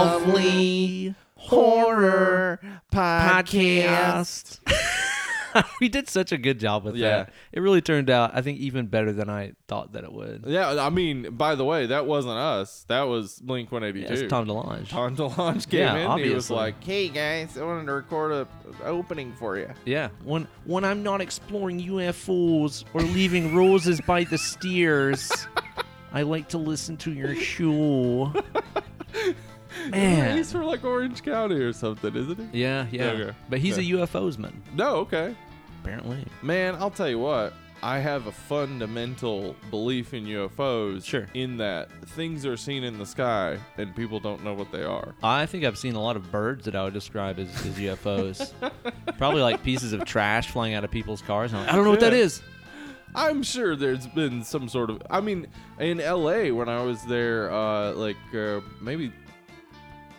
Weekly Horror Podcast. we did such a good job with Yeah. that. It really turned out, I think, even better than I thought that it would. Yeah, I mean, by the way, that wasn't us. That was Blink 182. Yeah, it's Tom DeLonge. Tom DeLonge came Yeah, in. He was obviously. like, "Hey guys, I wanted to record a a opening for you." Yeah, when when I'm not exploring UFOs or leaving roses by the stairs, I like to listen to your show. Man. He's from like Orange County or something, isn't he? Yeah, yeah. Okay. But he's Yeah. a UFOs man, No, okay. apparently. Man, I'll tell you what. I have a fundamental belief in UFOs. Sure. In that things are seen in the sky and people don't know what they are. I think I've seen a lot of birds that I would describe as, as UFOs. Probably like pieces of trash flying out of people's cars. and I'm like, I don't know what that Yeah. is. I'm sure there's been some sort of. I mean, in LA when I was there, uh, like uh, maybe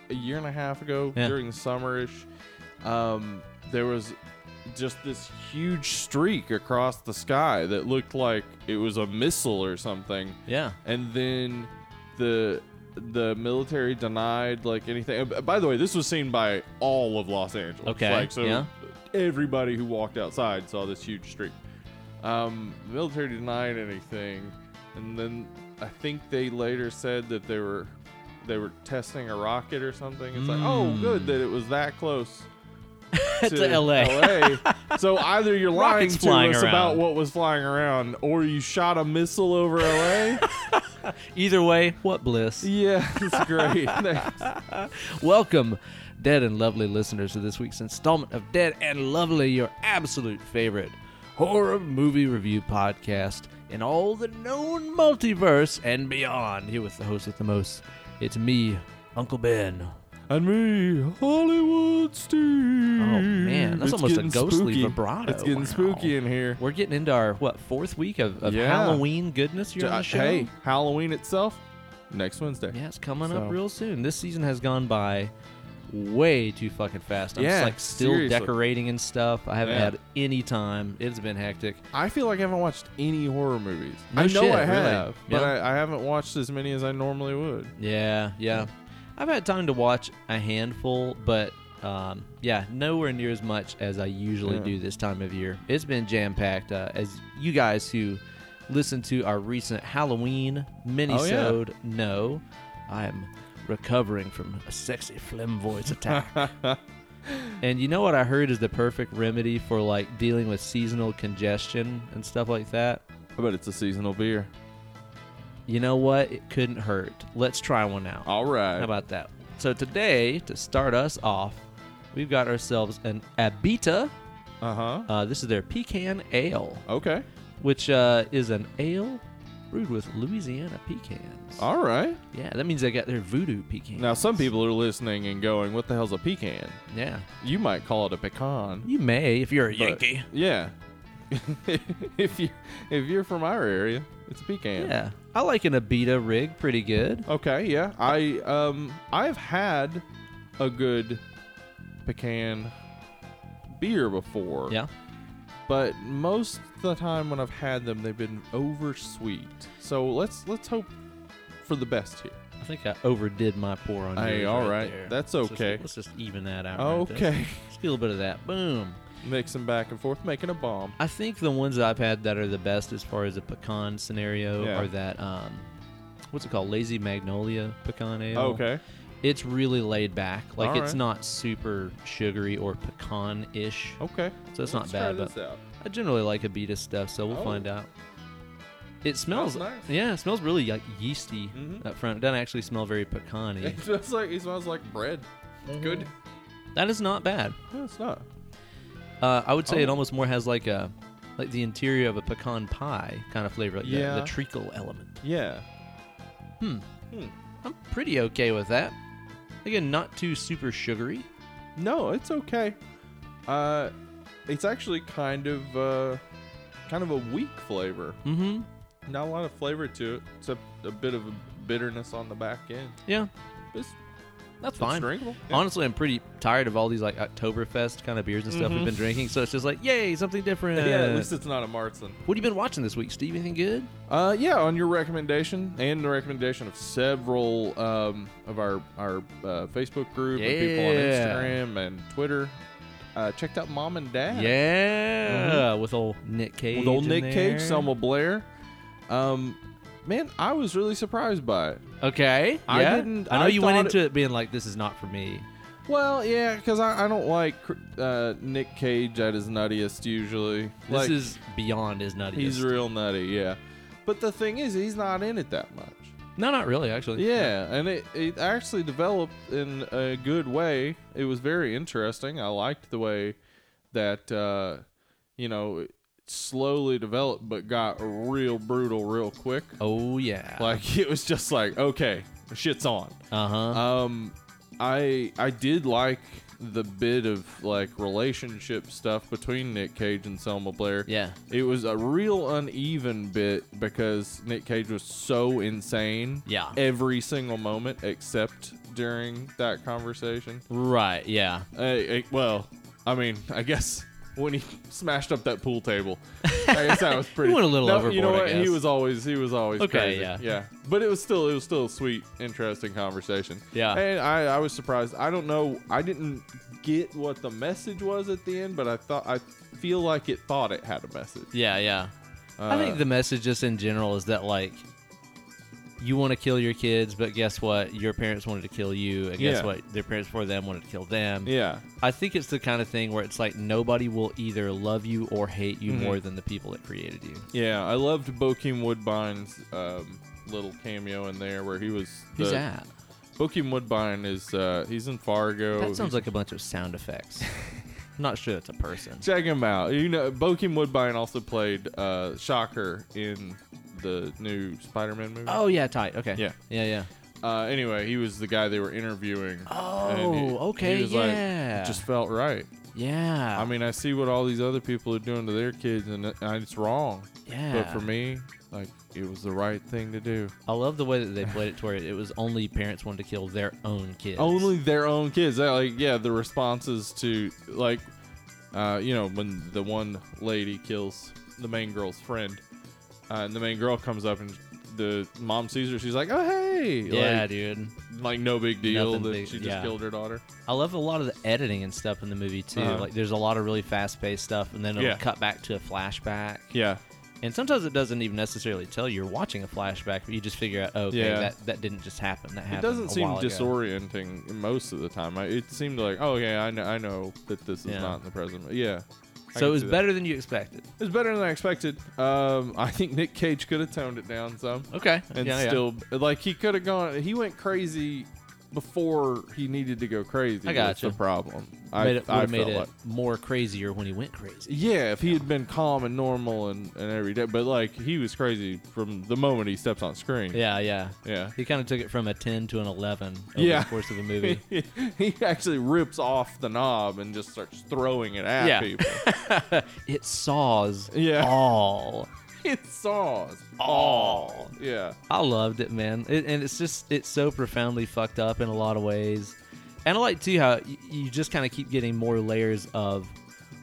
a year and a half ago Yeah. during the summerish, um, there was just this huge streak across the sky that looked like it was a missile or something, Yeah. and then the the military denied like anything. Uh, By the way, this was seen by all of Los Angeles. Okay, like so, yeah. everybody who walked outside saw this huge streak. Um, the military denied anything, and then I think they later said that they were they were testing a rocket or something. It's like, oh, Hmm. good that it was that close. To, LA. LA. so either you're lying Rockets to flying us around. about what was flying around, or you shot a missile over LA. Either way, what bliss. Yeah, it's great. Thanks. Welcome, dead and lovely listeners, to this week's installment of Dead and Lovely, your absolute favorite horror movie review podcast in all the known multiverse and beyond. Here with the host with the most, it's me, Uncle Ben. And me, Hollywood Steve. Oh man, that's almost a ghostly spooky. vibrato. It's getting Wow. spooky in here. We're getting into our what fourth week of, of Yeah. Halloween goodness here on Uh, the show. Hey, Halloween itself, next Wednesday. Yeah, it's coming So- up real soon. This season has gone by way too fucking fast. I'm Yeah, just like still seriously. decorating and stuff. I haven't Yeah. had any time. It's been hectic. I feel like I haven't watched any horror movies. No I know shit, I really. have, but Yeah. I, I haven't watched as many as I normally would. Yeah, yeah. I've had time to watch a handful, but um, yeah, nowhere near as much as I usually Yeah. do this time of year. It's been jam packed. Uh, as you guys who listened to our recent Halloween minisode know, I'm recovering from a sexy flamboyant attack. and you know what I heard is the perfect remedy for like dealing with seasonal congestion and stuff like that. I bet it's a seasonal beer. You know what? It couldn't hurt. Let's try one out. All right. How about that? So today, to start us off, we've got ourselves an Abita. uh huh. Uh, this is their pecan ale, Okay. which uh, is an ale brewed with Louisiana pecans. All right. Yeah, that means they got their voodoo pecans. Now, some people are listening and going, "What the hell's a pecan?" Yeah, You might call it a pecan. you may if you're a But, Yankee. Yeah. if you if you're from our area, it's a pecan. Yeah, I like an Abita rig pretty good. Okay, yeah. I um I've had a good pecan beer before. Yeah, But most of the time when I've had them they've been oversweet. So let's let's hope for the best here. I think I overdid my pour on. Hey, yours all right right. there. That's Let's just- okay. Let's just, even that out. right there. okay. Steal a bit of that. Boom. Mix them back and forth, making a bomb. I think the ones that I've had that are the best as far as a pecan scenario Yeah. are that um, what's it called, Lazy Magnolia pecan ale. Oh, Okay. it's really laid back. Like All it's right. not super sugary or pecan-ish, Okay. so it's not Let's try bad. But this out. I generally like Abita stuff, so we'll Oh. find out. It smells, nice. yeah, it smells really like yeasty Mhm. up front. It doesn't actually smell very pecan-y. It smells like it smells like bread. Mm-hmm. Good. that is not bad. No, it's not. Uh, I would say it Oh. almost more has like a like the interior of a pecan pie kind of flavor, like the- Yeah. the treacle element. Yeah. Hmm. Hmm. I'm pretty okay with that. Again, not too super sugary. No, it's okay. Uh, it's actually kind of uh, kind of a weak flavor. Mm-hmm. Not a lot of flavor to it. It's a, a bit of a bitterness on the back end. Yeah. It's that's fine. drinkable, yeah. Honestly, I'm pretty tired of all these like Oktoberfest kind of beers and stuff we've been drinking. So it's just like, yay, something different. Mm-hmm. yeah, at least it's not a Martzen. what have you been watching this week, Steve? Anything good? Uh, yeah, on your recommendation and the recommendation of several um, of our our uh, Facebook group and people on Yeah. Instagram and Twitter, uh, checked out Mom and Dad. Yeah, with old Nick Cage. Mm-hmm. with old in Nick there. Cage, Selma Blair. Um, man, I was really surprised by it. Okay. I yeah. didn't- I know I you went thought into it being like, this is not for me. Well, yeah, because I, I don't like cr- uh, Nick Cage at his nuttiest usually. This Like, is beyond his nuttiest. he's real nutty, yeah. But the thing is, he's not in it that much. no, not really. Actually. Yeah, and it, it actually developed in a good way. It was very interesting. I liked the way that, uh, you know, it slowly developed but got real brutal real quick. Oh yeah. Like, it was just like, okay, shit's on. uh huh. Um, I I did like the bit of like relationship stuff between Nick Cage and Selma Blair. Yeah. It was a real uneven bit because Nick Cage was so insane. Yeah. Every single moment except during that conversation. Right. Yeah. Uh, uh, well, I mean, I guess when he smashed up that pool table, I guess that was pretty. went a little You know overboard, I what? He guess. was always he was always Okay, crazy. yeah. yeah. But it was still it was still a sweet, interesting conversation. Yeah. and I I was surprised. I don't know. I didn't get what the message was at the end, but I thought I feel like it thought it had a message. Yeah. Yeah. Uh, I think the message just in general is that like you want to kill your kids, but guess what? Your parents wanted to kill you, and guess Yeah. what? Their parents before them wanted to kill them. yeah, I think it's the kind of thing where it's like nobody will either love you or hate you Mhm. more than the people that created you. yeah. I loved Bokeem Woodbine's um, little cameo in there where he was. Who's the- that? Bokeem Woodbine is uh, he's in Fargo. That sounds He's- like a bunch of sound effects. I'm not sure that's a person. Check him out. You know, Bokeem Woodbine also played uh, Shocker in the new Spider-Man movie. Oh yeah, tight. Okay. Yeah. Yeah. Yeah. Uh, anyway, he was the guy they were interviewing. and he- Oh, okay. he was like, yeah. Ah. "It just felt right. yeah. I mean, I see what all these other people are doing to their kids, and, it- and it's wrong. yeah. But for me, like, it was the right thing to do. I love the way that they played it to where it was only parents wanted to kill their own kids. Only their own kids. That, like, yeah, the responses to like, uh, you know, when the one lady kills the main girl's friend, uh, and the main girl comes up and the mom sees her, she's like, "Oh hey," Yeah, like, dude. like no big deal Nothing that big- she just yeah. killed her daughter. I love a lot of the editing and stuff in the movie too. Uh-huh. Like there's a lot of really fast-paced stuff and then it'll Yeah. cut back to a flashback. Yeah, And sometimes it doesn't even necessarily tell you you're watching a flashback, but you just figure out, oh, okay, Yeah. that, that didn't just happen. That happened. it doesn't a seem while ago. disorienting most of the time. I, it seemed like, oh yeah, I know, I know that this is Yeah. not in the present. But yeah. So I can it was see that. better than you expected. It was better than I expected. Um, I think Nick Cage could have toned it down some. Okay. and yeah, yeah. still like he could have gone he went crazy before he needed to go crazy I that's gotcha. the problem made it, i, I would've made felt it like more crazier when he went crazy. yeah if he had been calm and normal and, and every day but like he was crazy from the moment he steps on screen Yeah, yeah. yeah He kind of took it from a 10 to an 11 over Yeah. the course of the movie. he actually rips off the knob and just starts throwing it at Yeah. people it saws Yeah. all. it saws All. yeah I loved it, man. It, and it's just, it's so profoundly fucked up in a lot of ways. And I like, too, how y- you just kind of keep getting more layers of,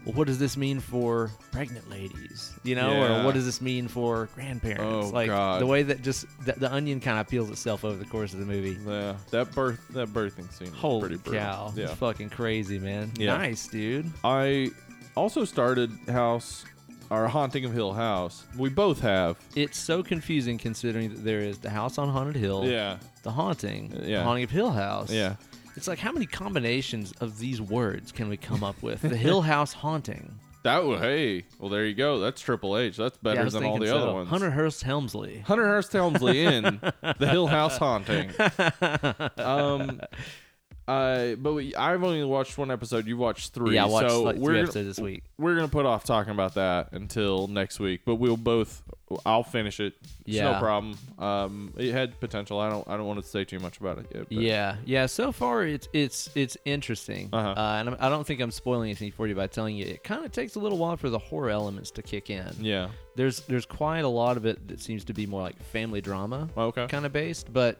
well, what does this mean for pregnant ladies? You know, Yeah. or what does this mean for grandparents? Oh, like, God. the way that just, the, the onion kind of peels itself over the course of the movie. yeah that birth that birthing scene was Holy pretty brutal. cow. It's yeah fucking crazy, man. Yeah. Nice, dude. I also started House, our Haunting of Hill House. We both have. It's so confusing considering that there is the house on Haunted Hill, Yeah. the haunting, Uh, Yeah. the haunting of Hill House. Yeah. It's like how many combinations of these words can we come up with? The Hill House haunting. That was, hey, well, there you go. That's Triple H. That's Yeah, I better was than all the thinking other so. ones. Hunter Hearst Helmsley. Hunter Hearst Helmsley in The Hill House Haunting. Um, I but we, I've only watched one episode. You watched three. Yeah, I watched so like we're three gonna- episodes this week. We're gonna put off talking about that until next week. But we'll both. I'll finish it. It's Yeah. no problem. Um, it had potential. I don't. I don't want to say too much about it yet. but- Yeah, yeah. So far, it's it's it's interesting, Uh-huh. uh, and I'm, I don't think I'm spoiling anything for you by telling you. It kind of takes a little while for the horror elements to kick in. Yeah. There's there's quite a lot of it that seems to be more like family drama, Oh, Okay. Mm-hmm. kind of based, but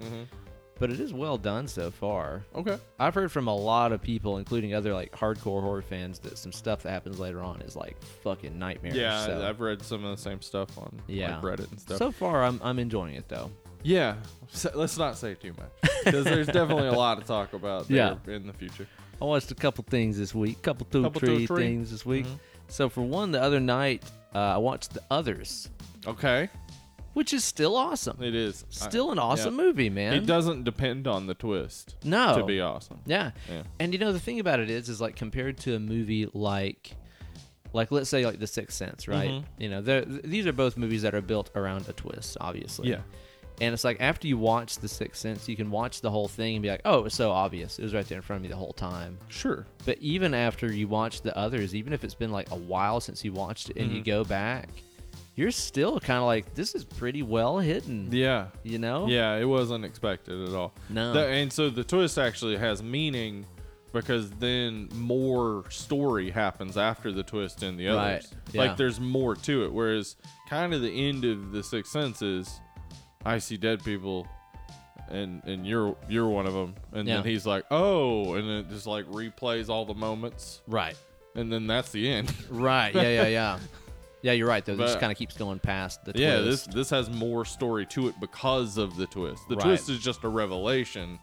but it is well done so far. Okay. I've heard from a lot of people, including other like hardcore horror fans, that some stuff that happens later on is like fucking nightmarish. Yeah, so. I've read some of the same stuff on Yeah. like Reddit and stuff. So far, I'm I'm enjoying it though. yeah, so let's not say too much because there's definitely a lot to talk about. Yeah. There in the future. I watched a couple things this week, couple two Couple Mm-hmm. three two, three. things this week. So for one, the other night uh, I watched The Others, Okay, which is still awesome. it is I- Still an yeah. awesome movie, man. It doesn't depend on the twist No. to be awesome. Yeah. Yeah. And you know the thing about it is is like compared to a movie like like let's say like The Sixth Sense, right? Mm-hmm. You know, they're- th- these are both movies that are built around a twist, obviously. Yeah. And it's like after you watch The Sixth Sense, you can watch the whole thing and be like, "Oh, it was so obvious. It was right there in front of me the whole time." Sure. But even after you watch the others, even if it's been like a while since you watched it and Mm-hmm. you go back, you're still kind of like, "This is pretty well hidden." Yeah. You know? Yeah, it wasn't expected at all. Oh. No. The- and so the twist actually has meaning because then more story happens after the twist and the Right, others. yeah. Like there's more to it. Whereas kind of the end of the Sixth Sense is I see dead people. And, and you're you're one of them, and Yeah. then he's like, oh, and it just like replays all the moments, Right. and then that's the end. Right. Yeah. Yeah. Yeah. yeah. You're right. Though this But- kind of keeps going past the twist. Yeah, this this has more story to it because of the twist. The Right. twist is just a revelation,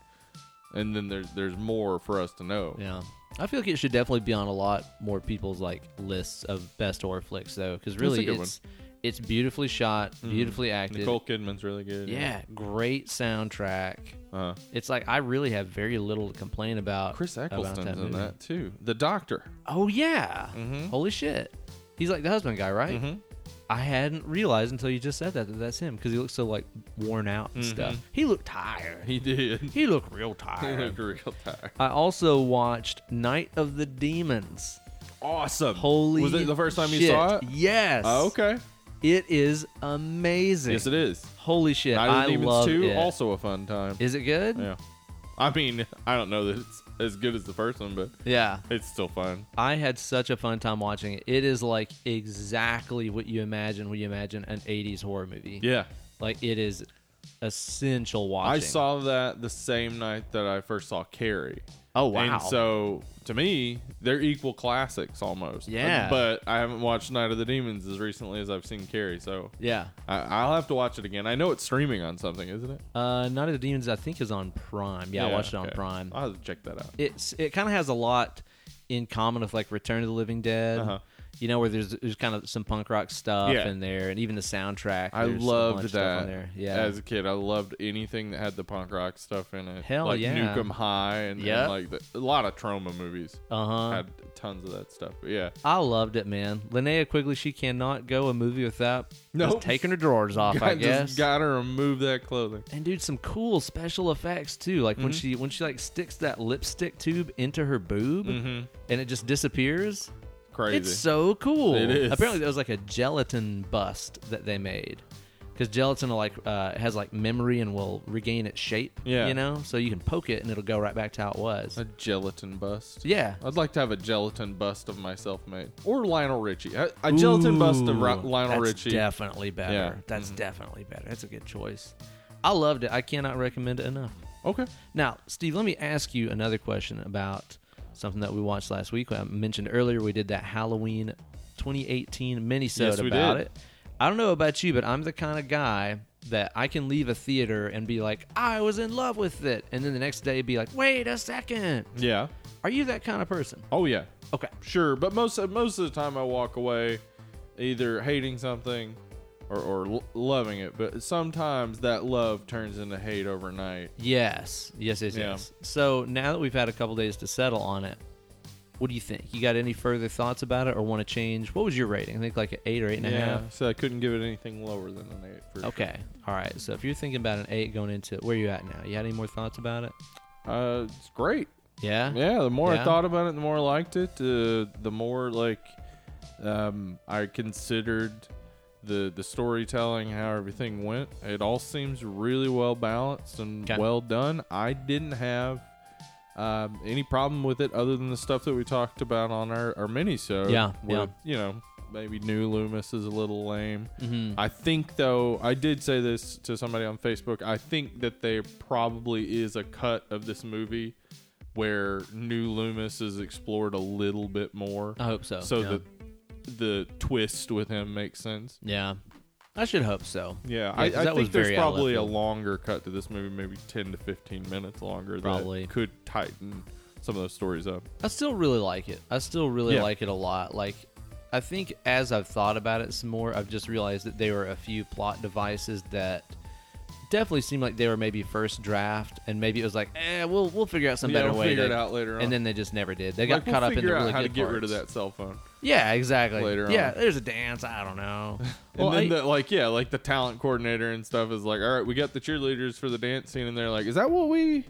and then there's there's more for us to know. Yeah. I feel like it should definitely be on a lot more people's like lists of best horror flicks though, because really good Mm-hmm. it's it's beautifully shot, beautifully acted. Nicole Kidman's really good. Yeah, great soundtrack. Uh, It's like I really have very little to complain about. Chris about Eccleston's in movie. that Mm-hmm. too. The Doctor. Oh yeah. Holy shit. He's like the husband guy, right? Mm-hmm. I hadn't realized until you just said that that that's him because he looks so like worn out Mm-hmm. and stuff. He looked tired. He did. He looked real he tired. looked real tired. I also watched Night of the Demons. Awesome. Holy Was it the first time you shit. saw it? Yes. Oh, okay. It is amazing. Yes, it is. Holy shit. Night of the I Demons love 2, it. also a fun time. Is it good? yeah. I mean, I don't know that it's as good as the first one, but Yeah. it's still fun. I had such a fun time watching it. It is like exactly what you imagine when you imagine an 80s horror movie. Yeah. Like it is essential watching. I saw that the same night that I first saw Carrie. Oh wow. And so to me, they're equal classics almost. Yeah. But I haven't watched Night of the Demons as recently as I've seen Carrie, so yeah. I, I'll have to watch it again. I know it's streaming on something, isn't it? Uh Night of the Demons I think is on Prime. Yeah, I watched it on okay. Prime. I'll have to check that out. it's it kind of has a lot in common with like Return of the Living Dead. Uh-huh. You know where there's there's kind of some punk rock stuff Yeah. in there, and even the soundtrack. I there's a bunch loved of stuff that. on there. Yeah, As a kid, I loved anything that had the punk rock stuff in it. Hell like yeah. Nukem High and, and Yep. like the, a lot of trauma movies uh huh. had tons of that stuff. But yeah. I loved it, man. Linnea Quigley, she cannot go a movie without Nope. just taking her drawers off. I guess. just gotta remove that clothing. and dude, some cool special effects too. Like Mm-hmm. when she when she like sticks that lipstick tube into her boob, Mm-hmm. and it just disappears. Crazy. It's so cool. It is. Apparently, there was like a gelatin bust that they made because gelatin will, like uh, has like memory and will regain its shape. Yeah. you know, so you can poke it and it'll go right back to how it was. a gelatin bust. yeah, I'd like to have a gelatin bust of myself made, or Lionel Richie. A, a gelatin bust of Ra- Ooh, Lionel that's Richie. Definitely better. Yeah. Mm-hmm. That's definitely better. That's a good choice. I loved it. I cannot recommend it enough. okay. Now, Steve, let me ask you another question about something that we watched last week. I mentioned earlier we did that Halloween 2018 minisode Yes, we about did. it. I don't know about you, but I'm the kind of guy that I can leave a theater and be like, I was in love with it, and then the next day be like, wait a second, Yeah. are you that kind of person? Oh yeah. Okay. Sure. But most most of the time, I walk away either hating something or, or l- loving it. But sometimes that love turns into hate overnight. Yes, yes, yes, Yeah. yes. So now that we've had a couple days to settle on it, what do you think? You got any further thoughts about it, or want to change? What was your rating? I think like an eight or eight and a half. So I couldn't give it anything lower than an eight. For sure. Okay. All right. So if you're thinking about an eight going into it, where you at now? You had any more thoughts about it? Uh, it's great. Yeah. Yeah, the more Yeah. I thought about it, the more I liked it. Uh, the more like um, I considered the the storytelling, how everything went. It all seems really well balanced and Okay. well done. I didn't have um, any problem with it other than the stuff that we talked about on our our mini show. Yeah, where, yeah. you know maybe new Loomis is a little lame. Mhm. I think though I did say this to somebody on Facebook. I think that there probably is a cut of this movie where new Loomis is explored a little bit more, I hope so. so Oh, yeah. that the twist with him makes sense. yeah, I should hope so. Yeah, 'cause I, I that was think there's very out of left probably a field. longer cut to this movie, maybe 10 to 15 minutes longer. Probably. That could tighten some of those stories up. I still really like it. I still really Yeah. like it a lot. Like, I think as I've thought about it some more, I've just realized that there were a few plot devices that definitely seemed like they were maybe first draft, and maybe it was like, eh, we'll we'll figure out some Yeah, better we'll way. figure to- it out later on. And then they just never did. They got Like, we'll caught up in the figure out really how good to get rid of parts. that cell phone. Yeah, exactly. later yeah, on. there's a dance. I don't know. And Well, then I- the, like yeah, like the talent coordinator and stuff is like, all right, we got the cheerleaders for the dance scene, and they're like, is that what we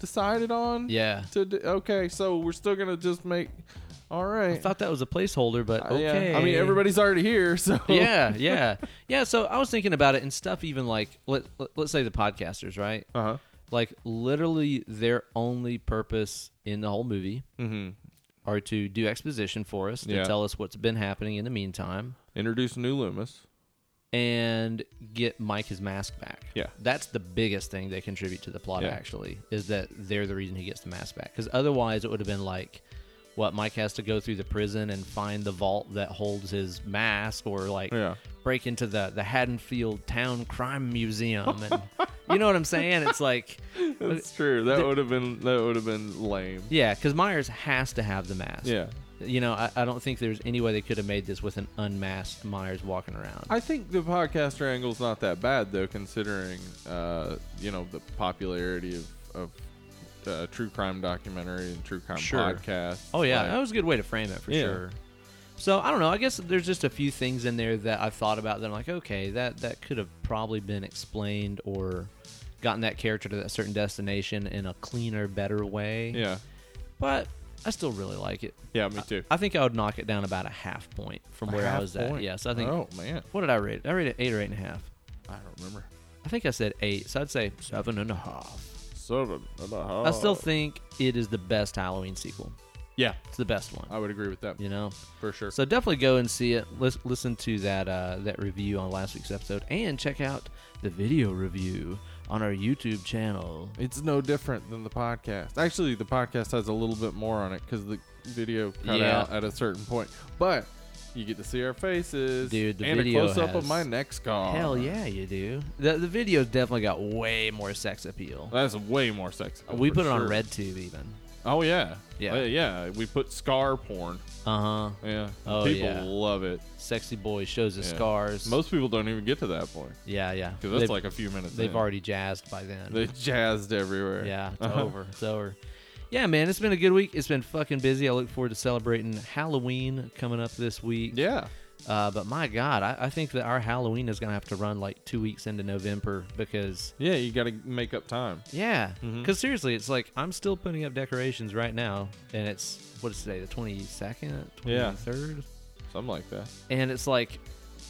decided on? yeah. To do? okay, so we're still gonna just make. All I right. thought that was a placeholder, but Uh, yeah. okay. I mean, everybody's already here, so yeah, yeah, yeah. So I was thinking about it and stuff. Even like let, let let's say the podcasters, right? Uh huh. Like literally, their only purpose in the whole movie Mm-hmm. are to do exposition for us to Yeah. tell us what's been happening in the meantime Introduce new Loomis. and get Mike his mask back. Yeah. that's the biggest thing they contribute to the plot. Yeah. Actually, is that they're the reason he gets the mask back. Because otherwise, it would have been like. What Mike has to go through the prison and find the vault that holds his mask, or like Yeah. break into the the Haddonfield Town Crime Museum, and you know what I'm saying? It's like, That's true. That the- would have been that would have been lame. yeah, because Myers has to have the mask. Yeah. you know, I, I don't think there's any way they could have made this with an unmasked Myers walking around. I think the podcaster angle's not that bad though, considering uh, you know the popularity of, of uh, true crime documentary and true crime Sure. podcast. oh yeah, that was a good way to frame it for Yeah. sure. So I don't know. I guess there's just a few things in there that I've thought about that I'm like, okay, that that could have probably been explained or gotten that character to that certain destination in a cleaner, better way. yeah, But I still really like it. yeah, me too. I think I would knock it down about a half point from A where I half was at. point. Yes, I think. Oh man, What did I rate? it? I rated eight or eight and a half. I don't remember. I think I said eight, so I'd say seven and a half. Seven and a half. I still think it is the best Halloween sequel. yeah, It's the best one. I would agree with that You know, for sure. so definitely go and see it. Lis- listen to that uh, that review on last week's episode, and check out the video review on our YouTube channel. It's no different than the podcast. Actually, the podcast has a little bit more on it because the video cut Yeah. out at a certain point. But you get to see our faces, Dude, the and video a close up has- of my next car. Hell yeah, you do. The the video definitely got way more sex appeal. that's way more sexy. we for put it on sure. RedTube even. Oh yeah, Yeah. Uh, yeah. We put scar porn. Uh huh. Yeah, Oh, people yeah. love it. Sexy boy shows his Yeah. scars. Most people don't even get to that point yeah, yeah. because that's They've- like a few minutes. they've in. already jazzed by then. they jazzed everywhere. yeah, it's Uh-huh. over. It's over. Yeah, man, it's been a good week. It's been fucking busy. I look forward to celebrating Halloween coming up this week. Yeah, Uh, but my God, I, I think that our Halloween is gonna have to run like two weeks into November because yeah. You got to make up time. yeah, because Mhm. seriously, it's like I'm still putting up decorations right now, and it's what is today, the twenty second, Yeah. twenty third, Something like that. and it's like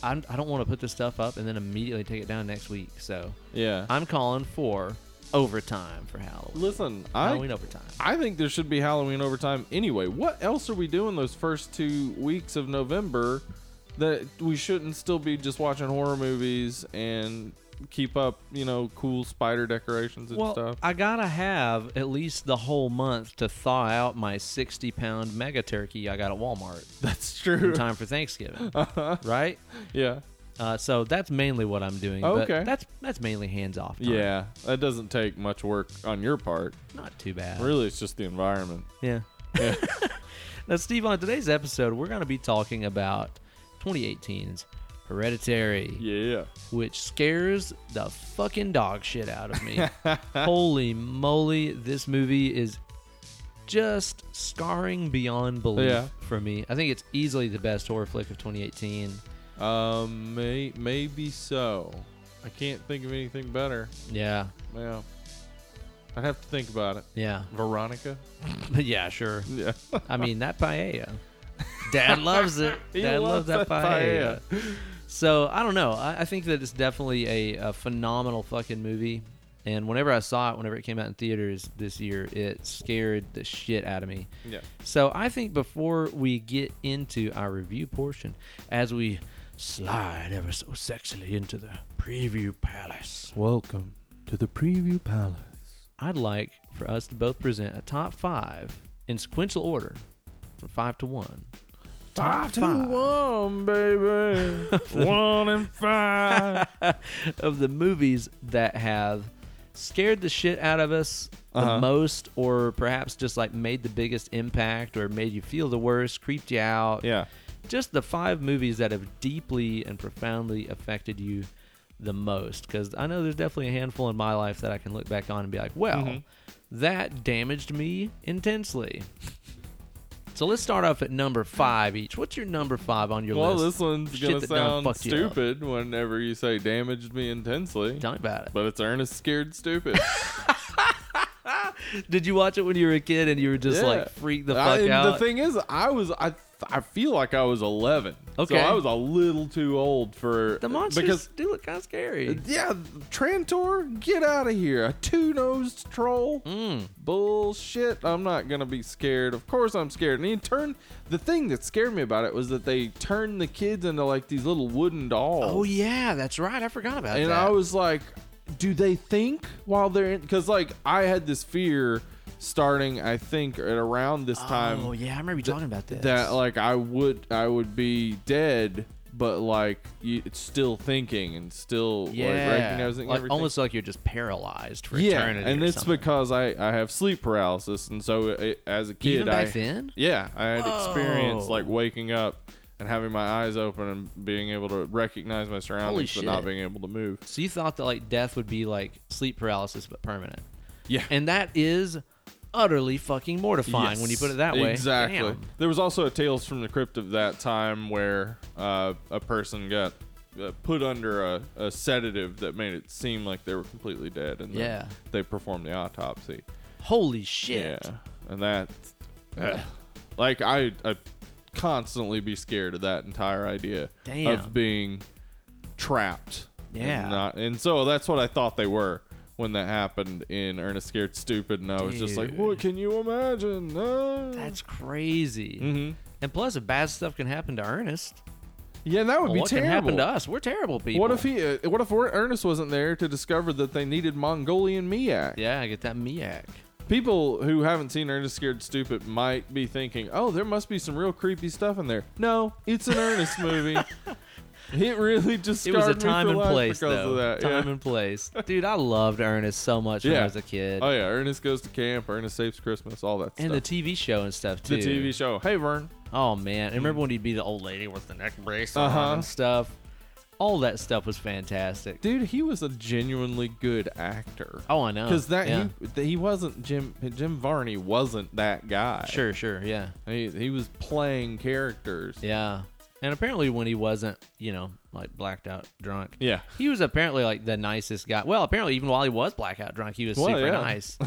I'm, I don't want to put this stuff up and then immediately take it down next week. So Yeah. I'm calling for overtime for Halloween. Listen, I Halloween overtime. I think there should be Halloween overtime anyway. What else are we doing those first two weeks of November that we shouldn't still be just watching horror movies and keep up, you know, cool spider decorations and Well, stuff? I gotta have at least the whole month to thaw out my sixty-pound mega turkey I got at Walmart That's in true. Uh-huh. time for Thanksgiving, right? yeah. Uh, so that's mainly what I'm doing. Okay. But that's that's mainly hands off. Time. Yeah. That doesn't take much work on your part. not too bad. Really, it's just the environment. Yeah. Yeah. now, Steve, on today's episode, we're gonna be talking about 2018's Hereditary, yeah. which scares the fucking dog shit out of me. Holy moly, this movie is just scarring beyond belief Yeah. for me. I think it's easily the best horror flick of 2018. Um, may, maybe so. I can't think of anything better. Yeah, Yeah. I'd have to think about it. yeah, Veronica? yeah, sure. Yeah. I mean, that paella. Dad loves it. He Dad loves loves, that that paella. So I don't know. I, I think that it's definitely a, a phenomenal fucking movie. And whenever I saw it, whenever it came out in theaters this year, it scared the shit out of me. Yeah. So I think before we get into our review portion, as we slide ever so sexily into the preview palace, Welcome to the preview palace. I'd like for us to both present a top five in sequential order from five to one. Five to five. one, baby. one and five. of the movies that have scared the shit out of us the Uh-huh. most, or perhaps just like made the biggest impact, or made you feel the worst, creeped you out. Yeah. Just the five movies that have deeply and profoundly affected you the most. Because I know there's definitely a handful in my life that I can look back on and be like, well, Mhm. that damaged me intensely. So let's start off at number five each. What's your number five on your Well, list? this one's Shit gonna that done sound fucked you up. stupid whenever you say damaged me intensely, Tell me about it. but it's Ernest Scared Stupid. Did you watch it when you were a kid and you were just Yeah. like freaked the fuck I, and out? The thing is, I was I I feel like I was 11. Okay. so I was a little too old for the monsters because do look kind of scary. Uh, yeah, Trantor, get out of here, a two nosed troll. Mm. Bullshit! I'm not gonna be scared. Of course I'm scared. And he turned the thing that scared me about it was that they turned the kids into like these little wooden dolls. Oh yeah, that's right. I forgot about and that. I was like, do they think while they're in? Because like I had this fear starting, I think, at around this time Oh yeah, I remember you talking about this. that like I would I would be dead, but like you, it's still thinking and still like yeah, recognizing like, everything. almost like you're just paralyzed for yeah, eternity. and or it's something. because I I have sleep paralysis, and so it, as a kid even back I then. yeah I had experienced Whoa. like waking up. And having my eyes open and being able to recognize my surroundings, but not shit. being able to move. So you thought that like death would be like sleep paralysis but permanent, Yeah, and that is utterly fucking mortifying when you Yes, put it that way. Exactly. Damn. There was also a Tales from the Crypt of that time where uh, a person got uh, put under a, a sedative that made it seem like they were completely dead, and then Yeah. they performed the autopsy. Holy shit. Yeah, and that, ugh. like, I I constantly be scared of that entire idea Damn. of being trapped. and Yeah. not, and so that's what I thought they were. When that happened in Ernest Scared Stupid, and I was just like, Dude. "What can you imagine?" Ah. That's crazy. Mm-hmm. And plus, if bad stuff can happen to Ernest, Yeah, that would well, be what can terrible. happen to us? We're terrible people. what if he? Uh, what if Ernest wasn't there to discover that they needed Mongolian Miak? Yeah, I get that Miak. People who haven't seen Ernest Scared Stupid might be thinking, "Oh, there must be some real creepy stuff in there." No, it's an Ernest movie. It really just It was a scarred me time for and life place, because though. of that. Time yeah. and place, dude. I loved Ernest so much when Yeah. I was a kid, oh yeah, Ernest goes to camp. Ernest saves Christmas. All that and the stuff. TV show and stuff too. the TV show. Hey, Vern. Oh man, and remember when he'd be the old lady with the neck brace Hmm. Uh-huh. on and stuff? All that stuff was fantastic. Dude, he was a genuinely good actor. Oh, I know. Because that yeah. he that he wasn't Jim Jim Varney wasn't that guy. sure, sure, yeah, He, he was playing characters. yeah. And apparently, when he wasn't, you know, like blacked out drunk, Yeah. he was apparently like the nicest guy. Well, apparently, even while he was blackout drunk, he was Well, super yeah. nice.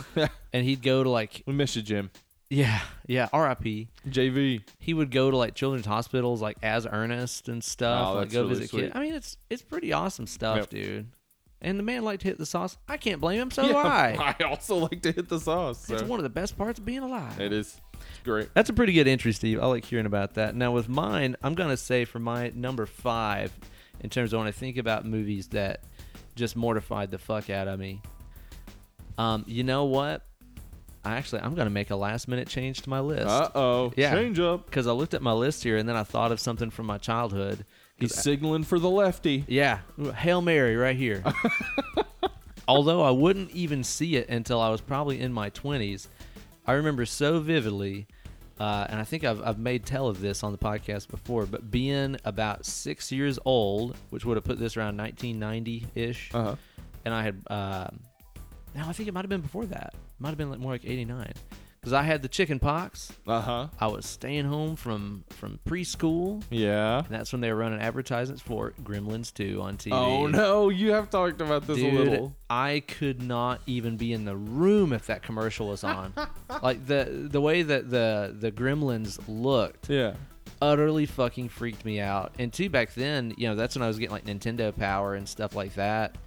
and he'd go to like, we miss you, Jim. yeah, yeah, R.I.P. JV. he would go to like children's hospitals like as Ernest and stuff, Oh, like that's go really visit sweet. kids. I mean, it's it's pretty awesome stuff, Yep. dude. And the man liked to hit the sauce. I can't blame him. So do Yeah, I. I also like to hit the sauce. So. It's one of the best parts of being alive. It is great. That's a pretty good entry, Steve. I like hearing about that. Now with mine, I'm gonna say for my number five, in terms of when I think about movies that just mortified the fuck out of me. Um, you know what? I actually I'm gonna make a last minute change to my list. Uh oh. Yeah. Change up. because I looked at my list here and then I thought of something from my childhood. He's signaling for the lefty. Yeah, Hail Mary right here. Although I wouldn't even see it until I was probably in my 20s, I remember so vividly, uh, and I think I've, I've made tell of this on the podcast before, but being about six years old, which would have put this around 1990 ish, Uh huh. and I had, um now I think it might have been before that. It might have been like more like 89. Because I had the chicken pox. Uh huh. I was staying home from, from preschool. Yeah. And that's when they were running advertisements for Gremlins 2 on TV. Oh no, you have talked about this Dude, a little. I could not even be in the room if that commercial was on. like the the way that the the Gremlins looked Yeah. utterly fucking freaked Mm-hmm. me out. And two back then, you know, that's when I was getting like Nintendo Power and stuff like that.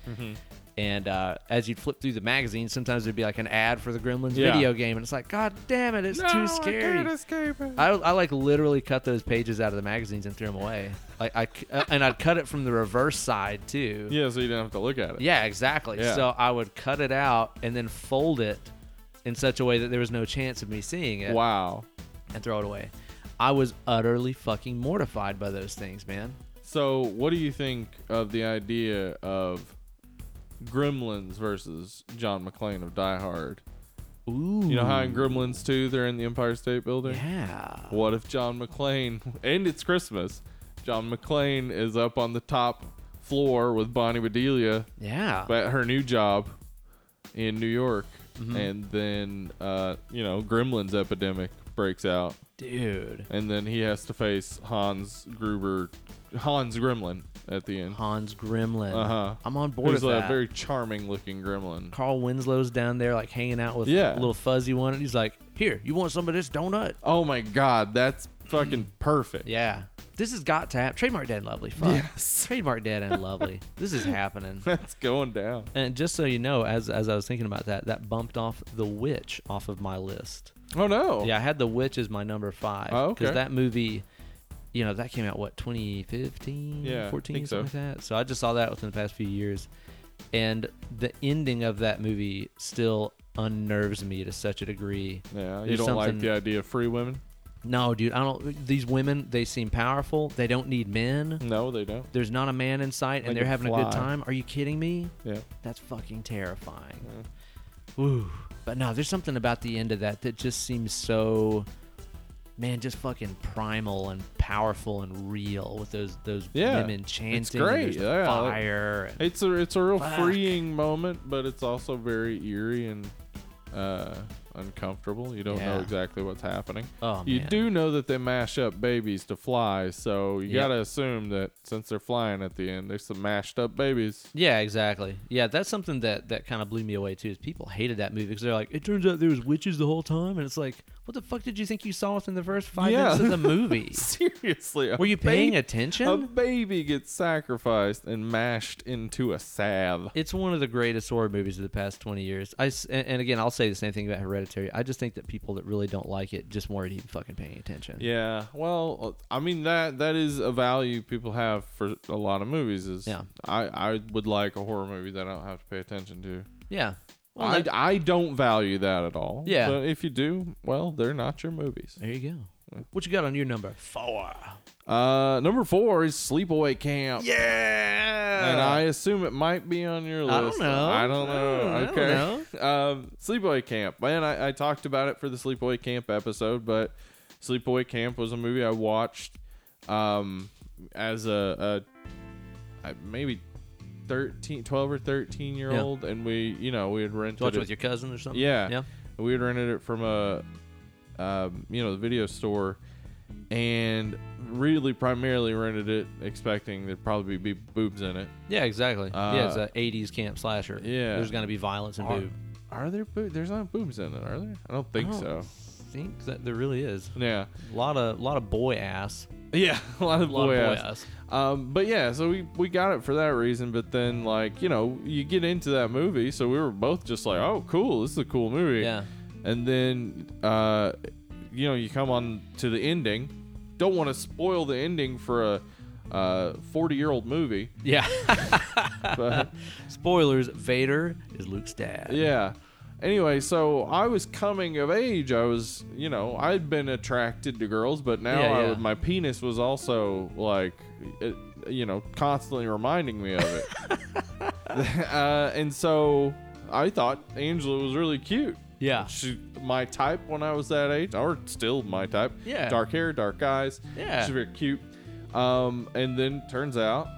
And uh, as you'd flip through the magazine, sometimes there'd be like an ad for the Gremlins Yeah. video game, and it's like, God damn it, it's too scary. I can't escape it. I, I like literally cut those pages out of the magazines and threw them away. Like I c- uh, and I'd cut it from the reverse side too. yeah, so you didn't have to look at it. Yeah, exactly. Yeah. So I would cut it out and then fold it in such a way that there was no chance of me seeing it Wow. and throw it away. I was utterly fucking mortified by those things, man. So, what do you think of the idea of Gremlins versus John McClane of Die Hard? Ooh. You know how in Gremlins 2 they're in the Empire State Building? Hmm. Yeah. What if John McClane, and it's Christmas, John McClane is up on the top floor with Bonnie Bedelia Yeah. at her new job in New York, Mm-hmm. and then, uh, you know, Gremlins epidemic breaks out, Dude. and then he has to face Hans Gruber, Hans Gremlin at the end. Hans Gremlin. Uh-huh. I'm on board Who's with a that. very charming looking gremlin. Carl Winslow's down there like hanging out with Yeah. little fuzzy one and he's like, "Here, you want some of this donut?" Oh my god, that's fucking perfect. Yeah. This has got to happen. Trademark Dead and Lovely. Fuck. Trademark Dead and Lovely. this is happening. That's going down. And just so you know, as as I was thinking about that, that bumped off The Witch off of my list. Oh no. Yeah, I had The Witch as my number five. Oh, okay. that movie, you know, that came out, what, 2015? Yeah, I 14, think something like that. So I just saw that within the past few years. And the ending of that movie still unnerves me to such a degree. Yeah, you There's don't like something- the idea of free women? No, dude, I don't. These women, they seem powerful. They don't need men. No, they don't. There's not a man in sight, and Like they're a having a fly. good time. Are you kidding me? Yeah. That's fucking terrifying. Ooh. But no, there's something about the end of that that just seems so, man, just fucking primal and powerful and real with those those Yeah. women chanting. It's and great. there's Yeah. Fire. and- It's a it's a real Fuck. freeing moment, but it's also very eerie and uh, uncomfortable. You don't know Yeah. exactly what's happening. oh you man. do know that they mash up babies to fly, so you Yep. gotta assume that since they're flying at the end, there's some mashed up babies. Yeah, exactly. Yeah, that's something that that kind of blew me away too. Is people hated that movie because they're like, it turns out there was witches the whole time, and it's like, what the fuck did you think you saw within the first five Yeah. minutes of the movie? Seriously, a Were you paying baby- attention? A baby gets sacrificed and mashed into a salve. It's one of the greatest horror movies of the past 20 years. I, s- and, and again, I'll say the same thing about Hereditary. I just think that people that really don't like it just weren't even fucking paying attention. Yeah. Well, uh, I mean that that is a value people have for a lot of movies. Is Yeah. I I would like a horror movie that I don't have to pay attention to. Yeah. Well, I that- I don't value that at all. Yeah. But if you do, well, they're not your movies. there you go. What you got on your number? Four. Uh, number four is Sleepaway Camp. Yeah. And I assume it might be on your list. I don't know. I don't know. I don't- I okay. don't um, Sleepaway Camp. Man, I, I talked about it for the Sleepaway Camp episode, but Sleepaway Camp was a movie I watched um, as a, a, a maybe 13, 12 or 13 year Yeah. old. And we, you know, we had rented Watch it. it with your cousin or something? Yeah. Yeah. We had rented it from a, um, you know, the video store, and really primarily rented it expecting there'd probably be boobs in it. Yeah, exactly. yeah, it's Uh, an 80s camp slasher. yeah. There's going to be violence and Are- boob. Are there boobs? There's not boobs in it, are there? I don't think I so. don't think that there really is. Yeah, A lot of, lot of boy ass. yeah, a lot of A lot boy of boy ass. ass. Um, but yeah, so we we got it for that reason. But then, like you know, you get into that movie, so we were both just like, "Oh, cool! This is a cool movie." Yeah. And then, uh, you know, you come on to the ending. Don't want to spoil the ending for a uh, forty-year-old movie, Yeah. but Spoilers Vader is Luke's dad. yeah. Anyway, so I was coming of age. I was, you know, I'd been attracted to girls, but now Yeah, I yeah. would- my penis was also like, it, you know, constantly reminding me of it. uh, and so I thought Angela was really cute. Yeah. She, my type when I was that age, or still my type. Yeah. Dark hair, dark eyes. Yeah. She's very cute. Um, and then turns out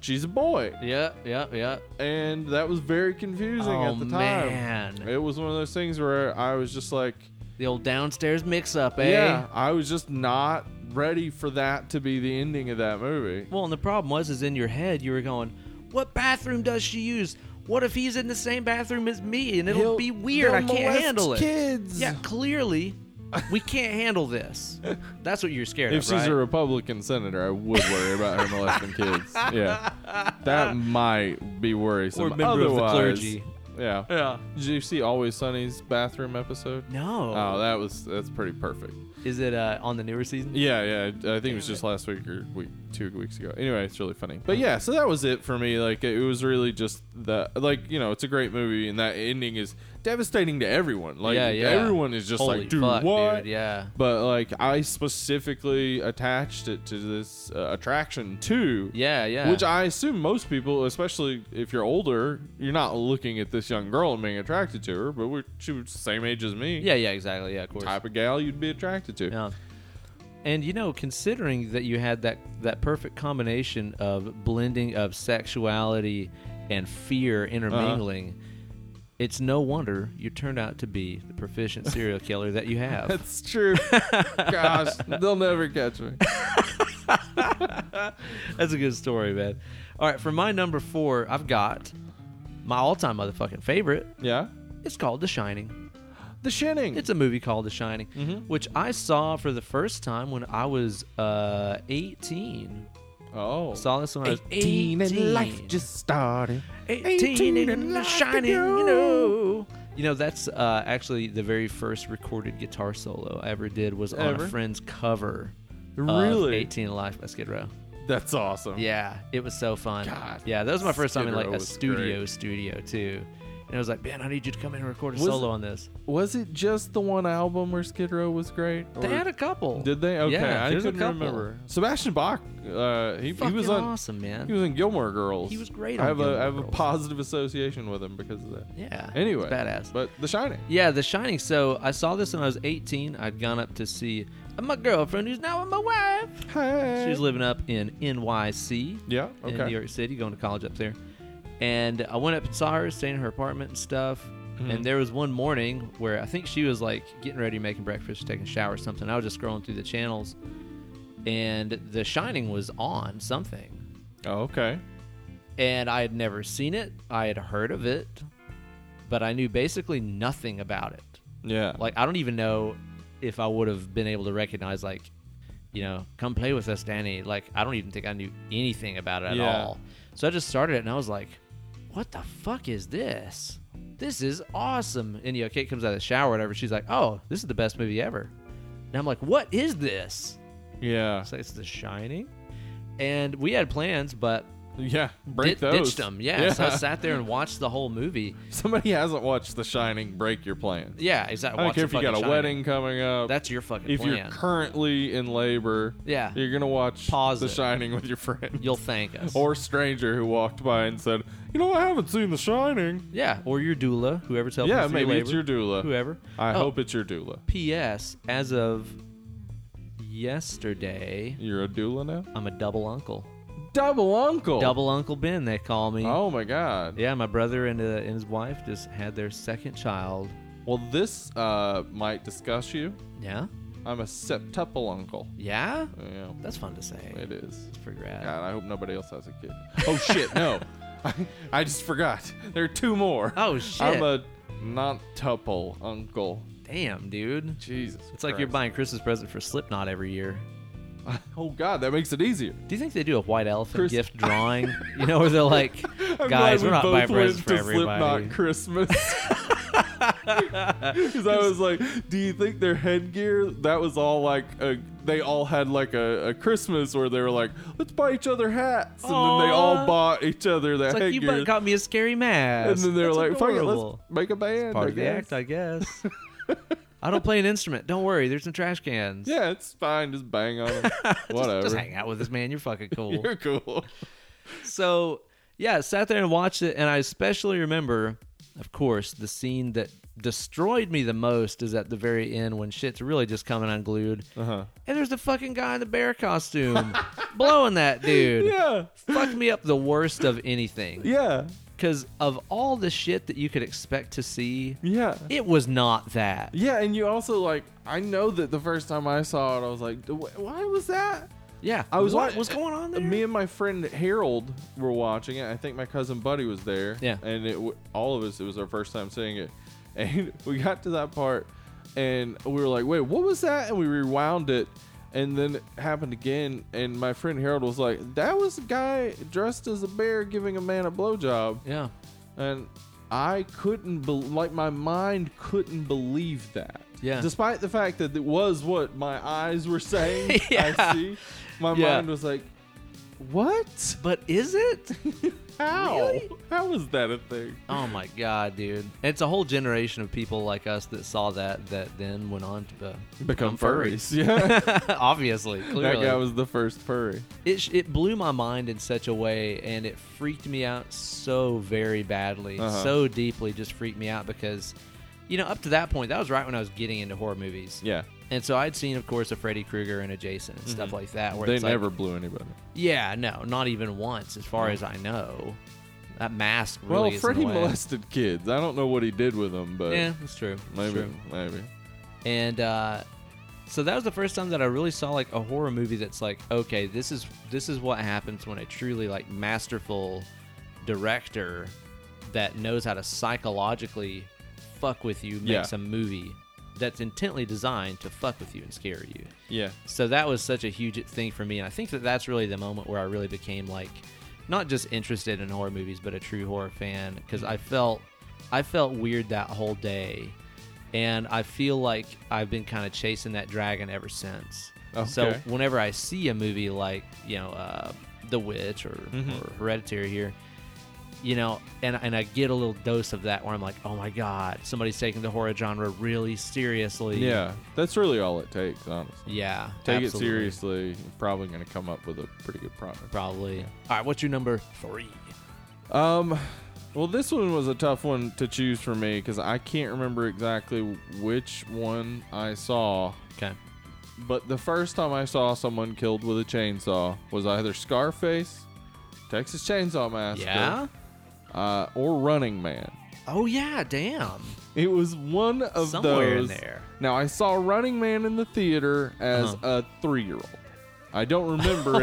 she's a boy, Yeah, yeah, yeah. and that was very confusing oh at the time. man, It was one of those things where I was just like, the old downstairs mix-up, eh? yeah, I was just not ready for that to be the ending of that movie. Well, and the problem was, is in your head you were going, "What bathroom does she use? What if he's in the same bathroom as me? And it'll He'll- be weird. I they'll can't molest handle it." Kids. Yeah, clearly we can't handle this. That's what you're scared If of, she's right? a Republican senator, I would worry about her molesting kids. Yeah, that might be worrisome. or a member of the Otherwise- clergy. Yeah. Yeah. Did you see Always Sunny's bathroom episode? No. Oh, that was that's pretty perfect. Is it uh, on the newer season? Yeah, yeah. I think it was just last week or week two weeks ago. Anyway, it's really funny. Oh. But yeah, so that was it for me. Like it was really just the like you know it's a great movie and that ending is devastating to everyone. Like Yeah, yeah. everyone is just Holy like, dude, fuck, what? dude. Yeah. But like I specifically attached it to this uh, attraction too. Yeah, yeah. Which I assume most people, especially if you're older, you're not looking at this young girl and being attracted to her, but we're, she was the same age as me. Yeah, yeah, exactly. Yeah, of course. Type of gal you'd be attracted to. Yeah. And you know, considering that you had that that perfect combination of blending of sexuality and fear intermingling, it's no wonder you turned out to be the proficient serial killer that you have. That's true. Gosh, they'll never catch me. That's a good story, man. All right, for my number four, I've got my all-time motherfucking favorite. Yeah. It's called The Shining. The Shining. It's a movie called The Shining, which I saw for the first time when I was uh, 18. oh. Saw this when I was 18 and life 18. just started. 18 and life to shining, you go. know. You know, that's uh, actually the very first recorded guitar solo I ever did was on Ever? a friend's cover. Of Really? 18 and Life by Skid Row. That's awesome. Yeah, it was so fun. God, yeah, that was my first time in Skid like Row a was studio great. studio too. And I was like, man, I need you to come in and record a Was- solo on this. Was it just the one album where Skid Row was great? They Or- had a couple. Did they? Okay, Yeah, I there's a couldn't couple. remember. Sebastian Bach, uh, he, he Fucking was on. awesome, man. He was in Gilmore Girls. He was great I on have a Gilmore I have a Girls. positive association with him because of that. yeah. it's Anyway, badass. But The Shining. Yeah, The Shining. So I saw this when I was 18. I'd gone up to see uh, my girlfriend, who's now my wife. Hey. She was living up in NYC, yeah. in Okay. New York City, going to college up there. And I went up and saw her, staying in her apartment and stuff. And there was one morning where I think she was like getting ready, making breakfast, taking a shower or something. I was just scrolling through the channels, and The Shining was on something. oh, okay. And I had never seen it, I had heard of it, but I knew basically nothing about it Yeah. like I don't even know if I would have been able to recognize like you know come play with us Danny like I don't even think I knew anything about it at Yeah. all so I just started it and I was like what the fuck is this this is awesome and you know Kate comes out of the shower or whatever she's like oh this is the best movie ever and I'm like what is this yeah. it's like it's The Shining and we had plans but Yeah. Break di- those. ditched them yeah, so I sat there and watched the whole movie Somebody hasn't watched The Shining. Break your plans. yeah exactly I don't care if you got a wedding coming up. that's your fucking if plan you're currently in labor. Yeah. You're gonna watch Pause The it. Shining with your friend. You'll thank us. or stranger who walked by and said, "You know, I haven't seen The Shining." yeah, or your doula, whoever's helping. Yeah, with maybe labor, it's your doula. whoever. I Oh, hope it's your doula. P.S. As of yesterday, You're a doula now. I'm a double uncle. Double uncle. Double Uncle Ben, they call me. Oh my god. Yeah, my brother and, uh, and his wife just had their second child. Well, this uh, might discuss you. Yeah, I'm a septuple uncle. yeah, Yeah, that's fun to say. it is. It's pretty rad. God, I hope nobody else has a kid. Oh shit, no. I, I just forgot. There are two more. Oh shit! I'm a non-tuple uncle. Damn, dude. Jesus. It's like you're buying Christmas present for Slipknot every year. buying. Oh god, that makes it easier. Do you think they do a white elephant Chris- gift drawing? you know, where they're like, I'm glad guys, we we're not both buying presents went for to everybody. Slipknot Christmas. Because I was like, do you think their headgear? That was all like a. They all had like a, a Christmas where they were like, let's buy each other hats, and then Aw. they all bought each other that It's like you headgear. bu- got me a scary mask. and then they were That's like, fuck it, let's adorable. make a band. part I of the act, guess. I guess. I don't play an instrument. Don't worry. There's some trash cans. yeah, it's fine. Just bang on them. Whatever. Just hang out with this man. You're fucking cool. You're cool. so yeah, I sat there and watched it, and I especially remember, of course, the scene that destroyed me the most is at the very end when shit's really just coming unglued, Uh-huh. and there's the fucking guy in the bear costume blowing that dude. Yeah. Fucked me up the worst of anything. Yeah. Because of all the shit that you could expect to see, Yeah. it was not that. Yeah, and you also like. I know that the first time I saw it, I was like, "Wh- "Why was that?" Yeah. I was what wa- was going on there? Me and my friend Harold were watching it. I think my cousin Buddy was there. Yeah. and it w- all of us. It was our first time seeing it, and we got to that part and we were like, "Wait, what was that?" And we rewound it, and then it happened again. And my friend Harold was like, "That was a guy dressed as a bear giving a man a blowjob," Yeah. and I couldn't be- like my mind couldn't believe that. Yeah. Despite the fact that it was what my eyes were saying, I Yeah. see. My Yeah. mind was like, "What? But is it? How? Really? How was that a thing?" oh my god, dude! It's a whole generation of people like us that saw that that then went on to be- Become furries. Yeah. Obviously, clearly. that guy was the first furry. it, sh- it blew my mind in such a way and it freaked me out so very badly Uh-huh. so deeply just freaked me out because you know up to that point that was right when i was getting into horror movies Yeah. and so i'd seen of course a freddy krueger and a jason and stuff like that where Mm-hmm. They it's like- never blew anybody. yeah no not even once as far as i know that mask really Well, is in Freddie the way. molested kids. I don't know what he did with them, but yeah that's true that's maybe, true. maybe. and uh, so that was the first time that I really saw like a horror movie that's like, okay, this is this is what happens when a truly like masterful director that knows how to psychologically fuck with you Yeah. makes a movie that's intently designed to fuck with you and scare you. Yeah. So that was such a huge thing for me, and I think that that's really the moment where I really became like, not just interested in horror movies, but a true horror fan because I felt, I felt weird that whole day, and I feel like I've been kind of chasing that dragon ever since. So Okay. whenever I see a movie like you know, uh, The Witch or, Mm-hmm. or Hereditary here, you know, and and I get a little dose of that where I'm like, oh my god, somebody's taking the horror genre really seriously. Yeah. That's really all it takes, honestly. Yeah. Take absolutely. it seriously. You're probably going to come up with a pretty good product. Probably. All right, what's your number three? Um, well, this one was a tough one to choose for me because I can't remember exactly which one I saw. Okay. But the first time I saw someone killed with a chainsaw was either Scarface, Texas Chainsaw Massacre, yeah. uh, or Running Man. Oh yeah. Damn. It was one of Somewhere those. in there. Now I saw Running Man in the theater as Uh-huh. a three-year-old. I don't remember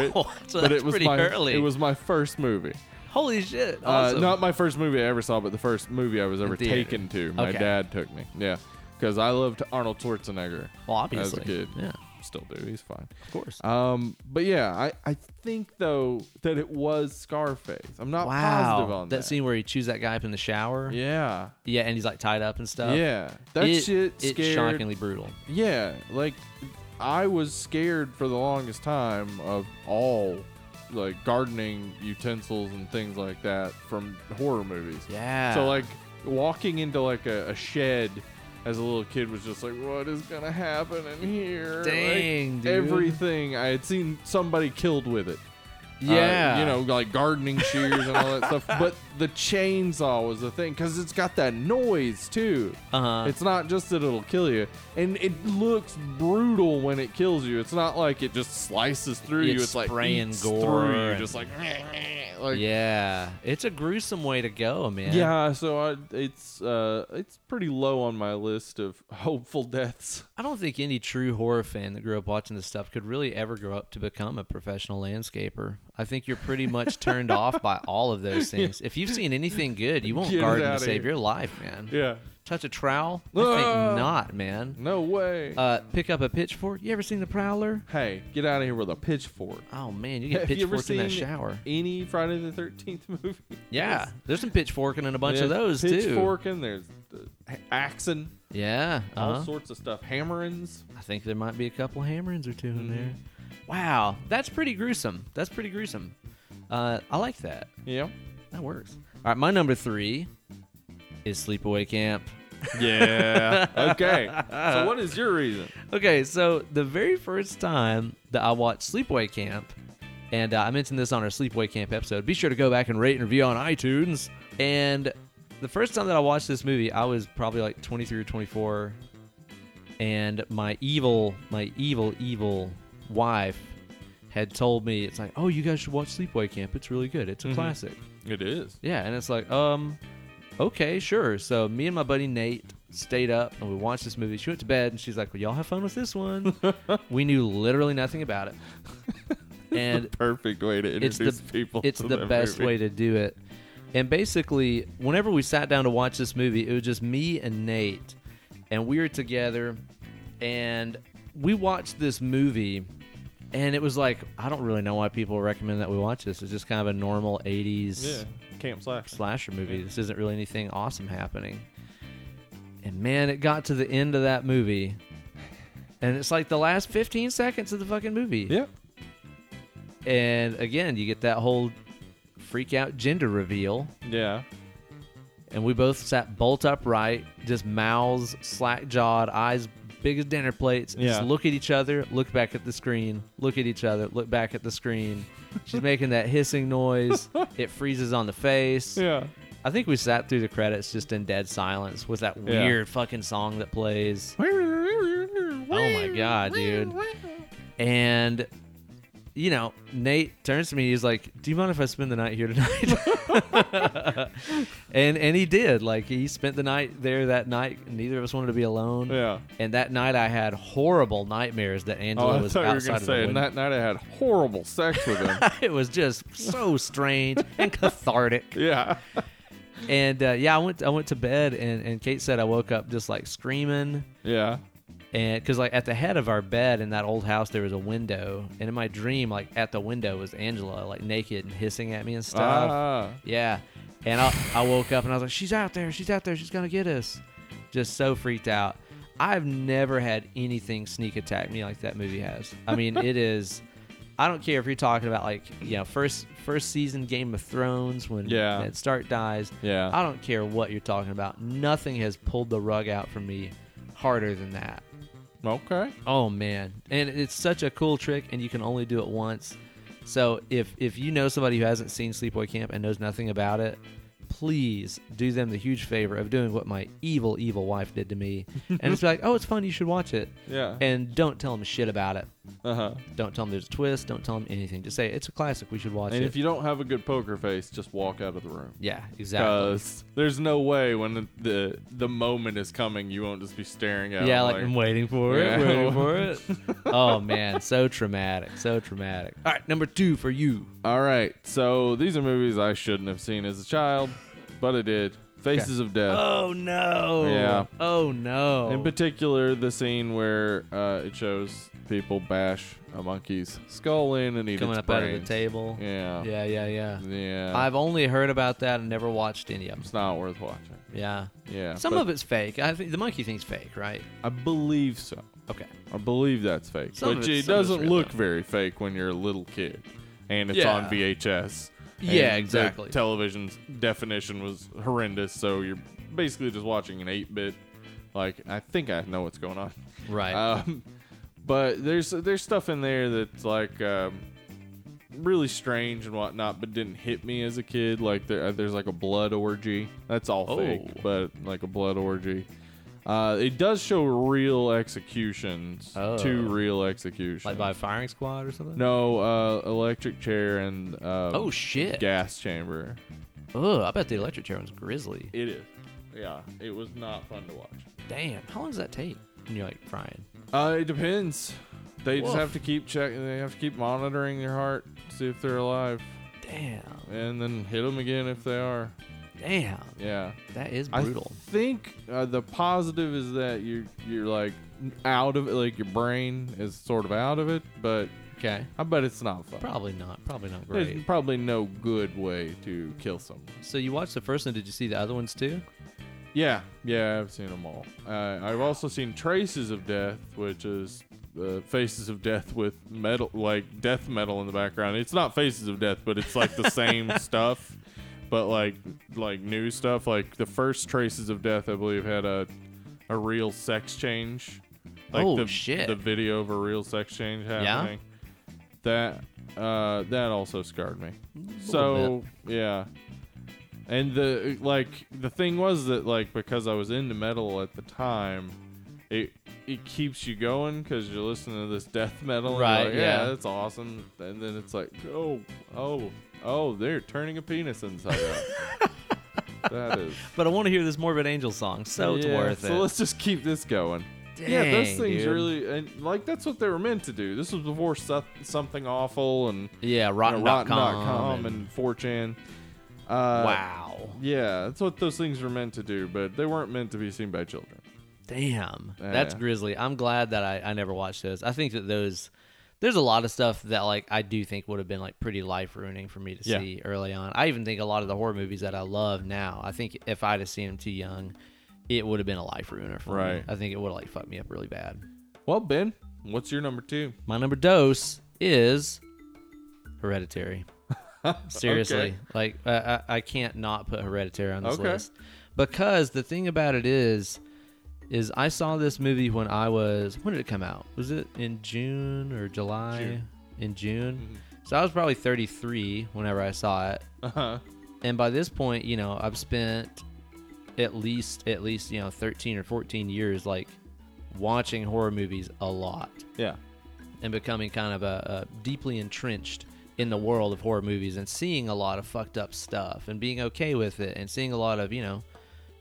it, Oh, so but that's it was pretty my early. it was my first movie. Holy shit. Uh, Awesome. not my first movie I ever saw, but the first movie I was ever theater. taken to. My Okay. dad took me. Yeah, because I loved Arnold Schwarzenegger well, obviously. as a kid. Yeah. Still do. He's fine. Of course. Um, but yeah, I, I think though that it was Scarface. I'm not wow. positive on that. scene where he chews that guy up in the shower. Yeah, Yeah, and he's like tied up and stuff. yeah, that It- shit scared. It's shockingly brutal. Yeah, like I was scared for the longest time of all like gardening utensils and things like that from horror movies. Yeah. So like walking into like a, a shed as a little kid was just like, what is gonna happen in here? Like, Dang, dude. Everything I had seen somebody killed with it. Uh, yeah. you know, like gardening shears and all that stuff. But the chainsaw was the thing because it's got that noise too. Uh-huh. It's not just that it'll kill you, and it looks brutal when it kills you. It's not like it just slices through It's you. It's like spraying eats gore through you, and- just like, like yeah. It's a gruesome way to go, man. yeah, so I, it's uh, it's pretty low on my list of hopeful deaths. I don't think any true horror fan that grew up watching this stuff could really ever grow up to become a professional landscaper. I think you're pretty much turned off by all of those things. If you've seen anything good, you won't Get it garden to outta save here. your life, man. Yeah, Touch a trowel? I Ah. think not, man. no way. Uh, pick up a pitchfork? You ever seen The Prowler? hey, get out of here with a pitchfork. Oh man, you get Have you ever pitchforks in that seen shower. Any Friday the Thirteenth movie? Yeah, there's some pitchforking and a bunch of There's those too. Pitchforking, there's uh, axing, Yeah, all uh-huh. sorts of stuff. Hammerings. I think there might be a couple hammerings or 2 in there. Mm-hmm. Wow, that's pretty gruesome. That's pretty gruesome. Uh, I like that. Yeah. That works. All right, my number three is Sleepaway Camp. Yeah. okay. So what is your reason? Okay, so the very first time that I watched Sleepaway Camp, and uh, I mentioned this on our Sleepaway Camp episode, be sure to go back and rate and review on iTunes. And the first time that I watched this movie, I was probably like 23 or 24, and my evil, my evil, evil wife had told me, it's like, oh, you guys should watch Sleepaway Camp. It's really good. It's a classic. It is. Yeah, and it's like, um, okay, sure. So me and my buddy Nate stayed up and we watched this movie. She went to bed and she's like, "Well, y'all have fun with this one." we knew literally nothing about it, and Perfect way to it's introduce the people. it's to the that best movie. way to do it. And basically, whenever we sat down to watch this movie, it was just me and Nate, and we were together, and we watched this movie, and it was like I don't really know why people recommend that we watch this. It's just kind of a normal '80s Yeah. Camp Slash. slasher movie. Yeah. This isn't really anything awesome happening. And man, it got to the end of that movie. And it's like the last 15 seconds of the fucking movie. Yeah. And again, you get that whole freak out gender reveal. Yeah. And we both sat bolt upright, just mouths slack jawed, eyes big as dinner plates. and Just Yeah. look at each other, look back at the screen, look at each other, look back at the screen. She's making that hissing noise. It freezes on the face. Yeah. I think we sat through the credits just in dead silence with that Yeah. weird fucking song that plays. Oh my God, dude. And, you know, Nate turns to me. He's like, Do you mind if I spend the night here tonight? and and he did. Like, he spent the night there that night. Neither of us wanted to be alone. Yeah. And that night, I had horrible nightmares that Oh, Angela I was thought you were outside gonna of the say window. that night I had horrible sex with him. it was just so strange and cathartic. yeah. And uh, yeah, I went I went to bed, and, and Kate said I woke up just like screaming. Yeah. and because like at the head of our bed in that old house there was a window and in my dream like at the window was angela like naked and hissing at me and stuff Ah. yeah and I, I woke up and i was like she's out there she's out there she's gonna get us just so freaked out i've never had anything sneak attack me like that movie has i mean it is i don't care if you're talking about like you know first first season game of thrones when Yeah. Uh. Ned stark dies Yeah. I don't care what you're talking about. Nothing has pulled the rug out from me harder than that. Uh, Okay. Oh man, and it's such a cool trick, and you can only do it once. So if if you know somebody who hasn't seen Sleepaway Camp and knows nothing about it, please do them the huge favor of doing what my evil evil wife did to me, and it's like, oh, it's fun, you should watch it, Yeah. and don't tell them shit about it. Uh huh. Don't tell them there's a twist. Don't tell them anything. Just say it's a classic. We should watch And it. if you don't have a good poker face, just walk out of the room. yeah, exactly. Because there's no way when the, the the moment is coming, you won't just be staring at. yeah, him like, I'm waiting for Yeah. it. Waiting for it. oh man, so traumatic, so traumatic. All right, number two for you. All right, so these are movies I shouldn't have seen as a child, but I did. Faces of Death. Oh no. Yeah. Oh no. In particular, the scene where uh, it shows people bash a monkey's skull in and eat Coming its up out of the brains. table. Yeah. Yeah, yeah, yeah. Yeah. I've only heard about that and never watched any of them. it's not worth watching. Yeah. Yeah. Some but of it's fake. I think the monkey thing's fake, right? I believe so. Okay. I believe that's fake, Some of which it- it some of it's doesn't real, look though. very fake when you're a little kid, and it's Yeah. on VHS. and Yeah, the exactly. Television's definition was horrendous, so you're basically just watching an eight-bit. Like I think I know what's going on. Right. Um, but there's there's stuff in there that's like um, really strange and whatnot, but didn't hit me as a kid. Like there, uh, there's like a blood orgy. That's all Oh. fake, but like a blood orgy. Uh, it does show real executions, Oh. two real executions. like by a firing squad or something? no, uh, electric chair and uh, Oh shit. gas chamber. Ugh, I bet the electric chair was grisly. It is, yeah. It was not fun to watch. Damn. How long does that take? And you're like frying. Uh, it depends. They just Woof. have to keep check. They have to keep monitoring their heart, see if they're alive, Damn. and then hit them again if they are. Damn. Yeah, That is I brutal. think uh, the positive is that you're you're like out of it, like your brain is sort of out of it. But okay. I bet it's not fun. Probably not. Probably not There's great. probably no good way to kill someone. So you watched the first one. Did you see the other ones too? Yeah, yeah, I've seen them all. Uh, I've also seen Traces of Death, which is uh, Faces of Death with metal, like death metal in the background. It's not Faces of Death, but it's like the same stuff, but like like new stuff. Like the first Traces of Death, I believe, had a a real sex change. Like Oh, the, shit. The video of a real sex change happening. That uh, that also scarred me. So yeah, and the like the thing was that like because I was into metal at the time, it it keeps you going because you're listening to this death metal. and you're Right, like, yeah. That's awesome. And then it's like, oh, oh, oh, they're turning a penis inside out. that is. But I want to hear this Morbid Angel song, so it's Yeah, worth So it. let's just keep this going. yeah, those Dang, things dude. really and like that's what they were meant to do. This was before stuff, something awful and Yeah, you know, Rotten.com. Rotten.com and 4chan. Uh, wow. Yeah, that's what those things were meant to do, but they weren't meant to be seen by children. Damn, Yeah. that's grisly. I'm glad that I, I never watched those. I think that those, there's a lot of stuff that like I do think would have been like pretty life ruining for me to Yeah. see early on. I even think a lot of the horror movies that I love now. I think if I'd have seen them too young, it would have been a life ruiner for me. Right. I think it would have like fucked me up really bad. Well, Ben, what's your number two? My number dose is Hereditary. Seriously, Okay. like I, I, I can't not put Hereditary on this Okay. list because the thing about it is, is I saw this movie when I was when did it come out? Was it in June or July? June. Mm-hmm. In June, so I was probably 33 whenever I saw it, Uh-huh. and by this point, you know, I've spent at least at least you know 13 or 14 years like watching horror movies a lot Yeah. and becoming kind of a, a deeply entrenched in the world of horror movies and seeing a lot of fucked up stuff and being okay with it and seeing a lot of you know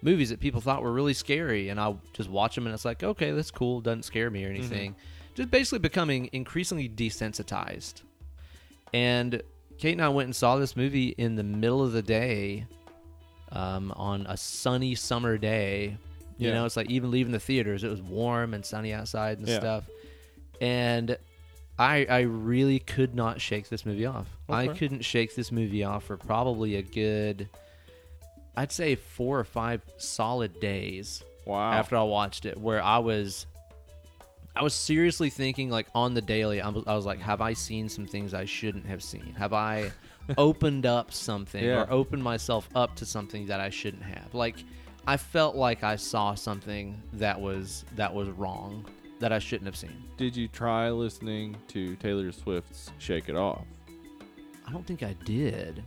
movies that people thought were really scary and I just watch them and it's like okay that's cool doesn't scare me or anything just basically becoming increasingly desensitized and Kate and I went and saw this movie in the middle of the day um, on a sunny summer day you Yeah. know it's like even leaving the theaters it was warm and sunny outside and Yeah. stuff and I I really could not shake this movie off. I Okay. couldn't shake this movie off for probably a good I'd say 4 or 5 solid days Wow. after I watched it where I was I was seriously thinking like on the daily I was, I was like have I seen some things I shouldn't have seen? Have I opened up something Yeah. or opened myself up to something that I shouldn't have? Like I felt like I saw something that was that was wrong that I shouldn't have seen. Did you try listening to Taylor Swift's Shake It Off? I don't think I did.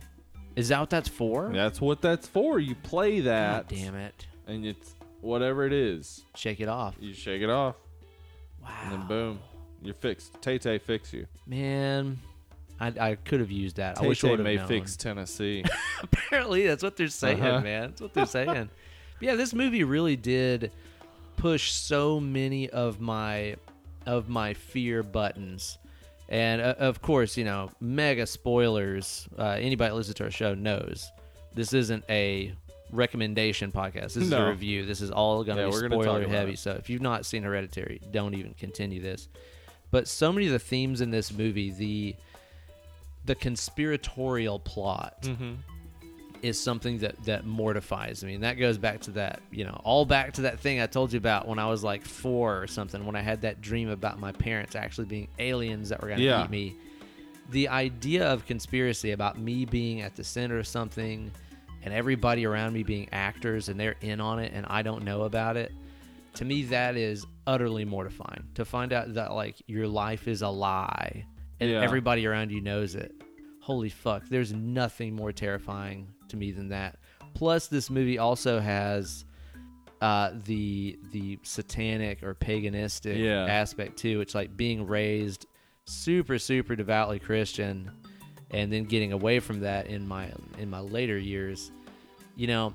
Is that what that's for? That's what that's for. You play God that. damn it. And it's whatever it is, Shake it off. you shake it off, and then Wow. boom, you're fixed. Tay Tay fix you. Man, I, I could have used that. I Tay wish I Tay would have may known. fix Tennessee. Apparently, that's what they're saying, Uh-huh. man. That's what they're saying. But yeah, this movie really did push so many of my of my fear buttons. And uh, of course, you know, mega spoilers. Uh, anybody that listens to our show knows this isn't a recommendation podcast. This is a No. review. This is all going to Yeah, be we're gonna talk spoiler about heavy. it. So if you've not seen Hereditary, don't even continue this. But so many of the themes in this movie, the the conspiratorial plot, Mm-hmm. is something that that mortifies me and that goes back to that you know all back to that thing i told you about when i was like four or something when i had that dream about my parents actually being aliens that were going to Yeah. eat me the idea of conspiracy about me being at the center of something and everybody around me being actors and they're in on it and i don't know about it to me that is utterly mortifying to find out that like your life is a lie and Yeah. everybody around you knows it holy fuck there's nothing more terrifying to me than that plus this movie also has uh, the the satanic or paganistic Yeah. aspect too it's like being raised super super devoutly christian and then getting away from that in my in my later years you know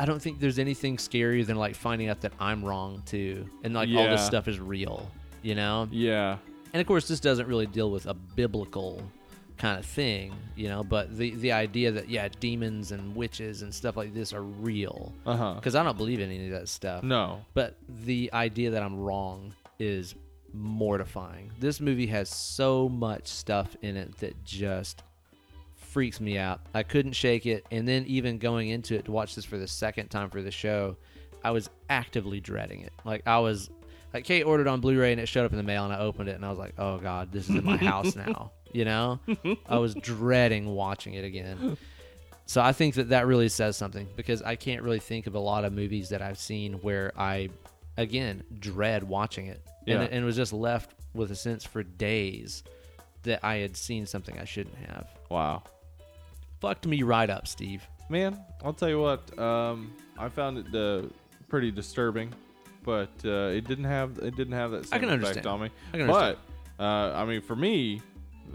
I don't think there's anything scarier than like finding out that I'm wrong too, and like all this Yeah. stuff is real, you know. yeah. And of course, this doesn't really deal with a biblical kind of thing, you know. But the the idea that yeah, demons and witches and stuff like this are real, Uh huh. because I don't believe in any of that stuff. No. But the idea that I'm wrong is mortifying. This movie has so much stuff in it that just freaks me out. I couldn't shake it. And then, even going into it to watch this for the second time for the show, I was actively dreading it. Like, I was, like, Kate ordered on Blu ray and it showed up in the mail, and I opened it and I was like, oh God, this is in my house now. You know? I was dreading watching it again. So I think that that really says something because I can't really think of a lot of movies that I've seen where I, again, dread watching it, Yeah. and, and was just left with a sense for days that I had seen something I shouldn't have. Wow. Fucked me right up, Steve. Man, I'll tell you what. Um, I found it uh, pretty disturbing, but uh, it didn't have it didn't have that same I can understand. effect on me. I can but uh, I mean, for me,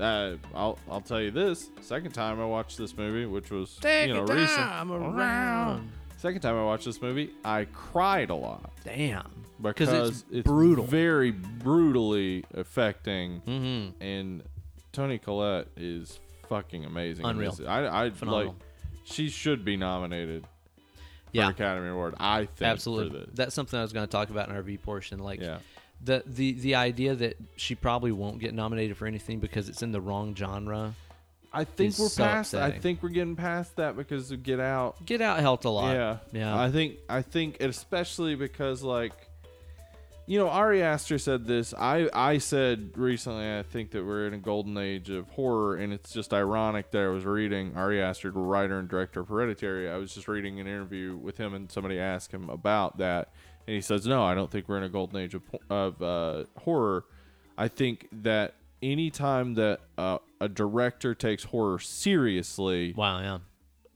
uh, I'll I'll tell you this. Second time I watched this movie, which was you know recent. around. Second time I watched this movie, I cried a lot Damn, because it's, brutal. very brutally affecting. hmm And Tony Collette is fucking amazing. in Unreal. this. I I Phenomenal. like. She should be nominated for Yeah. an Academy Award. I think Absolutely. For this. That's something I was going to talk about in our V portion. Like Yeah. the the the idea that she probably won't get nominated for anything because it's in the wrong genre. I think It's we're so past. I upsetting. think we're getting past that because of Get Out. Get Out helped a lot. Yeah, yeah. I think I think especially because like, you know, Ari Aster said this. I I said recently. I think that we're in a golden age of horror, and it's just ironic that I was reading Ari Aster, the writer and director of Hereditary. I was just reading an interview with him, and somebody asked him about that, and he says, "No, I don't think we're in a golden age of of uh, horror. I think that." Anytime that uh, a director takes horror seriously, wow. Yeah.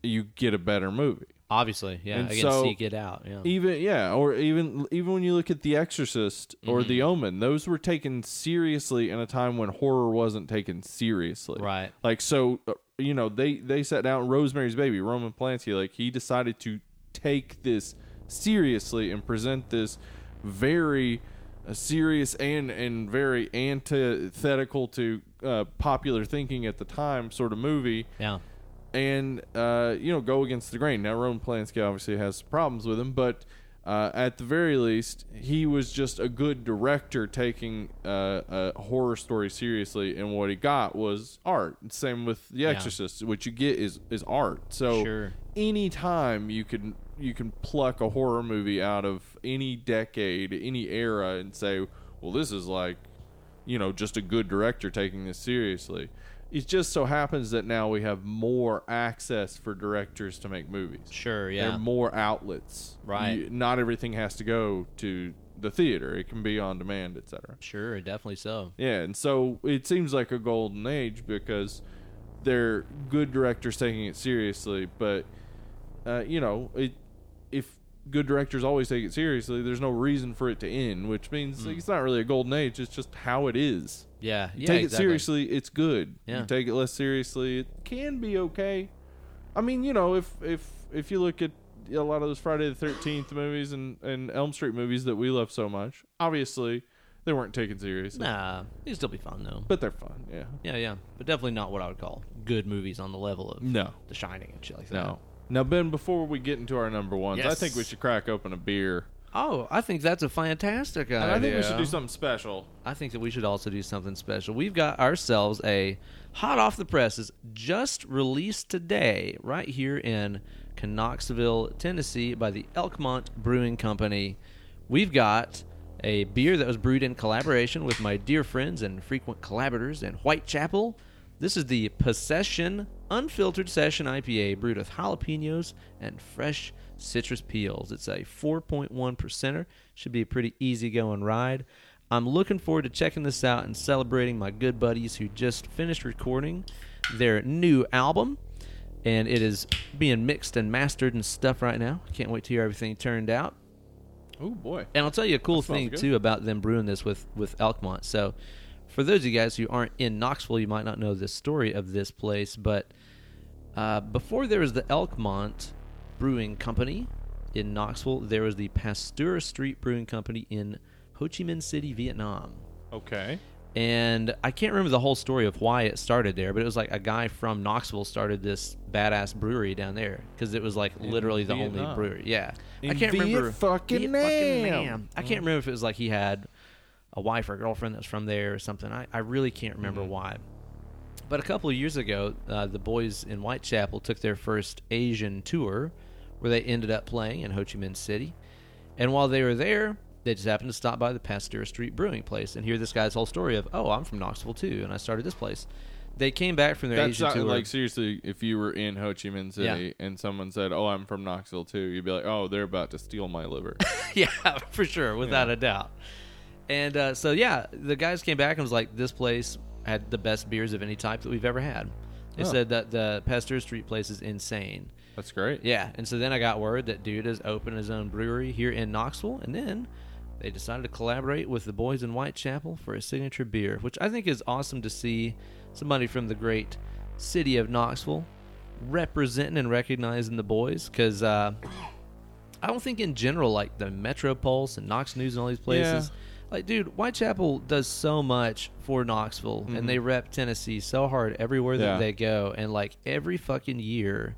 you get a better movie. Obviously. Yeah. And I can so- E see Get Out. Yeah. Even yeah, or even even when you look at The Exorcist or The Mm-hmm. Omen, those were taken seriously in a time when horror wasn't taken seriously. Right. Like so, uh, you know, they they sat down Rosemary's Baby, Roman Polanski, like he decided to take this seriously and present this very uh, serious and and very antithetical to uh, popular thinking at the time sort of movie yeah. and uh, you know go against the grain. Now Roman Polanski obviously has problems with him, but uh, at the very least, he was just a good director taking uh, a horror story seriously, and what he got was art. Same with The Exorcist, what you get is is art. So Sure. anytime you can you can pluck a horror movie out of any decade, any era, and say, well, this is like you know, just a good director taking this seriously. It just so happens that now we have more access for directors to make movies. Sure. There Yeah. are more outlets. Right. You- not everything has to go to the theater. It can be on demand, etc. sure. Definitely so. Yeah, and so it seems like a golden age because they're good directors taking it seriously, but uh, you know, it, if good directors always take it seriously, there's no reason for it to end, which means like, it's not really a golden age. It's just how it is. Yeah. Hmm. yeah take exactly. it seriously, it's good. Yeah. You take it less seriously, it can be okay. I mean, you know, if if if you look at a lot of those Friday the Thirteenth movies and and Elm Street movies that we love so much, obviously they weren't taken seriously, Nah. It'll still be fun though. but they're fun. Yeah. yeah. Yeah. But definitely not what I would call good movies on the level of No. The Shining and shit like that. No. Now, Ben, before we get into our number ones, I Yes. think we should crack open a beer. Oh, I think that's a fantastic idea. And I think we should do something special. I think that we should also do something special. We've got ourselves a hot off the presses, just released today, right here in Knoxville, Tennessee, by the Elkmont Brewing Company. We've got a beer that was brewed in collaboration with my dear friends and frequent collaborators in Whitechapel. This is the Possession Unfiltered Session IPA, brewed with jalapenos and fresh citrus peels. It's a 4.1 percenter. Should be a pretty easy going ride. I'm looking forward to checking this out and celebrating my good buddies who just finished recording their new album. And it is being mixed and mastered and stuff right now. Can't wait to hear everything turned out. Oh boy. And I'll tell you a cool smells thing good. too about them brewing this with with Elkmont. So, for those of you guys who aren't in Knoxville, you might not know the story of this place, but uh, before there was the Elkmont Brewing Company in Knoxville, there was the Pasteur Street Brewing Company in Ho Chi Minh City, Vietnam. Okay. And I can't remember the whole story of why it started there, but it was like a guy from Knoxville started this badass brewery down there because it was like literally the only Vietnam. brewery. Yeah, I In can't remember. Viet-fucking Nam. Uh-huh. Nam. I can't remember if it was like he had a wife or girlfriend that was from there or something. I, I really can't remember Mm-hmm. why. But a couple of years ago, uh, the boys in Whitechapel took their first Asian tour where they ended up playing in Ho Chi Minh City. And while they were there, they just happened to stop by the Pasteur Street Brewing Place and hear this guy's whole story of, oh, I'm from Knoxville too, and I started this place. They came back from their That's Asian not, tour. like seriously. If you were in Ho Chi Minh City and someone said, "Oh, I'm from Knoxville too," you'd be like, "Oh, they're about to steal my liver." yeah, for sure, without a doubt. And uh, so, yeah, the guys came back and was like, "This place had the best beers of any type that we've ever had." They Oh. said that the Pasteur Street place is insane. That's great. Yeah, and so then I got word that dude has opened his own brewery here in Knoxville, and then they decided to collaborate with the boys in Whitechapel for a signature beer, which I think is awesome to see somebody from the great city of Knoxville representing and recognizing the boys, because uh, I don't think in general like the Metro Pulse and Knox News and all these places. Like, dude, Whitechapel does so much for Knoxville, and they rep Tennessee so hard everywhere that Yeah. they go. And like every fucking year,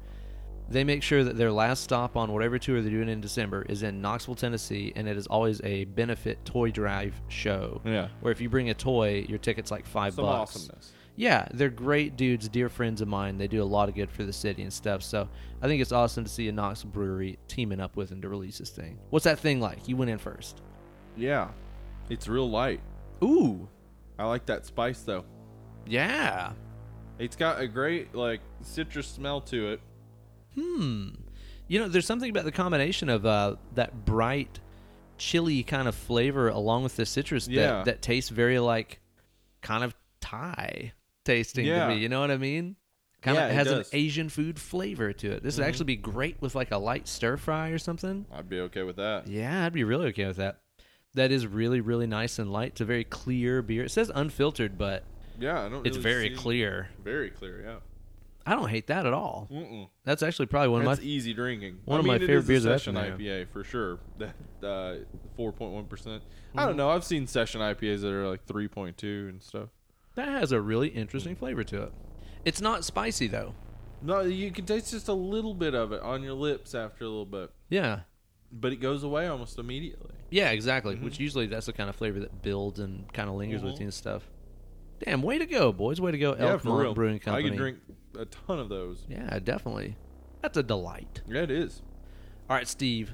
They make sure that their last stop on whatever tour they're doing in December is in Knoxville, Tennessee, and it is always a benefit toy drive show. Yeah. Where if you bring a toy, your ticket's like five Some bucks. awesomeness. Yeah, they're great dudes, dear friends of mine. They do a lot of good for the city and stuff. So I think it's awesome to see a Knoxville brewery teaming up with them to release this thing. What's that thing like? You went in first. Yeah. It's real light. Ooh, I like that spice though. yeah. It's got a great like citrus smell to it. Hmm. You know, there's something about the combination of uh, that bright, chili kind of flavor along with the citrus Yeah. that, that tastes very like kind of Thai tasting Yeah. to me. You know what I mean? Kind Yeah, of it has an does. Mm-hmm. Asian food flavor to it. This would actually be great with like a light stir fry or something. I'd be okay with that. Yeah, I'd be really okay with that. That is really, really nice and light. It's a very clear beer. It says unfiltered, but Yeah, I don't. it's really very see- clear. Very clear. I don't hate that at all. Yeah. Mm-mm. That's actually probably one of my That's easy drinking. one I of my mean, it favorite is a beers I've Session had. IPA for sure. That uh, four point one percent. Mm-hmm. I don't know. I've seen session IPAs that are like three point two and stuff. That has a really interesting flavor to it. It's not spicy though. No, you can taste just a little bit of it on your lips after a little bit, Yeah. but it goes away almost immediately. Yeah, exactly. Mm-hmm. Which usually that's the kind of flavor that builds and kind of lingers with Mhm. you and stuff. Damn, way to go, boys. Way to go, yeah, Elk for Mont real. Brewing Company. I could drink a ton of those. Yeah, definitely. That's a delight. Yeah, it is All right, Steve.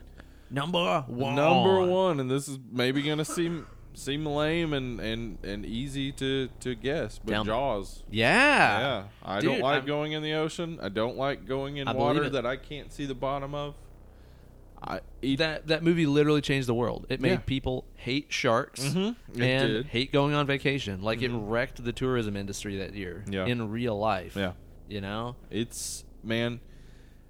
Number one. number one, and this is maybe gonna seem seem lame and and and easy to to guess, but Tell me. Jaws. Yeah. Yeah, I Dude, don't like I'm- going in the ocean. I don't like going in I believe water it. that I can't see the bottom of. I eat That that movie literally changed the world. It made Yeah. people hate sharks Mhm. It Mm-hmm. and did. Mm-hmm. hate going on vacation. Like it wrecked the tourism industry that year Yeah. in real life. Yeah. You know? It's man,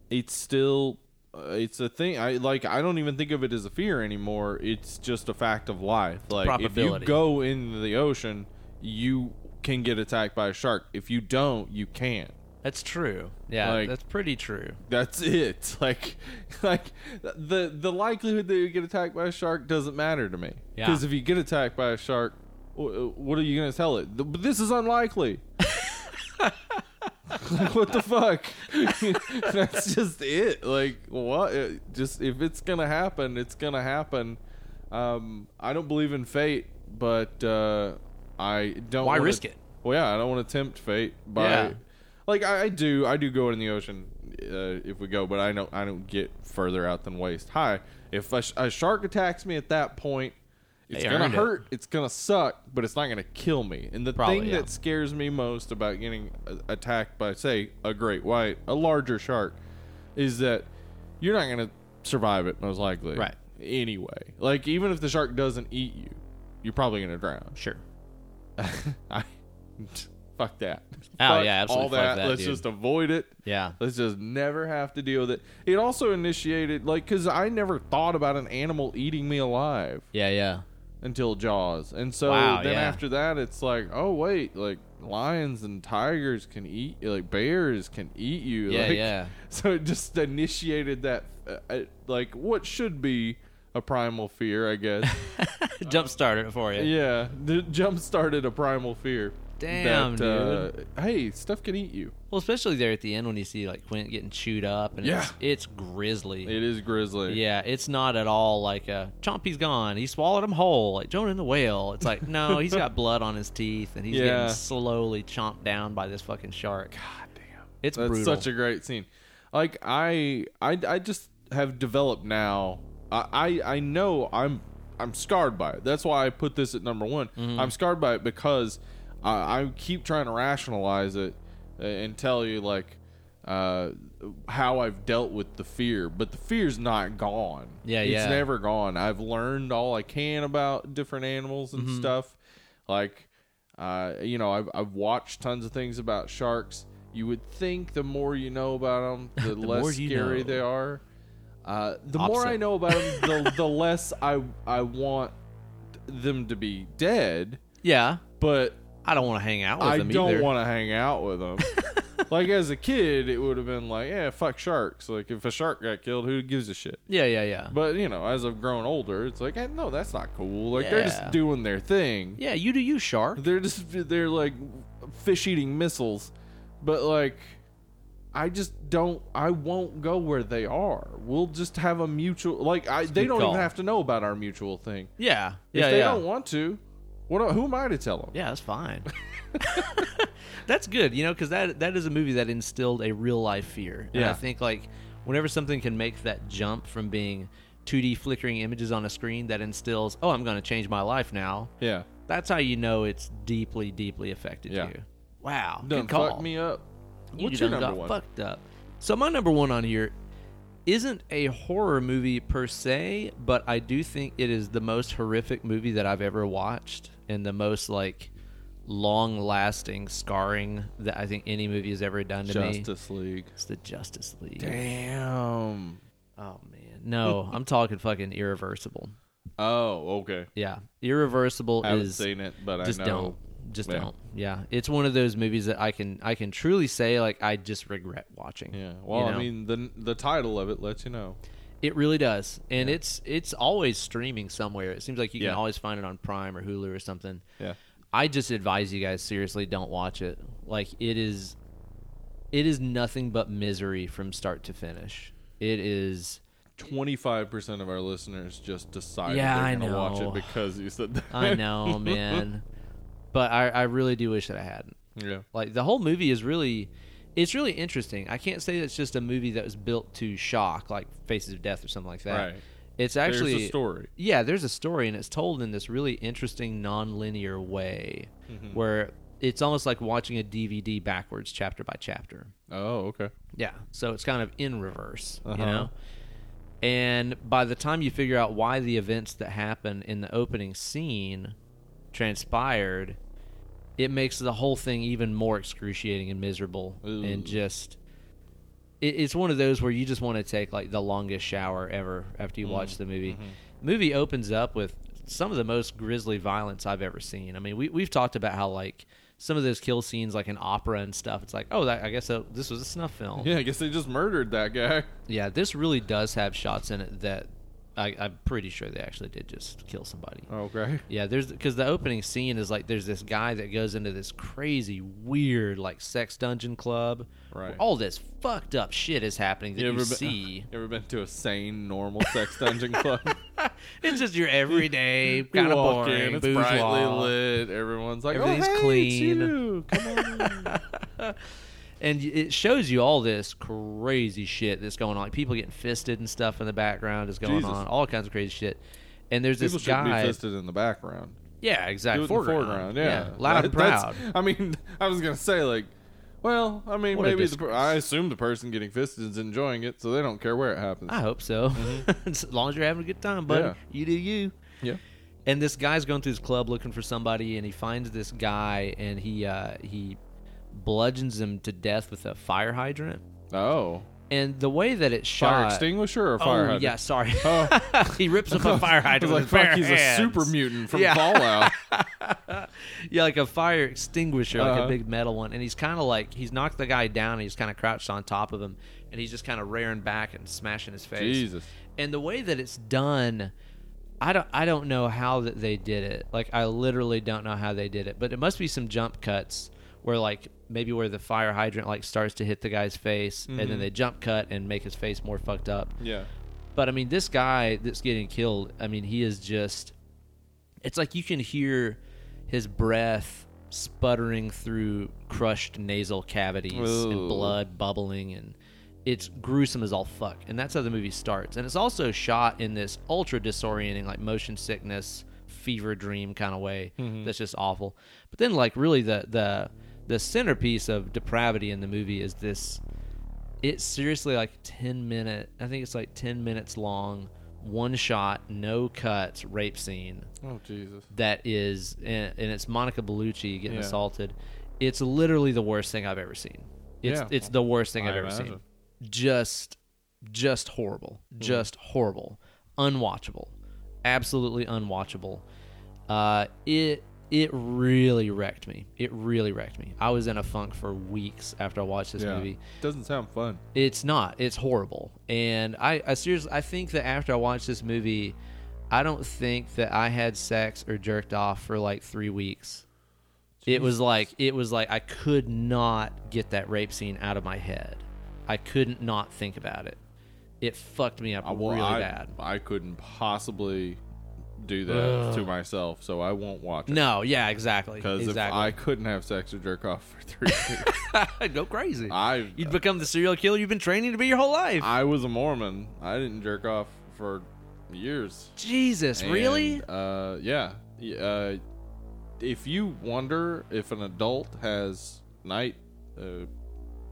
it's still uh, it's a thing. I like. I don't even think of it as a fear anymore. It's just a fact of life. Like if you probability. go into the ocean, you can get attacked by a shark. If you don't, you can't. That's true. Yeah, Like- that's pretty true. That's it. Like, like the the likelihood that you get attacked by a shark doesn't matter to me. Yeah. Because if you get attacked by a shark, wh- uh, what are you gonna tell it? Th- But this is unlikely. like, what the fuck? That's just it. Like what? It- Just if it's gonna happen, it's gonna happen. Um, I don't believe in fate, but uh, I don't. Why wanna- risk it? Well, yeah, I don't want to tempt fate by Yeah. like I, I do I do go in the ocean uh, if we go, but I don't I don't get further out than waist high. If a, sh- a shark attacks me at that point, it's They gonna earned it. hurt. It's gonna suck, but it's not gonna kill me. And the Probably, thing yeah. that scares me most about getting uh, attacked by say a great white, a larger shark, is that you're not gonna survive it most likely. Right. Anyway, like even if the shark doesn't eat you, you're probably gonna drown. Sure. I fuck that. Oh, Fuck yeah, absolutely All fuck that. that, Let's dude. just avoid it. Yeah. Let's just never have to deal with it. It also initiated like because I never thought about an animal eating me alive Yeah, yeah. until Jaws, and so Wow, then yeah. after that, it's like, oh wait, like lions and tigers can eat, like bears can eat you. Yeah, like- yeah. So it just initiated that, uh, uh, like what should be a primal fear, I guess. Jump started it for you. Yeah, the jump started a primal fear. Damn, Uh, hey, stuff can eat you. Well, especially there at the end when you see like Quint getting chewed up and it's, it's grisly. It is grizzly. yeah, it's not at all like a Chompy's gone. He swallowed him whole, like Jonah and the whale. It's like no, he's got blood on his teeth and he's Yeah. getting slowly chomped down by this fucking shark. God damn. It's That's brutal. such a great scene. Like I, I, I just have developed now. I, I, I know I'm, I'm scarred by it. That's why I put this at number one. Mm-hmm. I'm scarred by it because I, I keep trying to rationalize it uh, and tell you like uh, how I've dealt with the fear, but the fear's not gone. Yeah, it's yeah. never gone. I've learned all I can about different animals and Mm-hmm. stuff. Like, uh, you know, I've, I've watched tons of things about sharks. You would think the more you know about them, the, more less you scary know. they are. Uh, the more I Opposite. know about them, the, the less I I want them to be dead. yeah, But I don't want to hang out with I him don't either. want to hang out with them. like as a kid, it would have been like, yeah, fuck sharks. Like if a shark got killed, who gives a shit? yeah, yeah, yeah. But you know, as I've grown older, it's like, eh, no, that's not cool. Like they're Yeah. just doing their thing. yeah, you do you, shark. They're just they're like fish eating missiles, but like I just don't. I won't go where they are. We'll just have a mutual. Like I, they good don't call. even have to know about our mutual thing. Yeah. If Yeah. they yeah. don't want to, what? Who am I to tell them? Yeah, that's fine. that's good, you know, because that that is a movie that instilled a real life fear. And I Yeah. think like whenever something can make that jump from being 2D flickering images on a screen that instills, oh, I'm going to change my life now. Yeah, That's how you know it's deeply, deeply affected Yeah. you. Wow, done good call. fucked me up. You What's your done number got one? Fucked up. So my number one on here isn't a horror movie per se, but I do think it is the most horrific movie that I've ever watched, and the most like long-lasting scarring that I think any movie has ever done to me. Justice League. It's the Justice League. Damn. Oh man, no, I'm talking fucking irreversible. Oh, okay. Yeah, irreversible I haven't is seen it, but just I know. don't just Yeah. don't yeah it's one of those movies that i can i can truly say like i just regret watching Yeah. you Well, I know? mean, the the title of it lets you know. It really does, and it's it's always streaming somewhere. It seems like you Yeah. can always find it on Prime or Hulu or something. Yeah. I just advise you guys seriously don't watch it. Like it is, it is nothing but misery from start to finish. It is. Twenty five percent of our listeners just decided Yeah, I they're gonna watch know. it because you said that. I know, man, but I I really do wish that I hadn't. yeah. Like the whole movie is really, it's really interesting. I can't say it's just a movie that was built to shock, like Faces of Death or something like that. Right. It's actually There's a story. yeah, there's a story and it's told in this really interesting non-linear way Mm-hmm. where it's almost like watching a DVD backwards chapter by chapter. Oh, okay. Yeah. So it's kind of in reverse, you Uh-huh. know. And by the time you figure out why the events that happen in the opening scene transpired, it makes the whole thing even more excruciating and miserable Ooh. and just it, it's one of those where you just want to take like the longest shower ever after you Mm, watch the movie. mm-hmm. Movie opens up with some of the most grisly violence I've ever seen. I mean, we we've talked about how like some of those kill scenes, like in opera and stuff, it's like, oh, that, I guess that, this was a snuff film. Yeah, I guess they just murdered that guy. Yeah, this really does have shots in it that I, I'm pretty sure they actually did just kill somebody. Oh, Okay. Yeah, there's because the opening scene is like there's this guy that goes into this crazy, weird, like sex dungeon club. where Right. All this fucked up shit is happening that you, ever been- see. ever been to a sane, normal sex dungeon club? it's just your everyday You kind of walk boring. in, it's bourgeois. brightly lit. Everyone's like, Everything's oh, hey, clean." It's you. Come on. in." and y- it shows you all this crazy shit that's going on. Like people getting fisted and stuff in the background is going Jesus. on. All kinds of crazy shit. And there's People this should be guy. fisted in the background. Yeah, Do it in exactly. the foreground. Yeah. loud and That- that's- proud. I mean, I was gonna say like, well, I mean, What a maybe the, per- disgrace. I assume the person getting fisted is enjoying it, so they don't care where it happens. I hope so. as long as you're having a good time, buddy, Mm-hmm. Yeah. you do you. yeah. And this guy's going through his club looking for somebody, and he finds this guy, and he uh, he bludgeons him to death with a fire hydrant. Oh, And the way that it's shot, fire extinguisher or fire oh hydrant? yeah, sorry, Oh. he rips up a fire I was hydrant. like, with his fuck, bare he's hands. a super mutant from Yeah. Fallout. yeah, like a fire extinguisher, like a Uh-huh. big metal one. And he's kind of like he's knocked the guy down, and he's kind of crouched on top of him, and he's just kind of rearing back and smashing his face. Jesus. And the way that it's done, I don't I don't know how that they did it. Like I literally don't know how they did it, but it must be some jump cuts where like maybe where the fire hydrant like starts to hit the guy's face and Mm-hmm. then they jump cut and make his face more fucked up. Yeah. But I mean, this guy that's getting killed, I mean, he is just. It's like you can hear his breath sputtering through crushed nasal cavities and Ooh. blood bubbling, and it's gruesome as all fuck. And that's how the movie starts. And it's also shot in this ultra disorienting, like motion sickness, fever dream kind of way. That's just awful. But then, like, really, the the the centerpiece of depravity in the movie is this it's seriously like 10 minute i think it's like 10 minutes long one shot no cuts rape scene Oh Jesus. that is and, and it's monica bellucci getting Yeah. assaulted it's literally the worst thing i've ever seen it's, Yeah. it's the worst thing I i've ever imagine. Hmm. seen just just horrible just horrible unwatchable absolutely unwatchable uh it it really wrecked me it really wrecked me i was in a funk for weeks after i watched this Yeah. movie Doesn't sound fun. it's not. It's horrible. And I, I seriously, I think that after I watched this movie, I don't think that I had sex or jerked off for like three weeks. It was like it was like I could not get that rape scene out of my head. I couldn't not think about it. It fucked me up I, Uh, well, really I, bad. I couldn't possibly do that Ugh. to myself, so I won't watch it. No, yeah, exactly. Because if Exactly. I couldn't have sex or jerk off for three years, I'd go crazy. I You'd become the serial killer you've been training to be your whole life. I was a Mormon. I didn't jerk off for years. Jesus, really? And, Uh, yeah. Y- Uh, if you wonder if an adult has night uh,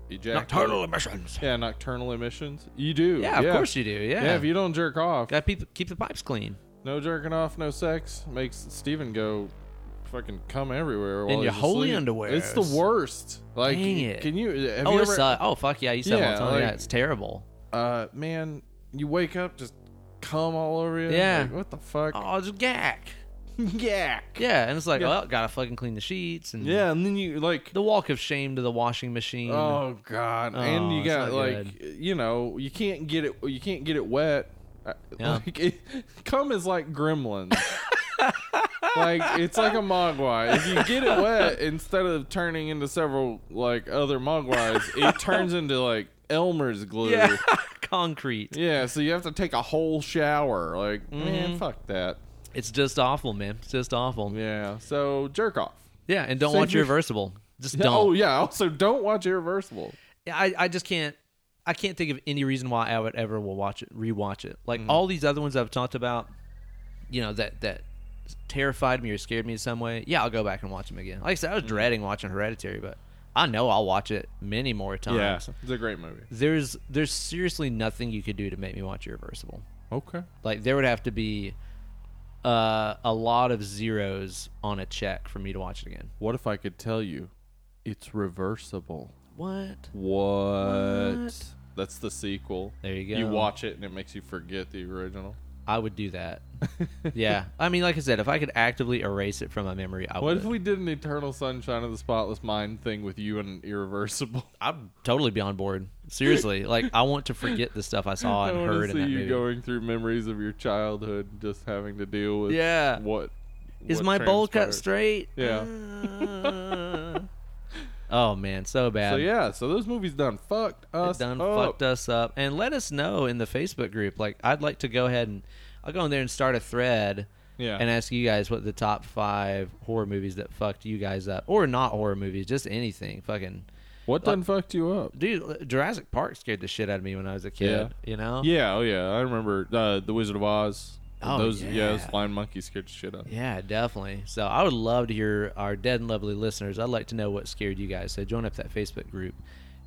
ejaculate, Nocturnal emissions. yeah, nocturnal emissions, you do. Yeah, of course you do. Yeah. Yeah. if you don't jerk off, Gotta keep, keep the pipes clean. no jerking off, no sex makes Stephen go fucking come everywhere. While In your he's holy asleep. underwears. It's the worst. Like, Dang it. can you? Have oh, you it ever, sucks. Oh, fuck yeah. You said Yeah, one time. yeah, like- it's terrible. uh, man, you wake up just come all over you. Yeah. Like, what the fuck? Oh, it's gack. yeah. Yeah, and it's like, Yeah. well, gotta fucking clean the sheets and Yeah, and then you like the walk of shame to the washing machine. Oh God! Oh, and you it's got not like you know you can't get it you can't get it wet. Uh, Yeah. Like, it, cum is like gremlins. like it's like a mogwai. If you get it wet, instead of turning into several like other mogwais, it turns into like Elmer's glue. yeah, concrete. Yeah, so you have to take a whole shower. Like Mm-hmm. man, fuck that. It's just awful, man. It's just awful. Yeah. So jerk off. Yeah, and don't Save watch your- Irreversible. Just Yeah, don't. Oh yeah. Also, don't watch Irreversible. Yeah, I, I just can't I can't think of any reason why I would ever will watch it rewatch it. Like all these other ones I've talked about, you know, that that terrified me or scared me in some way. Yeah, I'll go back and watch them again. Like I said, I was dreading watching Hereditary, but I know I'll watch it many more Yeah, times. it's a great movie. There's there's seriously nothing you could do to make me watch Irreversible. Okay. Like there would have to be uh, a lot of zeros on a check for me to watch it again. What if I could tell you it's reversible? What? What? What? That's the sequel. There you You go. watch it and it makes you forget the original. I would do that. yeah. I mean, like I said, if I could actively erase it from my memory, I What would. if we did an Eternal Sunshine of the Spotless Mind thing with you and Irreversible? I'd totally be on board. Seriously. like, I want to forget the stuff I saw I and want heard to in see that you movie. going through memories of your childhood, just having to deal with yeah. what Is what my bowl cut transpired. straight? Yeah. Uh, oh, man. So bad. So yeah, so those movies done fucked us It done up. fucked us up. And let us know in the Facebook group. Like, I'd like to go ahead and I'll go in there and start a thread. Yeah. and ask you guys what the top five horror movies that fucked you guys up, or not horror movies, just anything. Fucking what done fucked you up? dude, uh, Jurassic Park scared the shit out of me when I was a kid. You know? Yeah, oh yeah, I remember uh, the Wizard of Oz. Oh, those yeah, those yeah. flying monkeys scared the shit out. of me. Yeah, definitely. So I would love to hear our dead and lovely listeners. I'd like to know what scared you guys. So join up that Facebook group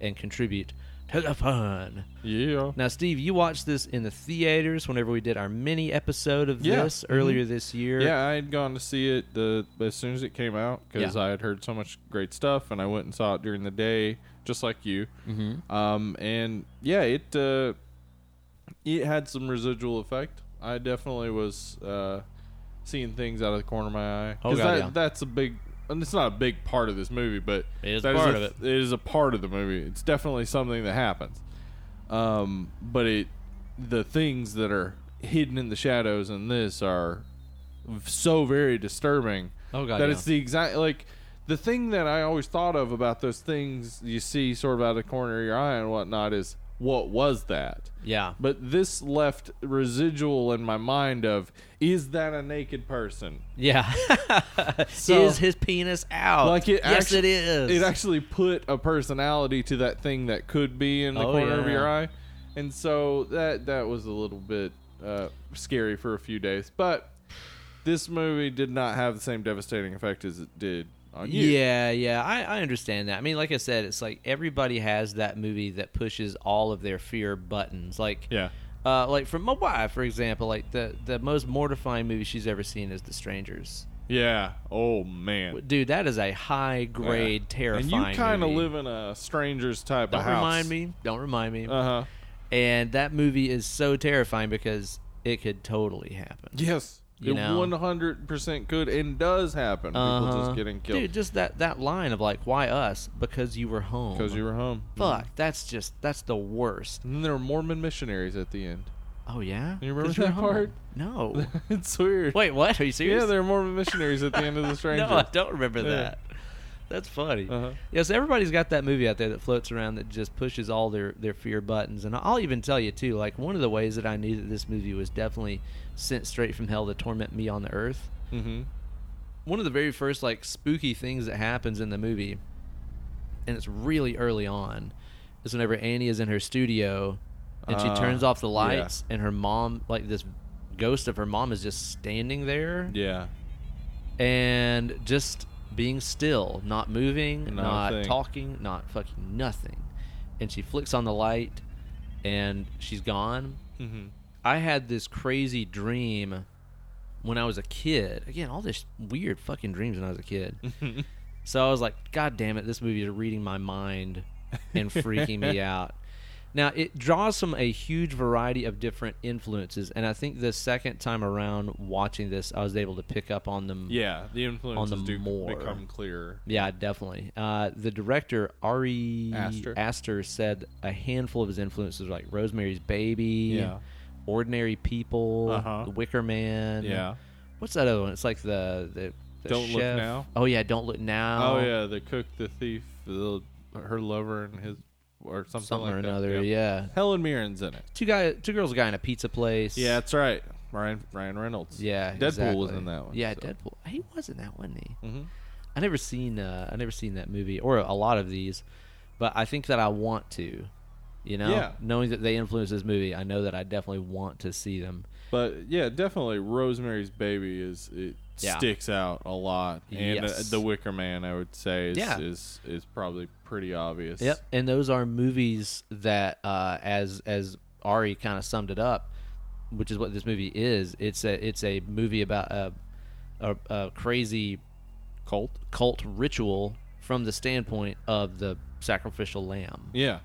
and contribute to the fun. Yeah. Now, Steve, you watched this in the theaters whenever we did our mini episode of Yeah. Mm-hmm. this earlier this year. Yeah, I had gone to see it the as soon as it came out because Yeah. I had heard so much great stuff, and I went and saw it during the day, just like you. Mm-hmm. Um, and yeah, it uh, it had some residual effect. I definitely was uh, seeing things out of the corner of my eye. Oh, 'Cause God, that, yeah. that's a big. And it's not a big part of this movie, but It is that part a- of it. It is a part of the movie. It's definitely something that happens. Um, but it, the things that are hidden in the shadows in this are so very disturbing. Oh, God, that yeah. it's the exact like the thing that I always thought of about those things you see sort of out of the corner of your eye and whatnot is what was that? Yeah. But this left residual in my mind of is that a naked person? Yeah. So- is his penis out? Like it Uh, yes, actu- it is. It actually put a personality to that thing that could be in the Oh, corner of yeah. your eye, and so that that was a little bit uh, scary for a few days. But this movie did not have the same devastating effect as it did on you. Yeah, yeah, I, I understand that. I mean, like I said, it's like everybody has that movie that pushes all of their fear buttons. Like, yeah, uh, like from my wife, for example, like the the most mortifying movie she's ever seen is The Strangers. yeah. Oh man, Dude, that is a high grade and terrifying. you kind of movie. live in a stranger's type Don't of house. remind me. Don't remind me. Uh huh. and that movie is so terrifying because it could totally happen. Yes. You it know? one hundred percent could and does happen. People Uh-huh. just getting Dude, killed just that that line of like, "Why us? Because you were home." because you were home. Fuck, that's just that's the worst. And then there were Mormon missionaries at the end. Oh yeah, You remember 'Cause you're that home. part? No. it's weird. Wait, what? Are you serious? Yeah, they're Mormon missionaries at the end of the Stranger. no, I don't remember Yeah. that. That's funny. Uh-huh. Yes, everybody's got that movie out there that floats around that just pushes all their, their fear buttons. And I'll even tell you, too, like one of the ways that I knew that this movie was definitely sent straight from hell to torment me on the earth. Mm-hmm. One of the very first, like, spooky things that happens in the movie, and it's really early on, is whenever Annie is in her studio and she Ah, turns off the yeah. lights, and her mom, like, this ghost of her mom is just standing there Yeah. and just being still, not moving, Not a not, thing. talking, not fucking nothing. And she flicks on the light and she's gone. Mm-hmm. I had this crazy dream when I was a kid. Again, all this weird fucking dreams when I was a kid. so I was like, God damn it, this movie is reading my mind and freaking me out. Now, it draws from a huge variety of different influences. And I think the second time around watching this, I was able to pick up on them. Yeah. The influences the do more. become clearer. Yeah, definitely. Uh, the director Ari Aster. Aster said a handful of his influences, like Rosemary's Baby, Yeah. Ordinary People, Uh-huh. The Wicker Man. Yeah. Um, What's that other one? It's like the the, the Don't Look chef- Now? Oh yeah, Don't Look Now. Oh yeah, the cook, the thief, the, her lover, and his or something, something like or that. another. Yep. Yeah, Helen Mirren's in it. two guy, two girls, a guy in a pizza place. Yeah, that's right. Ryan Ryan Reynolds. yeah. Deadpool was exactly. in that one. Yeah, so. Deadpool. He was in that, wasn't he? Mhm. I never seen uh, I never seen that movie or a lot of these, but I think that I want to. You know, Yeah. knowing that they influenced this movie, I know that I definitely want to see them. But yeah, definitely Rosemary's Baby is it Yeah. sticks out a lot, and uh, Yes. The Wicker Man I would say is, Yeah. is is probably pretty obvious. Yep, and those are movies that, uh, as as Ari kind of summed it up, which is what this movie is. It's a it's a movie about a a, a crazy Cult. cult ritual from the standpoint of the sacrificial lamb. Yeah,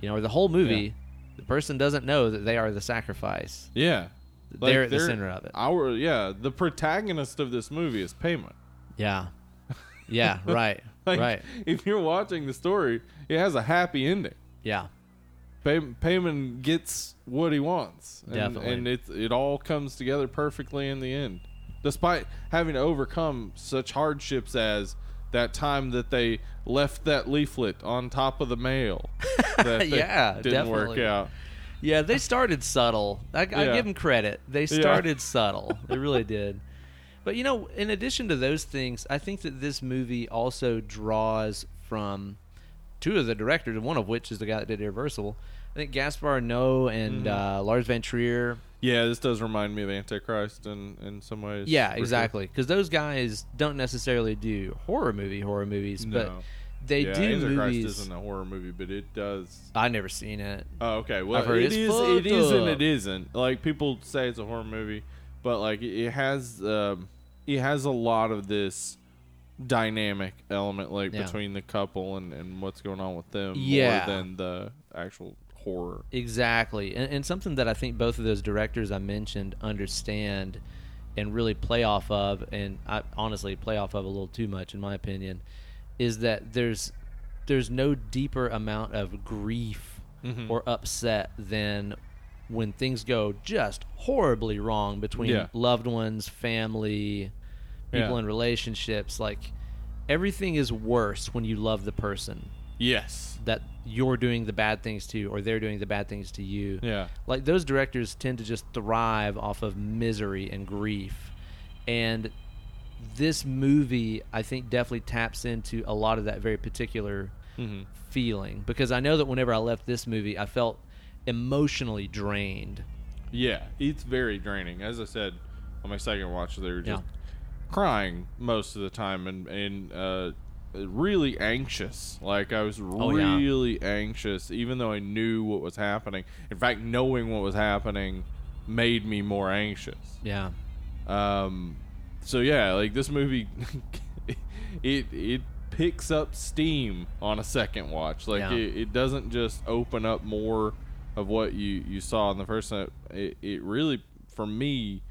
You know, or the whole movie, the person doesn't know that they are the sacrifice. yeah. They're at the center of it. Our yeah, the protagonist of this movie is Payment. Yeah. Yeah, right. Like, right. If you're watching the story, it has a happy ending. Yeah. Pay- Payman gets what he wants, and, Definitely. and it it all comes together perfectly in the end, despite having to overcome such hardships as that time that they left that leaflet on top of the mail. That they Yeah, didn't work definitely. out. Yeah, they started subtle. I, I Yeah. give them credit. They Yeah. started subtle. They really did. But you know, in addition to those things, I think that this movie also draws from two of the directors, and one of which is the guy that did Irreversible. I think Gaspar Noe Mm-hmm. and uh, Lars Van Trier. Yeah, this does remind me of Antichrist in in some ways. Yeah, for sure. exactly. Because those guys don't necessarily do horror movie horror movies, but No. they yeah, do Antichrist movies. isn't a horror movie, but it does I've never seen it. Oh, okay. Well, I've heard it it's is. fucked It is and up. it isn't. Like people say, it's a horror movie, but like it it has, um, it has a lot of this dynamic element, like Yeah. between the couple and and what's going on with them, Yeah. more than the actual horror. Exactly. And, and something that I think both of those directors I mentioned understand and really play off of, and I honestly play off of a little too much, in my opinion, is that there's there's no deeper amount of grief Mm-hmm. or upset than when things go just horribly wrong between Yeah. loved ones, family, people Yeah. in relationships. Like everything is worse when you love the person Yes. that you're doing the bad things to or they're doing the bad things to you. Yeah. Like those directors tend to just thrive off of misery and grief. And this movie I think definitely taps into a lot of that very particular hmm feeling because I know that whenever I left this movie I felt emotionally drained. Yeah. It's very draining. As I said on my second watch, they were just Yeah. crying most of the time and and uh, really anxious. Like I was Oh, yeah. really anxious, even though I knew what was happening. In fact, knowing what was happening made me more anxious. Yeah. Um, so yeah, like this movie, it it picks up steam on a second watch. Like Yeah. it, it doesn't just open up more of what you you saw in the first. time. It it really for me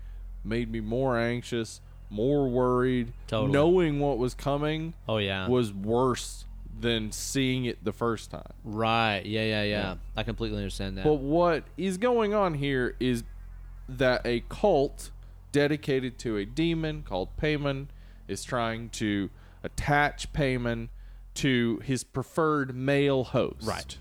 made me more anxious, more worried. Totally. Knowing what was coming Oh yeah. was worse than seeing it the first time. right. Yeah, yeah, yeah, Yeah. I completely understand that. But what is going on here is that a cult dedicated to a demon called Payman is trying to attach Payman to his preferred male host. Right.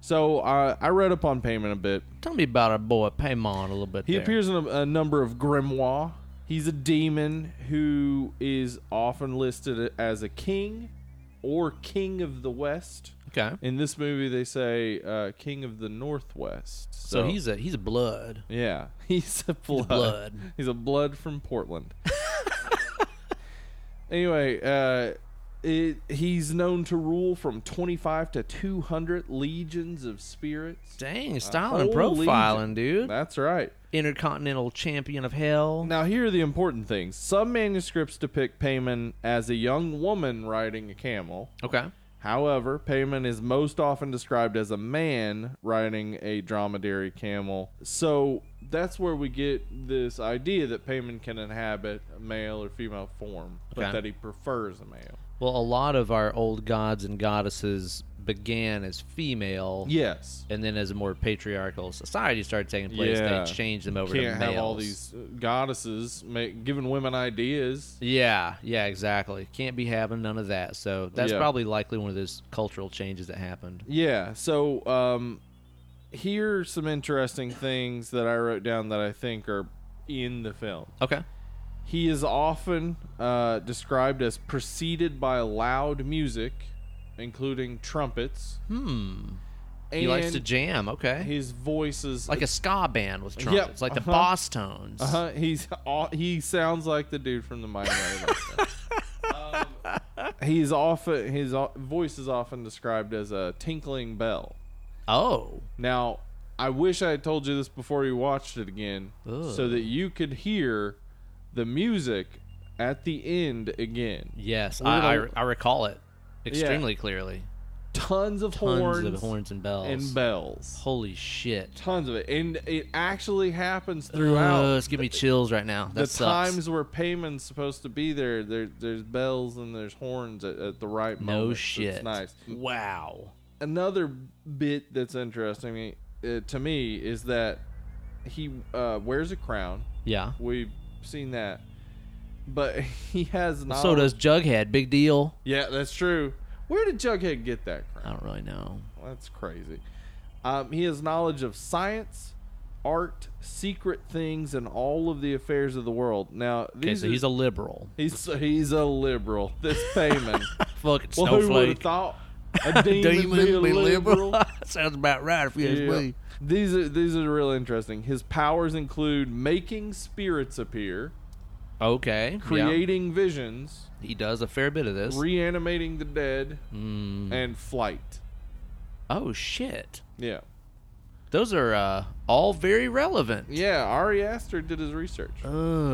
So uh, I read up on Payman a bit. Tell me about our boy Paimon a little bit. He there. appears in a, a number of grimoire. He's a demon who is often listed as a king or king of the west. Okay. In this movie, they say uh, king of the northwest. So, he's a he's blood. yeah, he's a blood. blood. He's a blood from Portland. anyway, uh, it, he's known to rule from 25 to 200 legions of spirits. Dang, styling and whole profiling, dude. That's right. Intercontinental champion of hell. Now, here are the important things. Some manuscripts depict Payman as a young woman riding a camel. Okay. However, Payman is most often described as a man riding a dromedary camel. So that's where we get this idea that Payman can inhabit a male or female form, Okay. but that he prefers a male. Well, a lot of our old gods and goddesses began as female. Yes. And then, as a more patriarchal society started taking place, Yeah. they changed them over Can't to males. have all these uh, goddesses make, giving women ideas. Yeah, yeah, exactly. Can't be having none of that. So that's Yeah. probably likely one of those cultural changes that happened. Yeah. So um, here are some interesting things that I wrote down that I think are in the film. Okay. He is often uh, described as preceded by loud music, including trumpets. Hmm. And He likes to jam. Okay. his voice is like a ska band with trumpets, like the uh-huh. Boss Tones. Uh-huh, he's aw- he sounds like the dude from the Mighty Mighty Ducks. um, He's often his o- voice is often described as a tinkling bell. Oh, Now, I wish I had told you this before you watched it again, so Ugh. that you could hear the music at the end again. yes, We're I, I, gonna- I recall it extremely clearly. Tons of Tons horns, of horns and bells. and bells. Holy shit! Tons of it, and it actually happens Ugh, throughout. it's giving me chills right now. Uh, That the sucks. times where payment's supposed to be there, there there's bells and there's horns at, at the right moment. no shit. It's nice. Wow. Another bit that's interesting uh, to me is that he uh, wears a crown. Yeah. We've seen that, but he has not. So does Jughead. Big deal. Yeah, that's true. Where did Jughead get that crown? I don't really know. That's crazy. Um, he has knowledge of science, art, secret things, and all of the affairs of the world. Now, Okay, these so are- he's a liberal. he's he's a liberal. This payment. Fucking well, who would have snowflake. thought a demon, be a liberal? Sounds about right if you ask Yeah. me. These are these are real interesting. His powers include making spirits appear, Okay. yeah. creating visions, He does a fair bit of this. reanimating the dead, Mm. and flight. Oh shit. Yeah, Those are uh, all very relevant. yeah. Ari Aster did his research.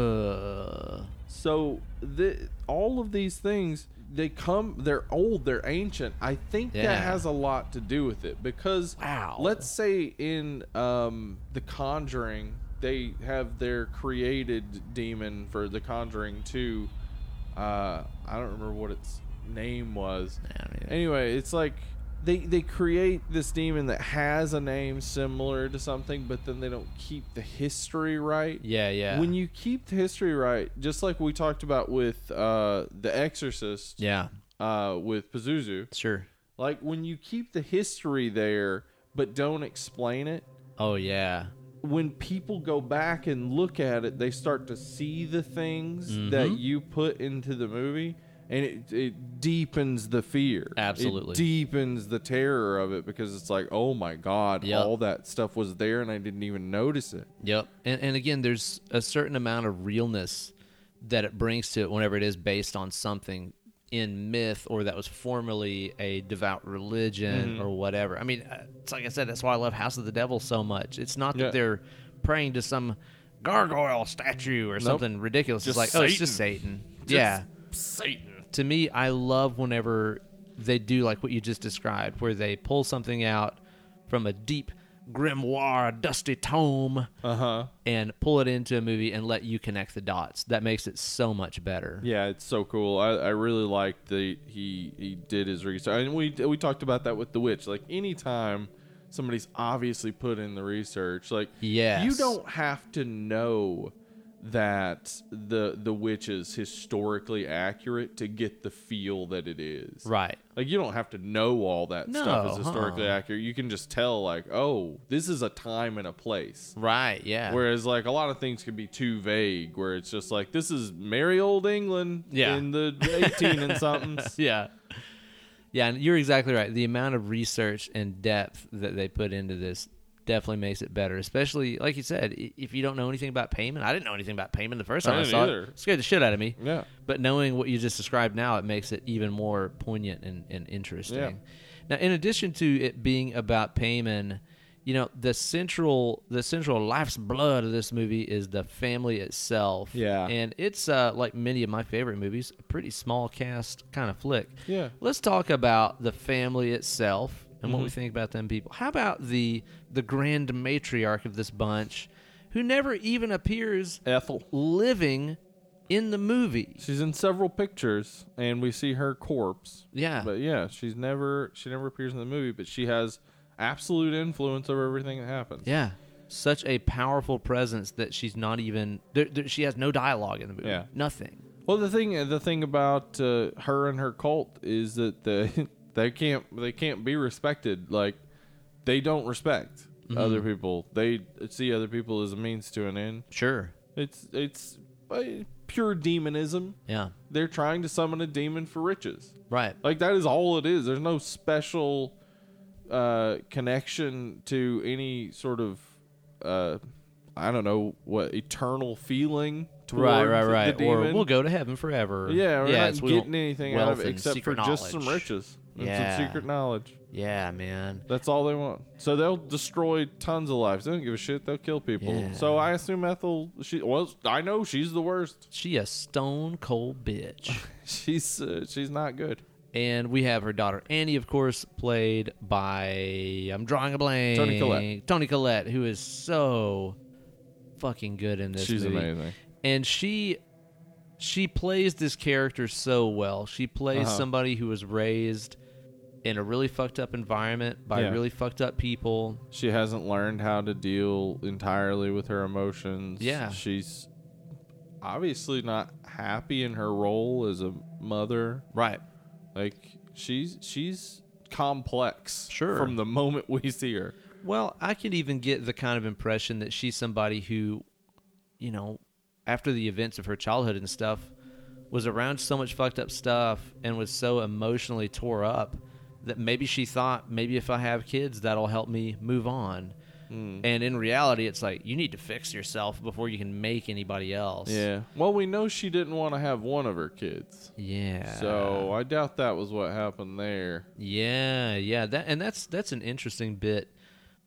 Uh, So the, all of these things they come they're old, they're ancient. I think Yeah. that has a lot to do with it because Wow. let's say in um, The Conjuring they have their created demon for The Conjuring 2 uh, I don't remember what its name was. I don't either. Anyway, it's like they they create this demon that has a name similar to something but then they don't keep the history right. yeah, yeah. When you keep the history right, just like we talked about with uh, The Exorcist, yeah, uh, with Pazuzu, sure. like when you keep the history there but don't explain it, Oh yeah, when people go back and look at it, they start to see the things Mm-hmm. that you put into the movie. And it, it deepens the fear. Absolutely. It deepens the terror of it because it's like, oh my God, Yep. all that stuff was there and I didn't even notice it. yep. And and again, there's a certain amount of realness that it brings to it whenever it is based on something in myth or that was formerly a devout religion Mm-hmm. or whatever. I mean, uh, it's like I said, that's why I love House of the Devil so much. It's not that Yeah. they're praying to some gargoyle statue or something ridiculous. Just it's like, oh, it's just Satan. yeah. Satan. to me, I love whenever they do like what you just described, where they pull something out from a deep grimoire, dusty tome, Uh huh. Uh-huh. and pull it into a movie and let you connect the dots. That makes it so much better. Yeah, it's so cool. I, I really like that he he did his research, and we we talked about that with the witch. Like anytime somebody's obviously put in the research, like Yes. you don't have to know that the the witch is historically accurate to get the feel that it is. Right. Like you don't have to know all that stuff is No, historically uh-uh. accurate. You can just tell like, oh, this is a time and a place. Right. Yeah. Whereas like a lot of things can be too vague, where it's just like this is merry old England Yeah. in the eighteen and somethings. yeah. Yeah, and you're exactly right. The amount of research and depth that they put into this definitely makes it better, especially like you said, i- if you don't know anything about payment. I didn't know anything about payment the first I time I, didn't saw either. it. Scared the shit out of me. Yeah. But knowing what you just described now, it makes it even more poignant and, and interesting. Yeah. Now, in addition to it being about Payman, you know the central the central life's blood of this movie is the family itself. Yeah. and it's uh, like many of my favorite movies, a pretty small cast kind of flick. Yeah. let's talk about the family itself and Mm-hmm. what we think about them people. How about the the grand matriarch of this bunch, who never even appears Ethel. living in the movie. She's in several pictures, and we see her corpse. Yeah. But yeah, she's never she never appears in the movie, but she has absolute influence over everything that happens. yeah. Such a powerful presence that she's not even there, there, she has no dialogue in the movie. Yeah. Nothing. Well, the thing the thing about uh, her and her cult is that the they can't they can't be respected. Like they don't respect Mm-hmm. other people. They see other people as a means to an end. Sure. It's it's uh, pure demonism. Yeah. They're trying to summon a demon for riches. Right. Like that is all it is. There's no special uh, connection to any sort of uh, I don't know what eternal feeling toward Right, right, the right. Or demon. we'll go to heaven forever. Yeah, we're yeah, not it's- we getting don't- anything out of wealth it and except for secret just some knowledge. riches and Yeah. some secret knowledge. Yeah, man. That's all they want. So they'll destroy tons of lives. They don't give a shit. They'll kill people. Yeah. So I assume Ethel. She well, I know she's the worst. She a stone cold bitch. She's uh, she's not good. and we have her daughter Annie, of course, played by I'm drawing a blank. Toni Collette. Tony Collette, who is so fucking good in this. she's movie. amazing. and she she plays this character so well. She plays Uh-huh. somebody who was raised in a really fucked up environment by Yeah. really fucked up people. She hasn't learned how to deal entirely with her emotions. Yeah. she's obviously not happy in her role as a mother. Right. Like she's she's complex. Sure. From the moment we see her. Well, I could even get the kind of impression that she's somebody who, you know, after the events of her childhood and stuff, was around so much fucked up stuff and was so emotionally tore up that maybe she thought, maybe if I have kids, that'll help me move on. Hmm. And in reality, it's like you need to fix yourself before you can make anybody else. Yeah. Well, we know she didn't want to have one of her kids. Yeah. So I doubt that was what happened there. Yeah, yeah, that and that's that's an interesting bit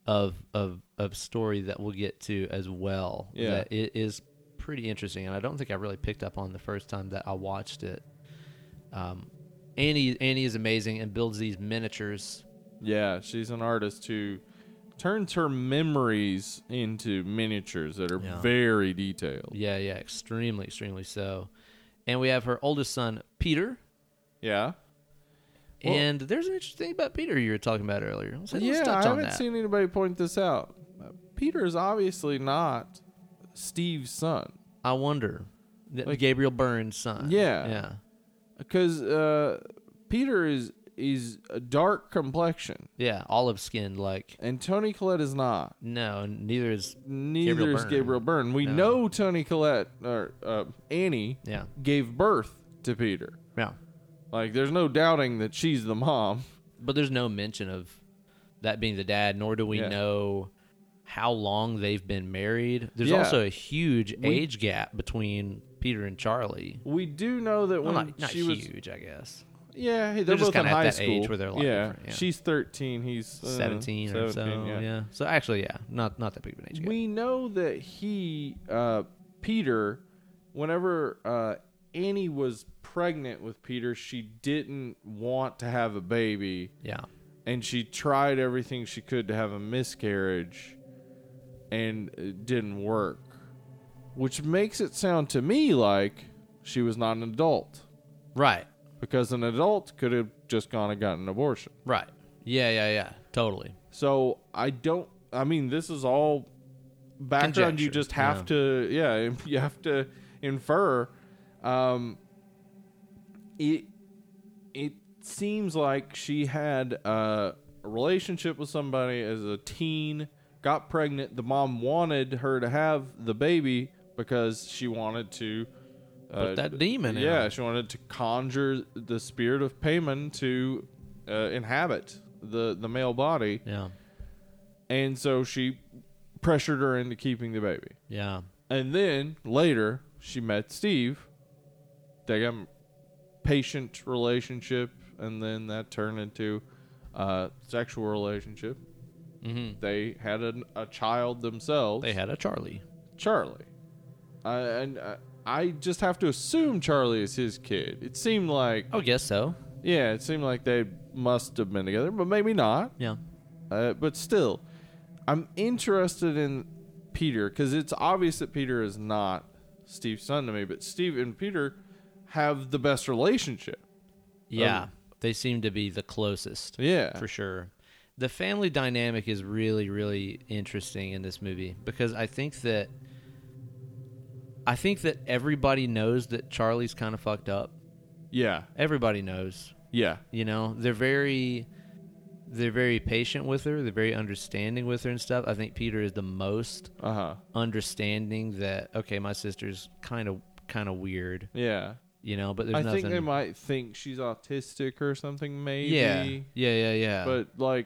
of of of story that we'll get to as well. Yeah. that it is pretty interesting, and I don't think I really picked up on the first time that I watched it. Um, Annie Annie is amazing and builds these miniatures. Yeah, she's an artist who turns her memories into miniatures that are Yeah. very detailed. Yeah, yeah, extremely, extremely so. And we have her oldest son Peter. Yeah. Well- and there's an interesting thing about Peter you were talking about earlier. Let's, let's yeah, I touch on haven't that. seen anybody point this out. Uh, Peter is obviously not Steve's son I wonder, Th- Like- Gabriel Burns' son. Yeah. yeah. because uh, Peter is is a dark complexion, Yeah, olive skinned, like and Tony Collette is not. no, and neither is Neither Gabriel is Byrne. Gabriel Byrne. We No. know Tony Collette or uh, Annie yeah, gave birth to Peter. yeah. Like, there's no doubting that she's the mom. But there's no mention of that being the dad, nor do we Yeah. know how long they've been married. There's Yeah. also a huge age gap between Peter and Charlie. We do know that Well, when not not she was, huge, I guess. yeah, hey, they're, They're just both in kinda at high that school. age where they're a lot yeah. different, yeah. she's 13. He's uh, Seventeen or so. 17, Yeah. So actually, yeah, not not that big of an age gap. We know that he, uh, Peter, whenever uh, Annie was pregnant with Peter, she didn't want to have a baby, yeah. and she tried everything she could to have a miscarriage, and it didn't work, which makes it sound to me like she was not an adult, Right. because an adult could have just gone and gotten an abortion. Right. Yeah. Yeah. Yeah. Totally. So I don't. I mean, this is all background you Conjecture, just have yeah. to yeah you have to infer um it it seems like she had uh, a relationship with somebody as a teen got pregnant the mom wanted her to have the baby because she wanted to uh, Put that demon in. yeah, she wanted to conjure the spirit of Payman to uh, inhabit the the male body, Yeah. and so she pressured her into keeping the baby. Yeah. And then later, she met Steve. They got a patient relationship, and then that turned into a sexual relationship. Mm-hmm. They had an, a child themselves. They had a Charlie. Charlie. I, and I, I just have to assume Charlie is his kid. It seemed like I would guess so. Yeah, it seemed like they must have been together, but maybe not. Yeah. Uh, but still, I'm interested in Peter because it's obvious that Peter is not Steve's son to me, but Steve and Peter have the best relationship. Yeah. they seem to be the closest. Yeah. for sure. The family dynamic is really, really interesting in this movie because I think that I think that everybody knows that Charlie's kind of fucked up. Yeah. Everybody knows, Yeah. you know. They're very they're very patient with her. They're very understanding with her and stuff. I think Peter is the most Uh huh. understanding that okay, my sister's kind of kind of weird, Yeah. you know. But there's I nothing. think they might think she's autistic or something, maybe. yeah, yeah, yeah, yeah. But like,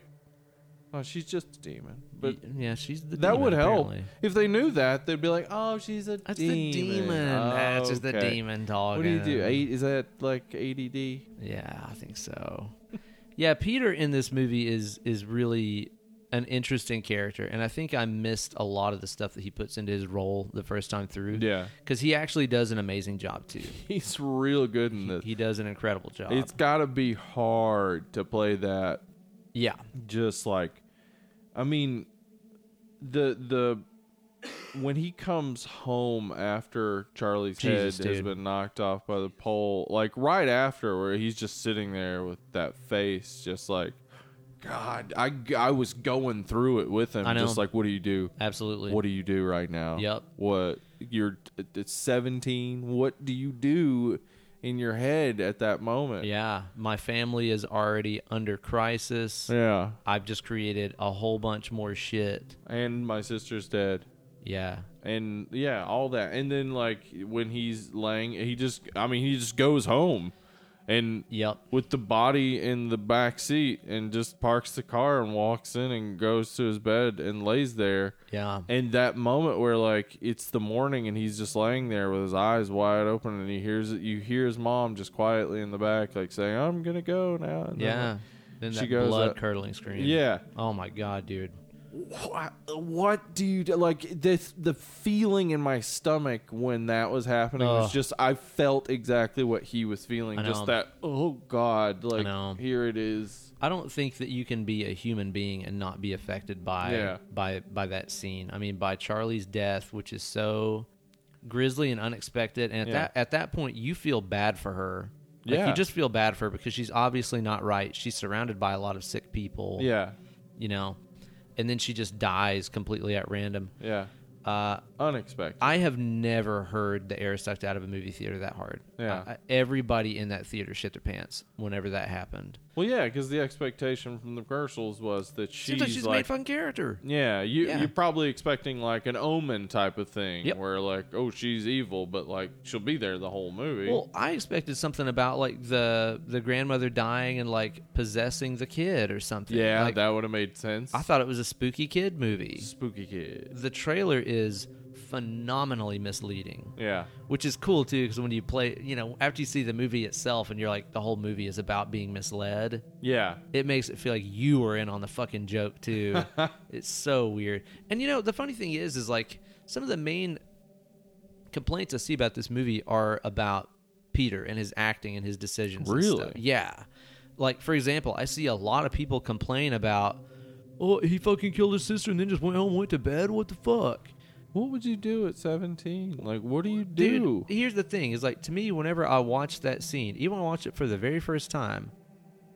oh, she's just a demon. But Y- yeah, she's the that demon, would help apparently. if they knew that. They'd be like, oh, she's a That's demon. the demon. Oh, That's just the okay. demon talking. What do you do? Eight, is that like ADD? Yeah, I think so. yeah, Peter in this movie is is really an interesting character, and I think I missed a lot of the stuff that he puts into his role the first time through. Yeah. because he actually does an amazing job too. He's real good in this. He does an incredible job. it's got to be hard to play that. yeah, Just like, I mean, the the when he comes home after Charlie's Jesus, head has dude. been knocked off by the pole, like right after, where he's just sitting there with that face, just like, God, I I was going through it with him, I know. just like, what do you do? absolutely. What do you do right now? Yep. What you're it's 17. What do you do in your head at that moment? yeah, my family is already under crisis. Yeah. I've just created a whole bunch more shit. And my sister's dead. Yeah, And yeah, all that. And then like when he's laying, he just I mean, he just goes home and yep. with the body in the back seat and just parks the car and walks in and goes to his bed and lays there. Yeah, And that moment where like it's the morning and he's just laying there with his eyes wide open and he hears it you hear his mom just quietly in the back like saying, I'm gonna go now and then, yeah. Then she that goes up- blood curdling scream. Yeah. Oh my god, dude. What, what do you do? like this the feeling in my stomach when that was happening was Ugh. just I felt exactly what he was feeling. I Just know. that oh God, like know. here it is. I don't think that you can be a human being and not be affected by Yeah. by by that scene. I mean, by Charlie's death, which is so grisly and unexpected. And at Yeah. that at that point, you feel bad for her. Like, Yeah. you just feel bad for her because she's obviously not right. She's surrounded by a lot of sick people. Yeah. you know, and then she just dies completely at random. Yeah. Uh, Unexpected. I have never heard the air sucked out of a movie theater that hard. Yeah. I- I- everybody in that theater shit their pants whenever that happened. well, yeah, because the expectation from the commercials was that she's Seems like she's like made fun character. Yeah, you Yeah. you're probably expecting like an omen type of thing Yep. where like, oh, she's evil, but like she'll be there the whole movie. Well, I expected something about like the the grandmother dying and like possessing the kid or something. yeah, Like, that would have made sense. I thought it was a spooky kid movie. spooky kid. The trailer is phenomenally misleading, Yeah, which is cool too because when you play, you know, after you see the movie itself and you're like the whole movie is about being misled, yeah, it makes it feel like you were in on the fucking joke too. it's so weird. And you know, the funny thing is is like some of the main complaints I see about this movie are about Peter and his acting and his decisions. and stuff. Really? Yeah. Like for example, I see a lot of people complain about oh, he fucking killed his sister and then just went home and went to bed. What the fuck? What would you do at seventeen? Like, what do you do? Dude, here's the thing: is like to me, whenever I watch that scene, even when I watch it for the very first time,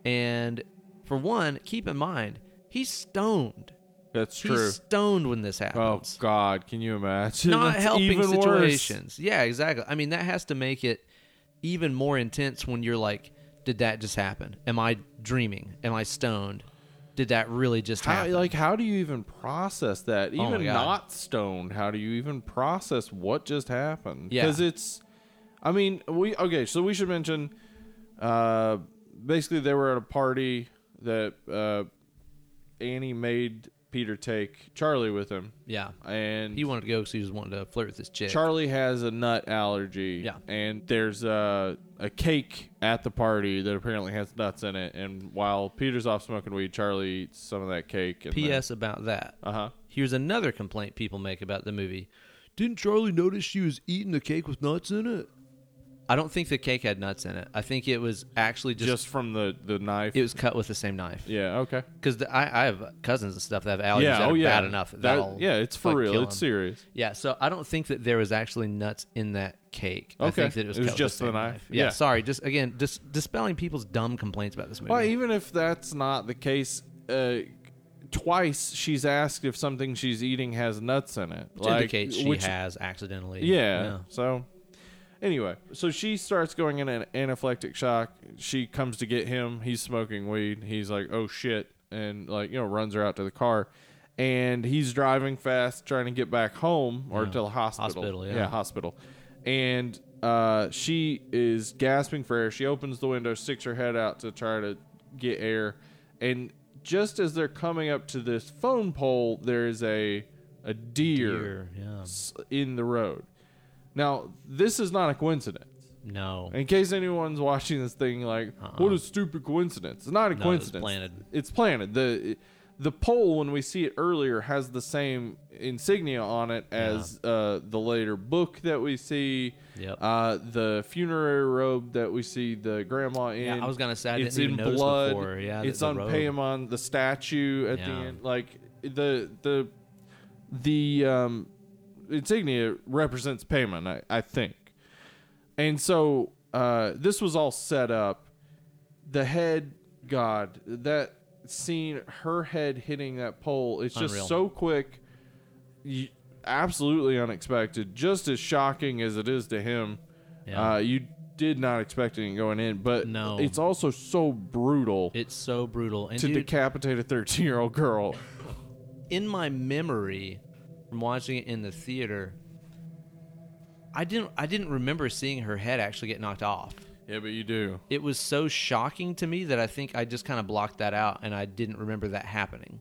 and for one, keep in mind he's stoned. That's He's true. stoned when this Oh happens. God, can you imagine? Not That's helping even Worse. situations. Yeah, exactly. I mean, that has to make it even more intense when you're like, did that just happen? Am I dreaming? Am I stoned? Did that really just How, happen? Oh like, how do you even process that? my Even God. not stoned, how do you even process what just happened? Yeah. Because it's, I mean, we okay. So we should mention, uh, basically they were at a party that uh, Annie made Peter take Charlie with him, yeah. and He wanted to go because he was wanting to flirt with this chick. Charlie has a nut allergy. Yeah. And there's a, a cake at the party that apparently has nuts in it. And while Peter's off smoking weed, Charlie eats some of that cake. And P.S. about that. Uh huh. Here's another complaint people make about the movie. Didn't Charlie notice she was eating a cake with nuts in it? I don't think the cake had nuts in it. I think it was actually Just, just, from the, the knife. it was cut with the same knife. yeah. Okay. Because I, I have cousins and stuff that have allergies Yeah. that Oh, are yeah. bad enough. That- That'll yeah. It's for like, real. kill It's 'em. serious. Yeah, so I don't think that there was actually nuts in that cake. I Okay. think that it was, It was cut with just the, the same knife. Yeah, Yeah. sorry. Just again, dis- dispelling people's dumb complaints about this movie. Well, even if that's not the case, uh, twice she's asked if something she's eating has nuts in it. which indicates she which has accidentally. Yeah. yeah. So, anyway, so she starts going in an anaphylactic shock. She comes to get him. He's smoking weed. He's like, "Oh shit!" and like you know, runs her out to the car. And he's driving fast, trying to get back home or to the hospital. Hospital, yeah. hospital. And uh, she is gasping for air. She opens the window, sticks her head out to try to get air, and just as they're coming up to this phone pole, there is a a deer Here, yeah. s- in the road. Now, this is not a coincidence. No. In case anyone's watching this thing, like, what a stupid coincidence! It's not a Uh-uh. No, coincidence. It's planted. It's planted. The the pole when we see it earlier has the same insignia on it as uh, the later book that we see. Yep. Uh, the funerary robe that we see the grandma in. Yeah, I was gonna say, I it's didn't even in notice blood. before. Yeah, the- it's the on robe. Paimon, the statue at the Yeah. end. Like the the the um, insignia represents Paimon, I, I think. And so uh, this was all set up. The head god that scene, her head hitting that pole. It's just Unreal. so quick, you, absolutely unexpected. Just as shocking as it is to him. Yeah. Uh, you did not expect it going in, but No. it's also so brutal It's so brutal. And to dude, decapitate a thirteen-year-old girl. in my memory from watching it in the theater, I didn't I didn't remember seeing her head actually get knocked off. Yeah, but you do. It was so shocking to me that I think I just kind of blocked that out and I didn't remember that happening.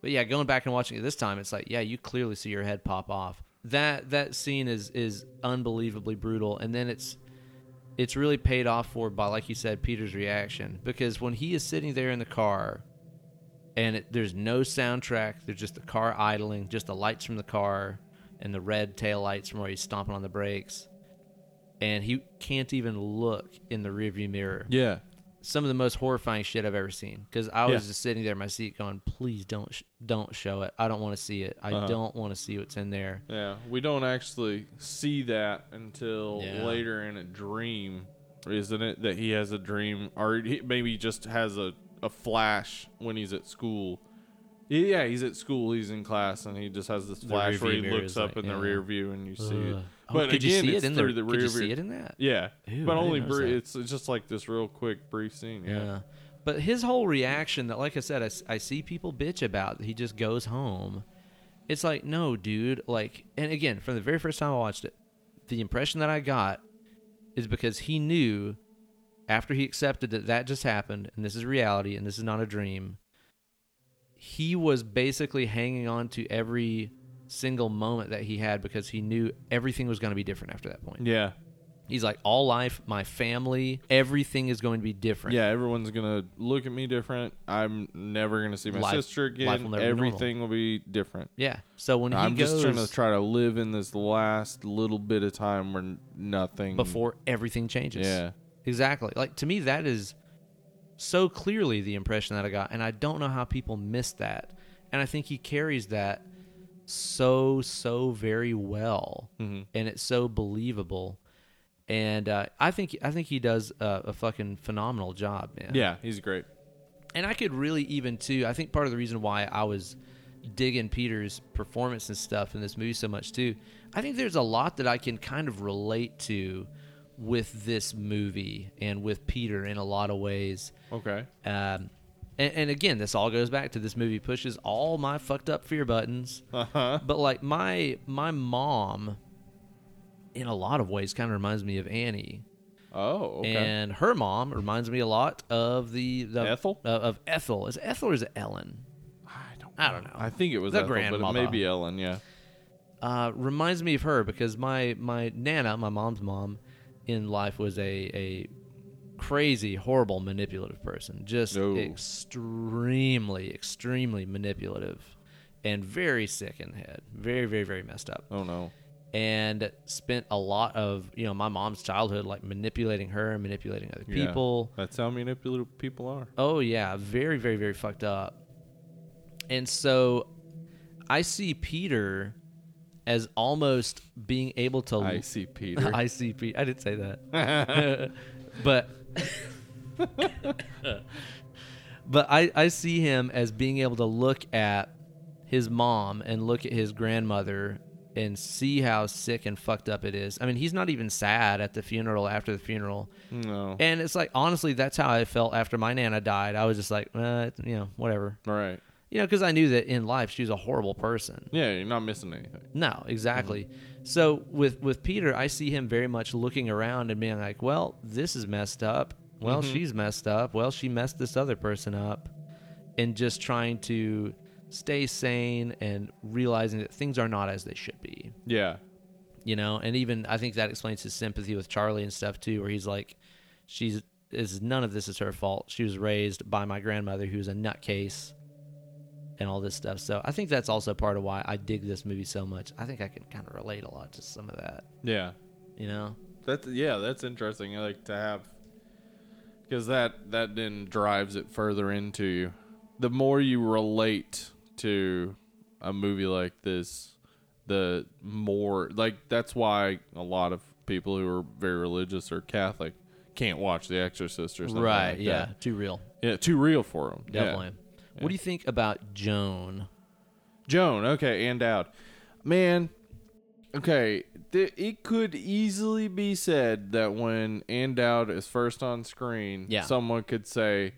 But yeah, going back and watching it this time, it's like, yeah, you clearly see your head pop off. That that scene is is unbelievably brutal and then it's it's really paid off for by like you said Peter's reaction because when he is sitting there in the car and it, there's no soundtrack. There's just the car idling, just the lights from the car, and the red tail lights from where he's stomping on the brakes. And he can't even look in the rearview mirror. Yeah. Some of the most horrifying shit I've ever seen. Because I was Yeah. just sitting there in my seat, going, "Please don't, sh- don't show it. I don't want to see it. I don't want to see what's in there." Yeah, we don't actually see that until Yeah. later in a dream, isn't it? That he has a dream, or he maybe he just has a, a flash when he's at school. Yeah, he's at school, he's in class, and he just has this flash rearview where he mirror looks is up like- in the yeah. rear view and you see it. Ugh. Oh, But could again, you see it's it in through the, Could rear you view. see it in that? Yeah, Ew, but I didn't only notice brief. that. It's, it's just like this real quick, brief scene. Yeah. Yeah. But his whole reaction that, like I said, I, s- I see people bitch about, he just goes home. It's like, no, dude. Like, and again, from the very first time I watched it, the impression that I got is because he knew after he accepted that that just happened and this is reality and this is not a dream, he was basically hanging on to every single moment that he had because he knew everything was going to be different after that point. yeah, He's like, all life, my family, everything is going to be different. yeah. Everyone's gonna look at me different. I'm never gonna see my Life- sister life will again. never be normal. Everything will be different. Yeah. So when he I'm goes just trying to try to live in this last little bit of time where n- nothing before everything changes. Yeah, Exactly. Like to me that is so clearly the impression that I got and I don't know how people miss that. And I think he carries that so so very well Mm-hmm. and it's so believable. And uh, I think I think he does uh, a fucking phenomenal job, man. yeah, he's great. And I could really even too. I think part of the reason why I was digging Peter's performance and stuff in this movie so much too. I think there's a lot that I can kind of relate to with this movie and with Peter in a lot of ways. Okay. Um, and, and again, this all goes back to this movie pushes all my fucked up fear buttons. Uh huh. But like my my mom, in a lot of ways, kind of reminds me of Annie, Oh, okay. and her mom reminds me a lot of the, the Ethel? of, of Ethel. Is it Ethel or is it Ellen? I don't. I don't know. I think it was The Ethel, but it grandmother. may be Ellen. Yeah. uh, reminds me of her because my my nana, my mom's mom, in life was a a crazy, horrible, manipulative person. Just Oh. extremely, extremely manipulative, and very sick in the head. Very, very, very messed up. Oh no. And spent a lot of you know my mom's childhood like manipulating her and manipulating other Yeah. people. That's how manipulative people are. Oh yeah, very very very fucked up. And so I see Peter as almost being able to I see Peter. I see Peter. I didn't say that. but but I I see him as being able to look at his mom and look at his grandmother and see how sick and fucked up it is. I mean, he's not even sad at the funeral after the funeral. no. And it's like, honestly, that's how I felt after my nana died. I was just like, uh, you know, whatever. All right. You know, because I knew that in life she was a horrible person. Yeah, you're not missing anything. No, exactly. So with with Peter, I see him very much looking around and being like, "Well, this is messed up. Well, she's messed up. Well, she messed this other person up," and just trying to stay sane and realizing that things are not as they should be Yeah. you know and even i think that explains his sympathy with charlie and stuff too where he's like she's is none of this is her fault she was raised by my grandmother who's a nutcase and all this stuff so i think that's also part of why i dig this movie so much i think i can kind of relate a lot to some of that Yeah. you know That's yeah, that's interesting. I like to have because that that then drives it further into you. The more you relate to a movie like this, the more like that's why a lot of people who are very religious or Catholic can't watch The Exorcist or something. like yeah that. too real yeah, too real for them. definitely what do you think about joan Joan, okay, and out. Man, okay, th- it could easily be said that when Andout is first on screen, Yeah. someone could say,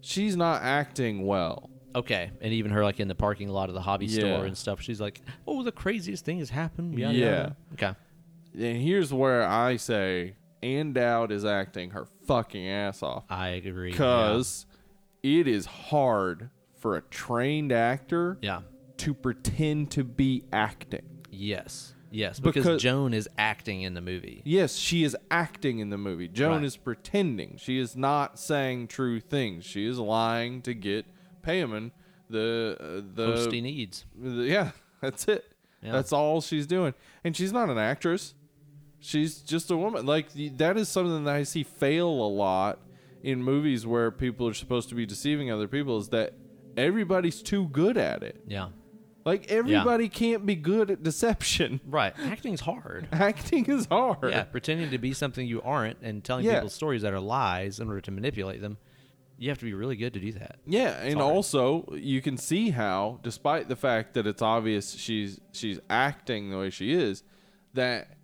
she's not acting well. okay and even her like in the parking lot of the hobby Yeah. store and stuff she's like oh the craziest thing has happened yada, Yeah. yada." okay And here's where I say Andout is acting her fucking ass off. i agree yeah. Because it is hard for a trained actor yeah. to pretend to be acting. Yes. Yes, because, Because- Joan is acting in the movie. Yes, she is acting in the movie. Joan Right. is pretending. She is not saying true things. She is lying to get Payman the uh, the, Most he needs. the- yeah. That's it. Yeah. That's all she's doing, and she's not an actress. She's just a woman. Like y- that is something that I see fail a lot in movies where people are supposed to be deceiving other people. Is that everybody's too good at it? Yeah. Like everybody can't be good at deception. Right. Acting's hard. Acting is hard. Yeah. Pretending to be something you aren't and telling Yeah. people stories that are lies in order to manipulate them. You have to be really good to do that. Yeah, and all right. also you can see how, despite the fact that it's obvious she's she's acting the way she is, that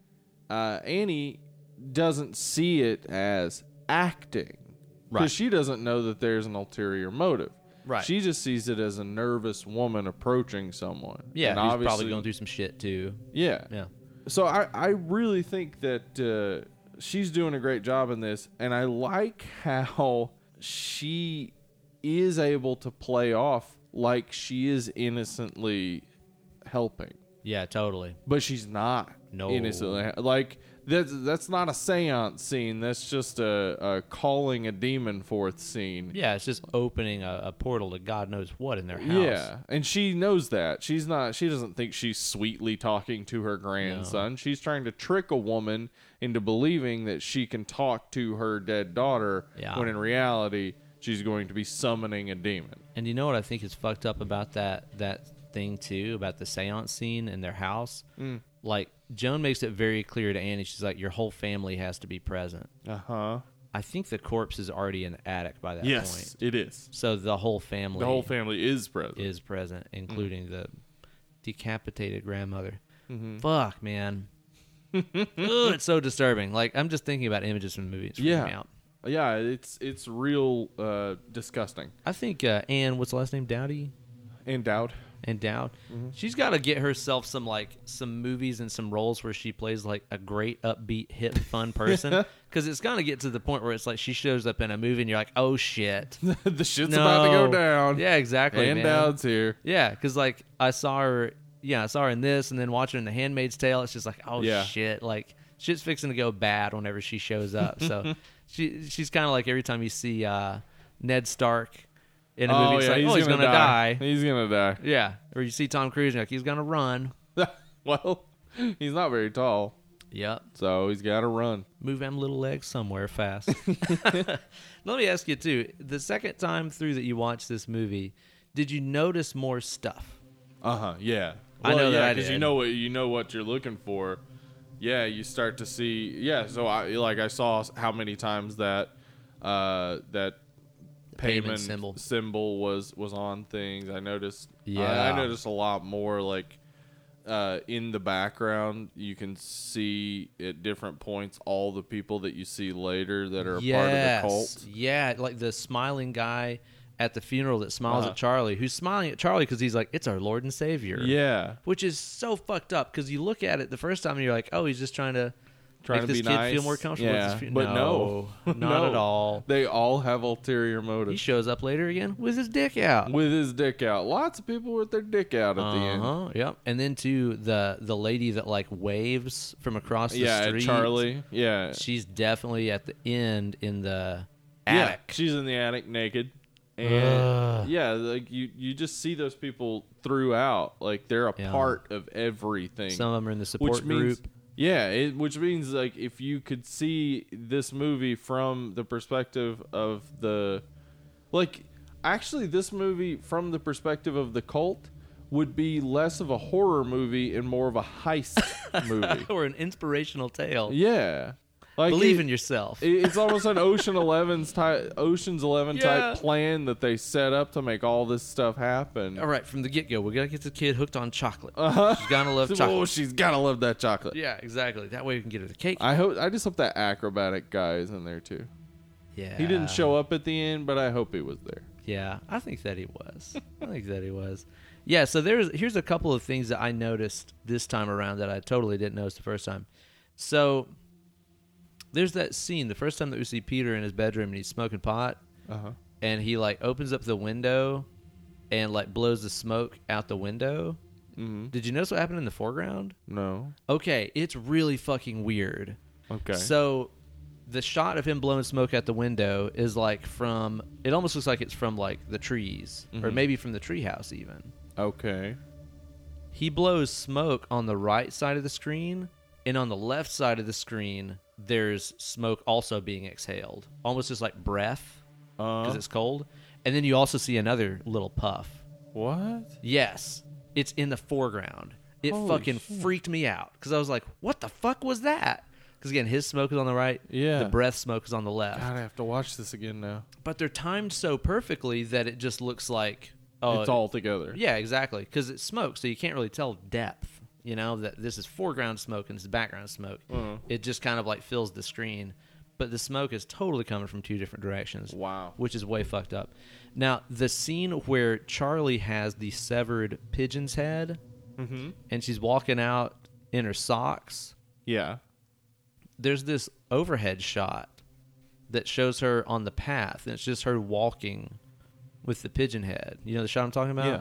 uh, Annie doesn't see it as acting because Right. she doesn't know that there's an ulterior motive. Right. She just sees it as a nervous woman approaching someone. Yeah. And He's obviously, probably going through some shit too. Yeah. Yeah. So I, I really think that uh, she's doing a great job in this, and I like how she is able to play off like she is innocently helping, Yeah, totally. but she's not No. innocently like that's that's not a séance scene. That's just a, a calling a demon forth scene. Yeah, it's just opening a, a portal to God knows what in their house. Yeah, and she knows that. She's not. She doesn't think she's sweetly talking to her grandson. She's trying to trick a woman into believing that she can talk to her dead daughter, Yeah. when in reality she's going to be summoning a demon. And you know what I think is fucked up about that that thing too about the séance scene in their house? Mm. Like Joan makes it very clear to Annie, she's like, "Your whole family has to be present." Uh huh. I think the corpse is already in Uh-huh. the attic by that yes, point. it is. So the whole family The whole Mm. family is present. is present, including the decapitated grandmother. Mhm. Fuck, man. Ugh, it's so disturbing. Like I'm just thinking about images from movies. freaking Yeah. me out. Yeah, it's it's real uh, disgusting. I think uh, Anne, what's the last name? Dowdy And doubt. and Dowd. Mm-hmm. She's got to get herself some like some movies and some roles where she plays like a great upbeat, hip, fun person. Because it's gonna get to the point where it's like she shows up in a movie and you're like, oh shit, it's the shit's about to go down. Yeah, exactly. and man. doubt's here. Yeah, because like I saw her, yeah, I saw her in this, and then watching her in The Handmaid's Tale, it's just like, oh Yeah. shit, like shit's fixing to go bad whenever she shows up. so she she's kind of like every time you see uh, Ned Stark in a movie, it's like, oh, he's gonna, die. He's gonna die. Yeah, or you see Tom Cruise, and you're like he's gonna run. well, he's not very tall, Yep, so he's got to run. move them little legs somewhere fast. Let me ask you too. The second time through that you watched this movie, did you notice more stuff? Uh huh. Yeah. I know that yeah, I you did. know what you know what you're looking for. Yeah, you start to see. Yeah, so I like I saw s- how many times that uh that payment symbol. symbol was was on things. I noticed. I, Yeah. I noticed a lot more like uh, in the background. You can see at different points all the people that you see later that are a part of the cult. Yeah, like the smiling guy at the funeral that smiles Uh-huh. at Charlie, who's smiling at Charlie because he's like, it's our Lord and Savior. Yeah, Which is so fucked up because you look at it the first time and you're like, oh, he's just trying to Trying make to this be kid nice. feel more comfortable. with Yeah, his fu- but no. not No. at all. they all have ulterior He motives. shows up later again with his dick out. with his dick out. Lots of people with their dick out at the end. Uh-huh, Yep. And then to the the lady that like waves from across the Yeah, and street. Charlie. Yeah. She's definitely at the end in the Yeah, attic. she's in the attic naked. And Ugh. yeah, like you you just see those people throughout. Like they're a Yeah. part of everything. Some of them are in the support which means group. Yeah, it, which means like if you could see this movie from the perspective of the like actually this movie from the perspective of the cult would be less of a horror movie and more of a heist movie. or an inspirational tale. Yeah. Like Believe it- in yourself. It- It's almost an Ocean Eleven's type, Ocean's Eleven Yeah. type plan that they set up to make all this stuff happen. All right, from the get go, we gotta get the kid hooked on chocolate. She's gonna love Oh, chocolate. she's gotta love that chocolate. yeah, exactly. That way we can get her the cake. I hope. I just hope that acrobatic guy is in there too. yeah, He didn't show up at the end, but I hope he was there. Yeah, I think that he was. I think that he was. Yeah. So there's here's a couple of things that I noticed this time around that I totally didn't notice the first time. So there's that scene the first time that we see Peter in his bedroom and he's smoking pot Uh huh. and he like opens up the window and like blows the smoke out the window. Mm-hmm. Did you notice what happened in the foreground? No. Okay, it's really fucking weird. Okay. So the shot of him blowing smoke out the window is like from it almost looks like it's from like the trees or Mm-hmm. maybe from the treehouse even. okay. He blows smoke on the right side of the screen and on the left side of the screen there's smoke also being exhaled. Almost just like breath Uh, because it's cold. And then you also see another little puff. what? Yes, it's in the foreground. It Holy fucking shit. freaked me out because I was like, "What the fuck was that?" Because again, his smoke is on the right. Yeah. the breath smoke is on the left. God, I have to watch this again now. But they're timed so perfectly that it just looks like oh, it's all together. yeah, exactly. Because it's smoke, so you can't really tell depth. You know that this is foreground smoke and this is background smoke. Uh-huh. It just kind of like fills the screen, but the smoke is totally coming from two different directions Wow. which is way fucked up. Now, the scene where Charlie has the severed pigeon's head Mm-hmm. and she's walking out in her socks, Yeah. there's this overhead shot that shows her on the path, and it's just her walking with the pigeon head. You know the shot I'm talking about? Yeah.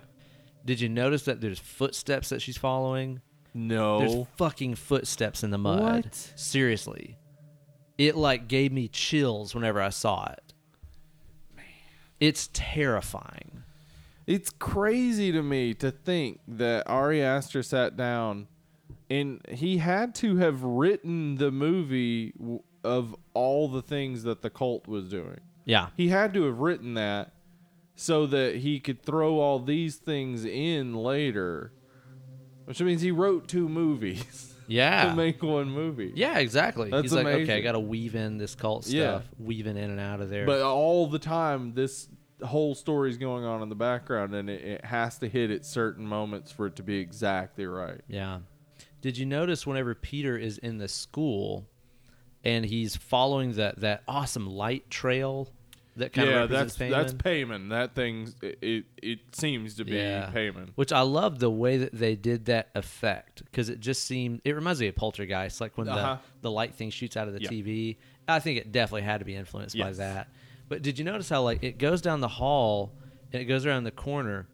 Did you notice that there's footsteps that she's following? No. There's fucking footsteps in the mud. What? Seriously. It like gave me chills whenever I saw it. It's terrifying. It's crazy to me to think that Ari Aster sat down and he had to have written the movie w- of all the things that the cult was doing. Yeah. He had to have written that so that he could throw all these things in later, which means he wrote two movies. to Yeah. make one movie. Yeah, exactly. That's He's like, okay, I amazing. got to weave in this cult stuff, Yeah. weaving in and out of there. But all the time, this whole story's going on in the background, and it, it has to hit at certain moments for it to be exactly right. Yeah. Did you notice whenever Peter is in the school and he's following that that awesome light trail that kind of yeah, represents that's Payman? that's payment. That thing, it, it it seems to be Yeah. payment. Which I love the way that they did that effect because it just seemed it reminds me of Poltergeist, like when Uh-huh. the the light thing shoots out of the Yeah. TV. I think it definitely had to be influenced by Yes. that. But did you notice how like it goes down the hall and it goes around the corner?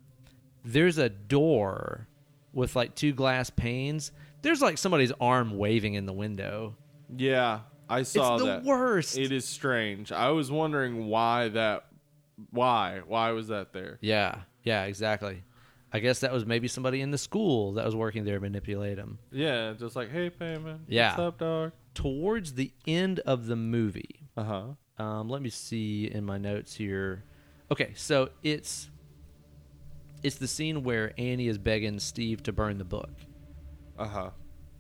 There's a door with like two glass panes. There's like somebody's arm waving in the window. Yeah, I saw the that. worst. It is strange. I was wondering why that. Why? Why was that there? Yeah, yeah, exactly. I guess that was maybe somebody in the school that was working there to manipulate him. Yeah, just like hey, payment. Yeah. what's up, dog? Towards the end of the movie, Uh huh. um, let me see in my notes here okay so it's it's the scene where annie is begging steve to burn the book Uh huh.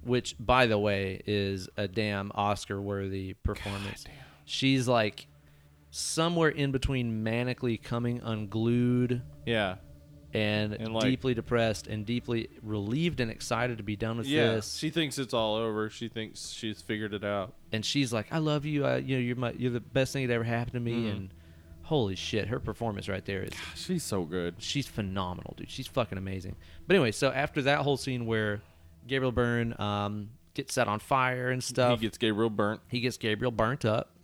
which by the way is a damn oscar worthy performance she's like somewhere in between manically coming unglued Yeah. and, And, like- deeply depressed and deeply relieved and excited to be done with Yeah. this She thinks it's all over. She thinks she's figured it out. and she's like, "I love you. I, you know, you're my, you're the best thing that ever happened to me." Mm-hmm. And holy shit, her performance right there is She's so good. she's phenomenal, dude. She's fucking amazing. But anyway, so after that whole scene where Gabriel Byrne um, gets set on fire and stuff, He Mm-hmm. gets Gabriel burnt. he gets Gabriel burnt up.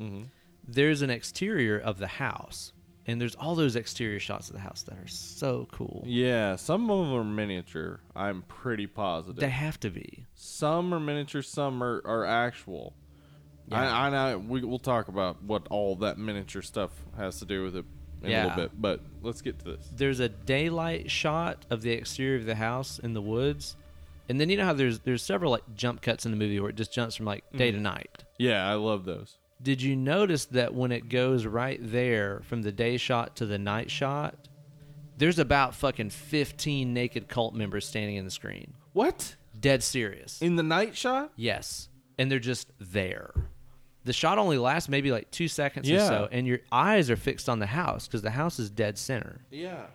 There's an exterior of the house, and there's all those exterior shots of the house that are so cool. Yeah, some of them are miniature. I'm pretty positive. They have to be. Some are miniature, some are, are actual. Yeah. I, I know we, we'll talk about what all that miniature stuff has to do with it in a Yeah. little bit, but let's get to this. there's a daylight shot of the exterior of the house in the woods, and then you know how there's there's several like jump cuts in the movie where it just jumps from like day Mm-hmm. to night. Yeah, I love those. Did you notice that when it goes right there from the day shot to the night shot, there's about fucking 15 naked cult members standing in the screen. What? Dead serious. In the night shot? Yes. And they're just there. The shot only lasts maybe like 2 seconds or Yeah. so and your eyes are fixed on the house cuz the house is dead center. Yeah.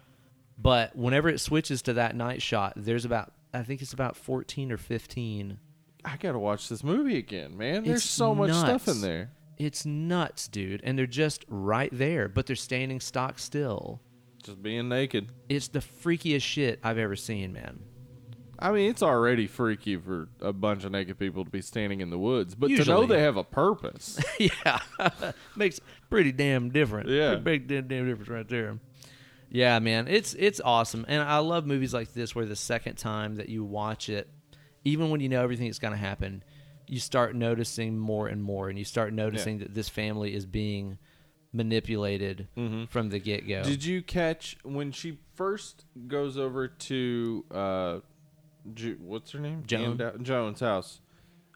But whenever it switches to that night shot, there's about I think it's about 14 or 15. I gotta watch this movie again, man. There's It's so much stuff nuts. in there. It's nuts, dude, and they're just right there, but they're standing stock still. Just being naked. It's the freakiest shit I've ever seen, man. I mean, it's already freaky for a bunch of naked people to be standing in the woods, but to know Usually. they have a purpose. yeah. Makes pretty damn different. Yeah. Big damn, damn difference right there. Yeah, man. It's it's awesome. And I love movies like this where the second time that you watch it, even when you know everything that's gonna happen, you start noticing more and more and you start noticing that this family is being manipulated from the get go. Mm-hmm. Did you catch when she first goes over to uh, Ju- what's her name? Joan. Andow- Joan's house.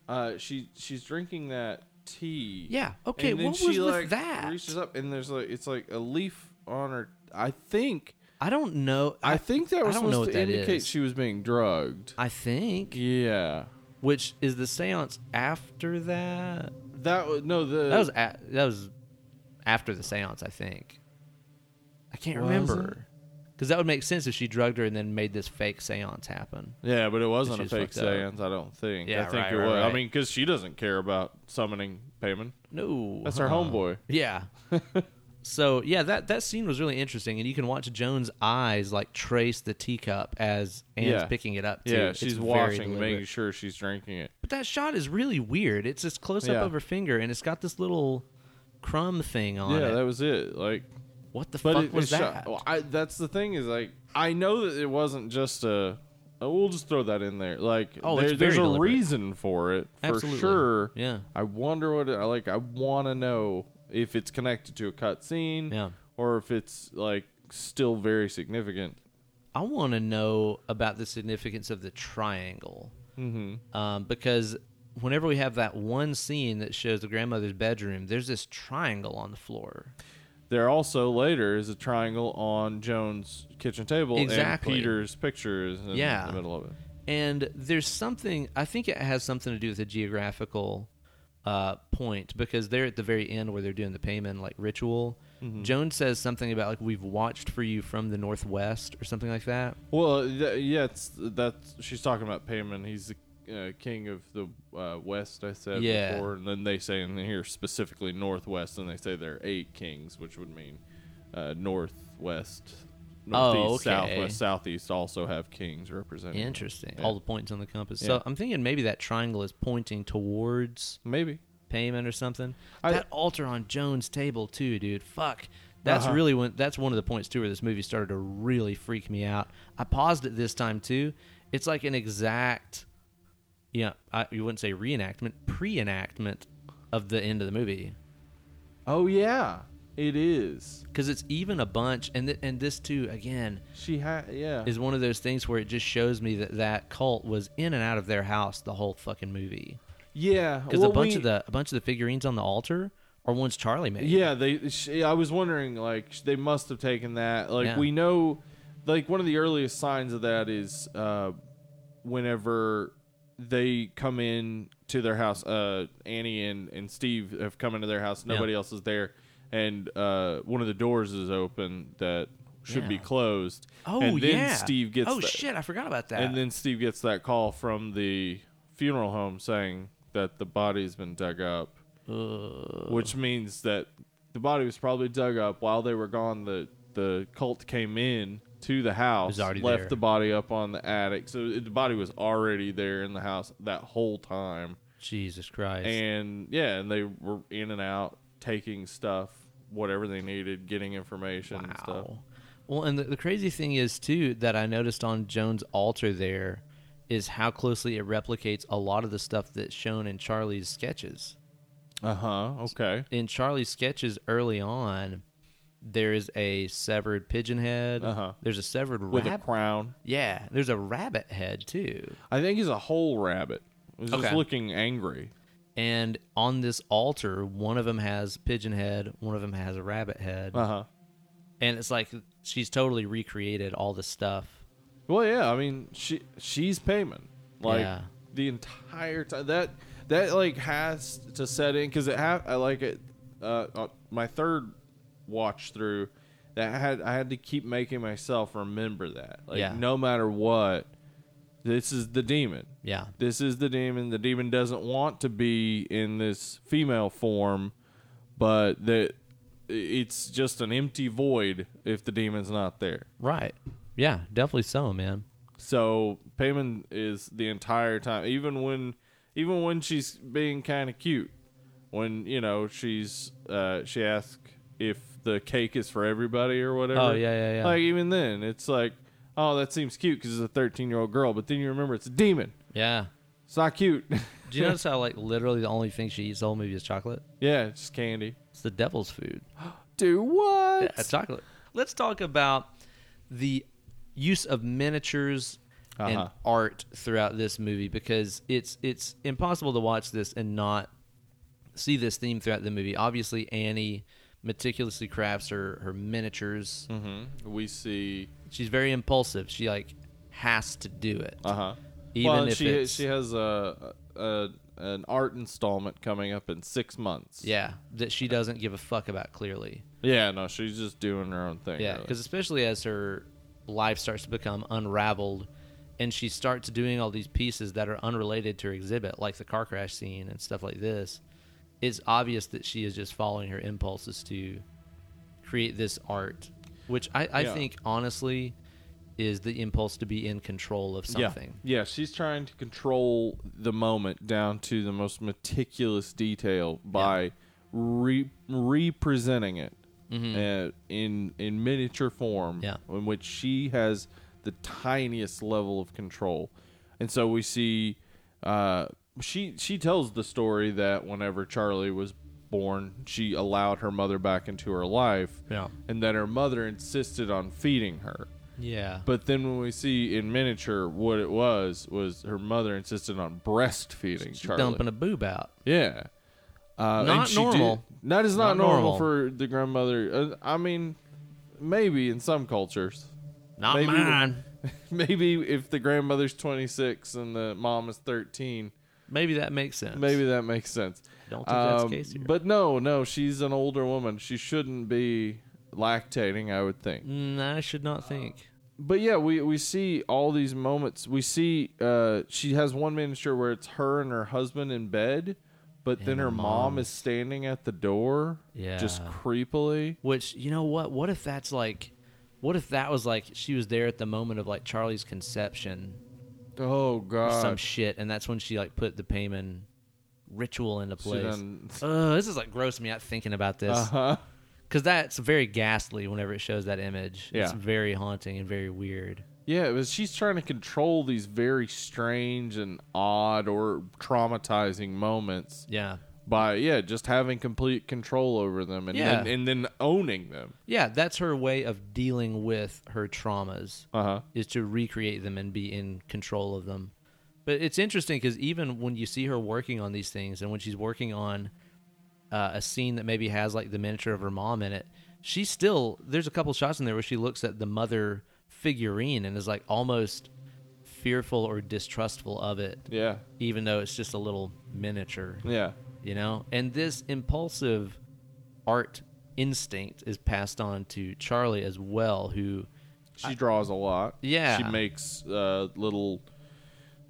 Uh, she she's drinking that tea. Yeah, okay, And then what was she, with like, that? Reaches up and there's like it's like a leaf on her. I think I don't know I think that was I don't know supposed what to that is. indicate she was being drugged. I think. Yeah, Which is the seance after that? that was no the That was a that was after the séance, I think. I can't Was remember. Because that would make sense if she drugged her and then made this fake séance happen. yeah, but it wasn't She a was fake fucked up. seance. I don't think. Yeah, I think right, it right, was. I right. mean, because she doesn't care about summoning payment. No, That's her homeboy. Yeah. so yeah, that that scene was really interesting, and you can watch Joan's eyes like trace the teacup as Anne's Yeah. picking it up. Too. Yeah, It's she's very watching, deliberate. making sure she's drinking it. But that shot is really weird. It's this close up Yeah. of her finger, and it's got this little crumb thing on yeah, it. that was it. Like, what the but fuck it was it's that? shot- well, I, that's the thing is like I know that it wasn't just a. Oh, we'll just throw that in there. Like, Oh, there- it's very there's a deliberate. reason for it for Absolutely. sure. Yeah. I wonder what it, like. I want to know if it's connected to a cut scene, Yeah. or if it's like still very significant. I want to know about the significance of the triangle. Mm-hmm. Um, because whenever we have that one scene that shows the grandmother's bedroom, there's this triangle on the floor. There also later is a triangle on Joan's kitchen table Exactly. and Peter's picture is in Yeah. the middle of it. And there's something I think it has something to do with the geographical uh, point because they're at the very end where they're doing the payment like ritual. Joan says something about like we've watched for you from the northwest or something like that. Well, uh, th- yeah, it's that's she's talking about Payman. He's the uh, king of the uh, West. I said Yeah. before, and then they say in here specifically Northwest, and they say there are eight kings, which would mean uh, Northwest, Northeast, Oh, okay. Southwest, Southeast also have kings represented. Interesting. Yeah. All the points on the compass. Yeah. So I'm thinking maybe that triangle is pointing towards Maybe. payment or something. I- that altar on Joan's table too, dude. Fuck. That's Uh-huh. really when that's one of the points too where this movie started to really freak me out. I paused it this time too. It's like an exact yeah, I, you wouldn't say reenactment, pre-enactment of the end of the movie Oh yeah, it is. because it's even a bunch and th- and this too again She had yeah. is one of those things where it just shows me that that cult was in and out of their house the whole fucking movie yeah, because well, a bunch we- of the a bunch of the figurines on the altar are ones Charlie made. Yeah, they. She, I was wondering, like, sh- they must have taken that. Like, Yeah. we know, like, one of the earliest signs of that is uh, whenever they come in to their house. Uh, Annie and and Steve have come into their house. Nobody else is there, and uh, one of the doors is open that should be Yeah. closed. Oh and then yeah. Steve gets. Oh the- shit! I forgot about that. And then Steve gets that call from the funeral home saying that the body's been dug up Ugh. which means that the body was probably dug up while they were gone. The the cult came in to the house, was already left there. the body up on the attic, so the body was already there in the house that whole time. Jesus Christ. And yeah, and they were in and out taking stuff, whatever they needed, getting information and stuff. Wow. Well, and the, the crazy thing is too that I noticed on Joan's altar there is how closely it replicates a lot of the stuff that's shown in Charlie's sketches. Uh huh. Okay. In Charlie's sketches early on, there is a severed pigeon head. Uh-huh. There's a severed With a rabbit. crown. yeah, there's a rabbit head too. I think he's a whole rabbit. He's just Okay. looking angry. And on this altar, one of them has pigeon head, one of them has a rabbit head. Uh huh. and it's like she's totally recreated all this stuff. Well, yeah, I mean, she she's payment like Yeah. the entire time. That that like has to set in because it ha- I like it. Uh, uh, my third watch through, that I had I had to keep making myself remember that. Like Yeah. no matter what, this is the demon. Yeah, This is the demon. The demon doesn't want to be in this female form, but that it's just an empty void if the demon's not there. right. Yeah, definitely so, man. So Payman is the entire time, even when, even when she's being kind of cute, when you know she's, uh, she asks if the cake is for everybody or whatever. Oh, yeah, yeah, yeah. Like even then, it's like, oh, that seems cute because it's a thirteen-year-old girl, but then you remember it's a demon. Yeah. It's not cute. Do you notice how like literally the only thing she eats the whole movie is chocolate? yeah, it's just candy. It's the devil's food. Do what? Yeah, chocolate. Let's talk about the use of miniatures Uh-huh. and art throughout this movie because it's it's impossible to watch this and not see this theme throughout the movie. Obviously, Annie meticulously crafts her her miniatures. Mm-hmm. We see. She's very impulsive. She like has to do it. Uh huh. Even well, and if she uh, it's- she has a, a an art installment coming up in six months. Yeah, that she doesn't give a fuck about clearly. Yeah, no, she's just doing her own thing. Yeah, really. because especially as her life starts to become unraveled, and she starts doing all these pieces that are unrelated to her exhibit, like the car crash scene and stuff like this, it's obvious that she is just following her impulses to create this art, which I, I Yeah. think honestly is the impulse to be in control of something. Yeah. yeah, she's trying to control the moment down to the most meticulous detail by re- representing it uh, in in miniature form, Mm-hmm. Yeah. in which she has the tiniest level of control. And so we see uh, she she tells the story that whenever Charlie was born, she allowed her mother back into her life, Yeah. and that her mother insisted on feeding her. Yeah. But then when we see in miniature what it was, was her mother insisted on breastfeeding Charlie. Dumping a boob out. yeah. Uh, and Not she did- normal. that is not, Not normal. normal. for the grandmother. Uh, I mean, maybe in some cultures. Not Maybe- mine. maybe if the grandmother's 26 and the mom is 13, Maybe that makes sense. maybe that makes sense. I don't think that's the Um, case here. But no, no, she's an older woman. She shouldn't be lactating, I would think. Mm, I should not think. But yeah, we we see all these moments. We see uh, she has one miniature where it's her and her husband in bed, but then her mom is standing at the door, just Yeah. creepily. Which you know what? What if that's like, what if that was like she was there at the moment of like Charlie's conception Oh or god, some shit, and that's when she like put the payment ritual into She place. done- Ugh, this is like gross me out thinking about this Uh-huh. because that's very ghastly. Whenever it shows that image, it's Yeah. very haunting and very weird. Yeah, it was, she's trying to control these very strange and odd or traumatizing moments Yeah, by yeah, just having complete control over them and Yeah. and, and then owning them. yeah, that's her way of dealing with her traumas. Uh-huh. is to recreate them and be in control of them. But it's interesting because even when you see her working on these things and when she's working on uh, a scene that maybe has like the miniature of her mom in it, she still, there's a couple shots in there where she looks at the mother figurine and is like almost fearful or distrustful of it, Yeah. even though it's just a little miniature Yeah. you know and this impulsive art instinct is passed on to charlie as well who She draws a lot. Yeah. She makes uh, little,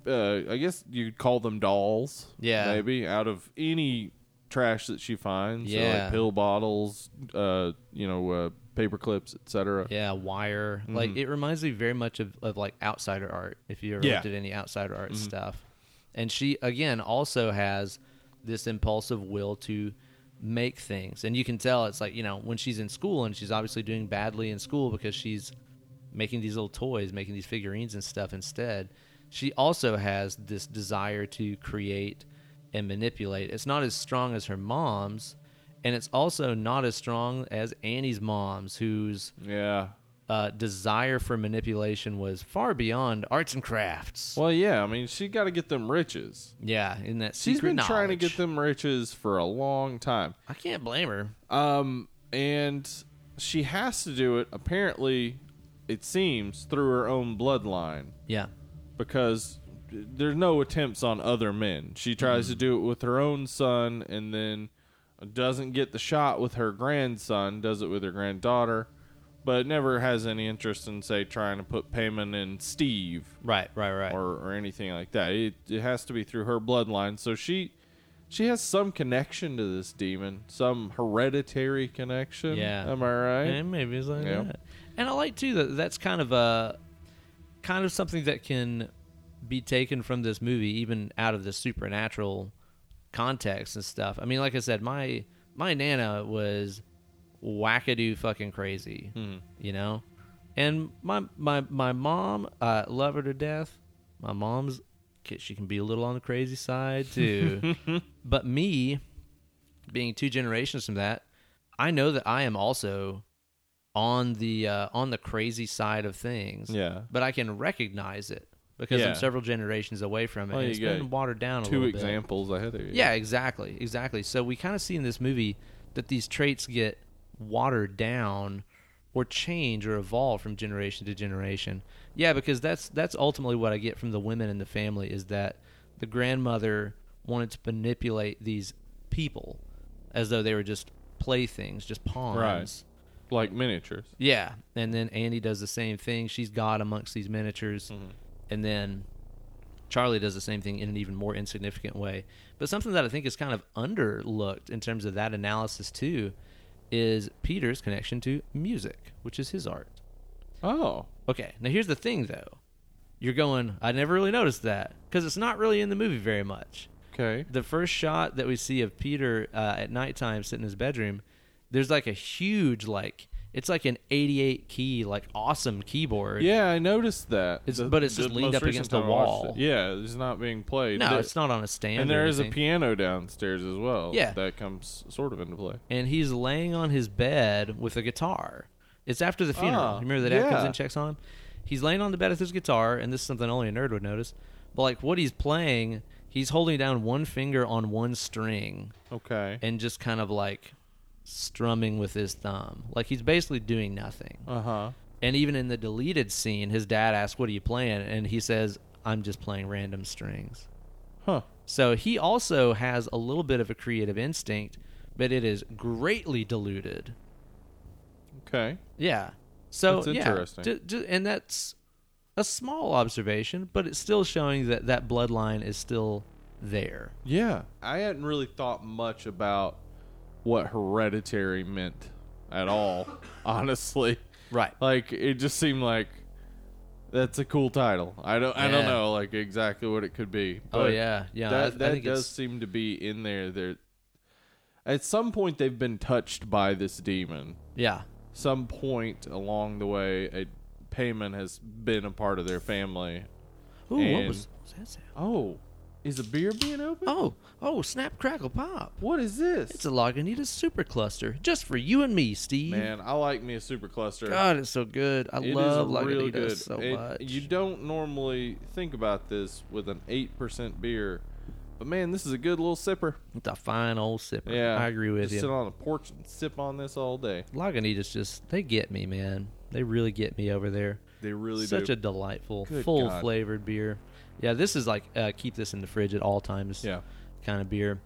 uh, I guess you'd call them dolls. Yeah. Maybe out of any trash that she finds. So, Yeah. like pill bottles, uh, you know, uh, paper clips, etc. yeah wire like it reminds me very much of, of like outsider art if you ever Yeah. looked at any outsider art stuff and she again also has this impulsive will to make things and you can tell it's like you know when she's in school and she's obviously doing badly in school because she's making these little toys making these figurines and stuff instead she also has this desire to create and manipulate it's not as strong as her mom's and it's also not as strong as annie's mom's who's Yeah. uh, desire for manipulation was far beyond arts and crafts. Well, yeah. I mean, she got to get them riches. Yeah, in that She's secret been trying to get knowledge. them riches for a long time. I can't blame her. Um, and she has to do it, apparently, it seems, through her own bloodline. Yeah, because there's no attempts on other men. She tries Mm-hmm. to do it with her own son and then doesn't get the shot with her grandson, does it with her granddaughter, but never has any interest in, say, trying to put Payman in Steve right, right, right. or, or anything like that. It, it has to be through her bloodline. So she. She has some connection to this demon, some hereditary connection. Yeah. am I right? Yeah, maybe it's like Yeah. that. And I like too that that's kind of a kind of something that can be taken from this movie, even out of the supernatural context and stuff. I mean, like I said, my my nana was wackadoo fucking crazy, Hmm. you know. And my my my mom, uh, love her to death. My mom's she can be a little on the crazy side too, but me being two generations from that, I know that I am also on the uh, on the crazy side of things. Yeah. But I can recognize it because Yeah. I'm several generations away from it. Well, and you it's got been watered down a Two little bit. examples I had there. Yeah, exactly, exactly. So we kind of see in this movie that these traits get watered down or change or evolve from generation to generation. Yeah, because that's that's ultimately what I get from the women in the family is that the grandmother wanted to manipulate these people as though they were just playthings, just pawns. like miniatures. Yeah, and then Andy does the same thing. She's God amongst these miniatures, and then Charlie does the same thing in an even more insignificant way. But something that I think is kind of underlooked in terms of that analysis too is Peter's connection to music, which is his art. Oh, Okay, now here's the thing though. You're going, I never really noticed that because it's not really in the movie very much okay. the first shot that we see of Peter uh, at nighttime sitting in his bedroom, there's like a huge like it's like an 88 key like awesome keyboard. Yeah, I noticed that. It's- but it's just leaned most up recent against the time I watched wall. it. Yeah, it's not being played. No, There- it's not on a stand. and or there is a anything. piano downstairs as well. Yeah. that comes sort of into play. and he's laying on his bed with a guitar. It's after the funeral. Ah, Remember the dad comes yeah. in and checks on him? He's laying on the bed with his guitar, and this is something only a nerd would notice. But like what he's playing, he's holding down one finger on one string. Okay. and just kind of like strumming with his thumb. Like he's basically doing nothing. Uh huh. And even in the deleted scene, his dad asks, "What are you playing?" And he says, "I'm just playing random strings." Huh. So he also has a little bit of a creative instinct, but it is greatly diluted. Okay. Yeah. So That's yeah, interesting. d- d- and that's a small observation, but it's still showing that that bloodline is still there. Yeah. I hadn't really thought much about what hereditary meant at all, honestly. Right. Like it just seemed like that's a cool title. I don't I don't Yeah. know like exactly what it could be. Oh but yeah, yeah. I- That I that think does it's- seem to be in there. There at some point they've been touched by this demon. Yeah, Some point along the way a payment has been a part of their family. Ooh, And- what was, what was that sound? Oh, is a beer being opened? Oh, oh, snap, crackle, pop. What is this? It's a Lagunitas supercluster just for you and me, Steve. Man, I like me a super cluster. God, it's so good. I It is love real Lagunitas good. so It- much. You don't normally think about this with an eight percent beer, but man, this is a good little sipper. It's a fine old sipper. Yeah, I agree with just Sit you. on the porch and sip on this all day. Lagunitas just they get me, man. They really get me over there. They really Such do. a delightful, Good full God. flavored beer. Yeah, this is like uh, keep this in the fridge at all times. yeah, kind of beer.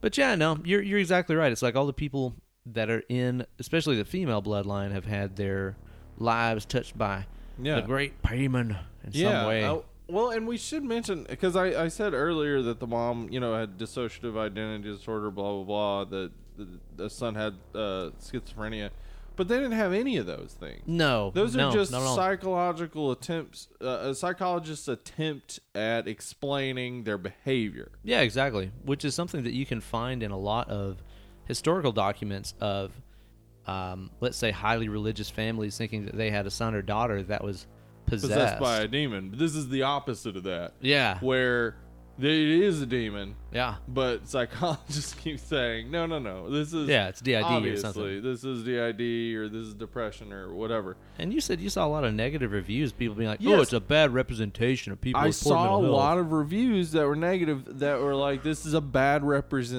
But yeah, no, you're you're exactly right. It's like all the people that are in, especially the female bloodline, have had their lives touched by yeah, the great payman in yeah. some way. I- well, and we should mention because I, I said earlier that the mom, you know, had dissociative identity disorder, blah blah blah. That the, the son had uh, schizophrenia, but they didn't have any of those things. no, Those no, are just not at all. psychological attempts, uh, a psychologist's attempt at explaining their behavior. Yeah, exactly. Which is something that you can find in a lot of historical documents of, um, let's say, highly religious families thinking that they had a son or daughter that was possessed. Possessed by a demon. This is the opposite of that, yeah, where there it is a demon, yeah, but psychologists keep saying, no, no, no, this is. yeah. It's DID or something. Obviously, this is DID or this is depression or whatever. And you said you saw a lot of negative reviews, people being like, "Oh, Yes. it's a bad representation of people." I with poor saw a mental health." lot of reviews that were negative that were like, this is a bad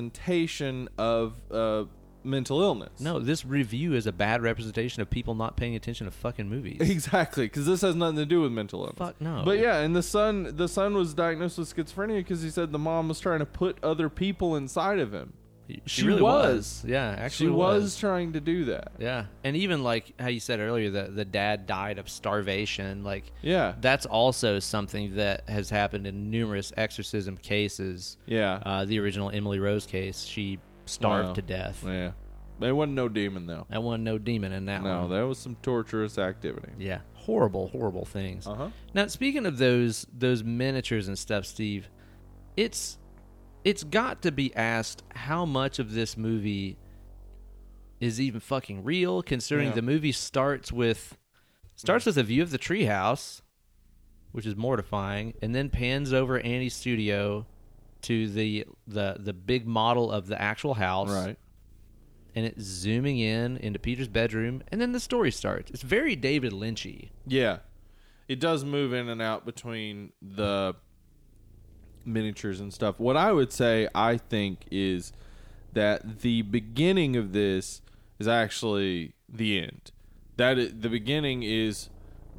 representation of uh, mental illness. No, this review is a bad representation of people not paying attention to fucking movies. Exactly, because this has nothing to do with mental illness. Fuck no. But yeah, and the son, the son was diagnosed with schizophrenia because he said the mom was trying to put other people inside of him. she, she really was. was. Yeah, actually she was. was. trying to do that. Yeah, and even like how you said earlier, that the dad died of starvation. Like Yeah, that's also something that has happened in numerous exorcism cases. yeah, Uh, the original Emily Rose case, she starved Wow. to death. yeah. There wasn't no demon though. That one, no demon in that No, one. that was some torturous activity. yeah, horrible, horrible things. Uh huh. Now, speaking of those those miniatures and stuff, Steve, it's it's got to be asked how much of this movie is even fucking real, considering Yeah. Mm. the movie starts with starts with a view of the treehouse, which is mortifying, and then pans over Annie's studio to the the the big model of the actual house, Right. and it's zooming in into Peter's bedroom, and then the story starts. It's very David Lynchy. Yeah, it does move in and out between the miniatures and stuff. What I would say, I think, is that the beginning of this is actually the end. That i- the beginning is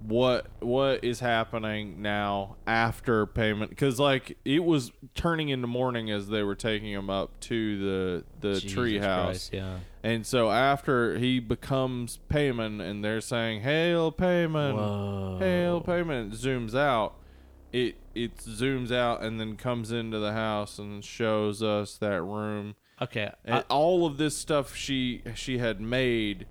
what what is happening now after payment because like it was turning into morning as they were taking him up to the the Jesus tree house Christ, yeah. and so after he becomes Payman and they're saying, Hail Payman, Whoa. Hail Payman, it zooms out. It it zooms out and then comes into the house and shows us that room. Okay, I- And all of this stuff she she had made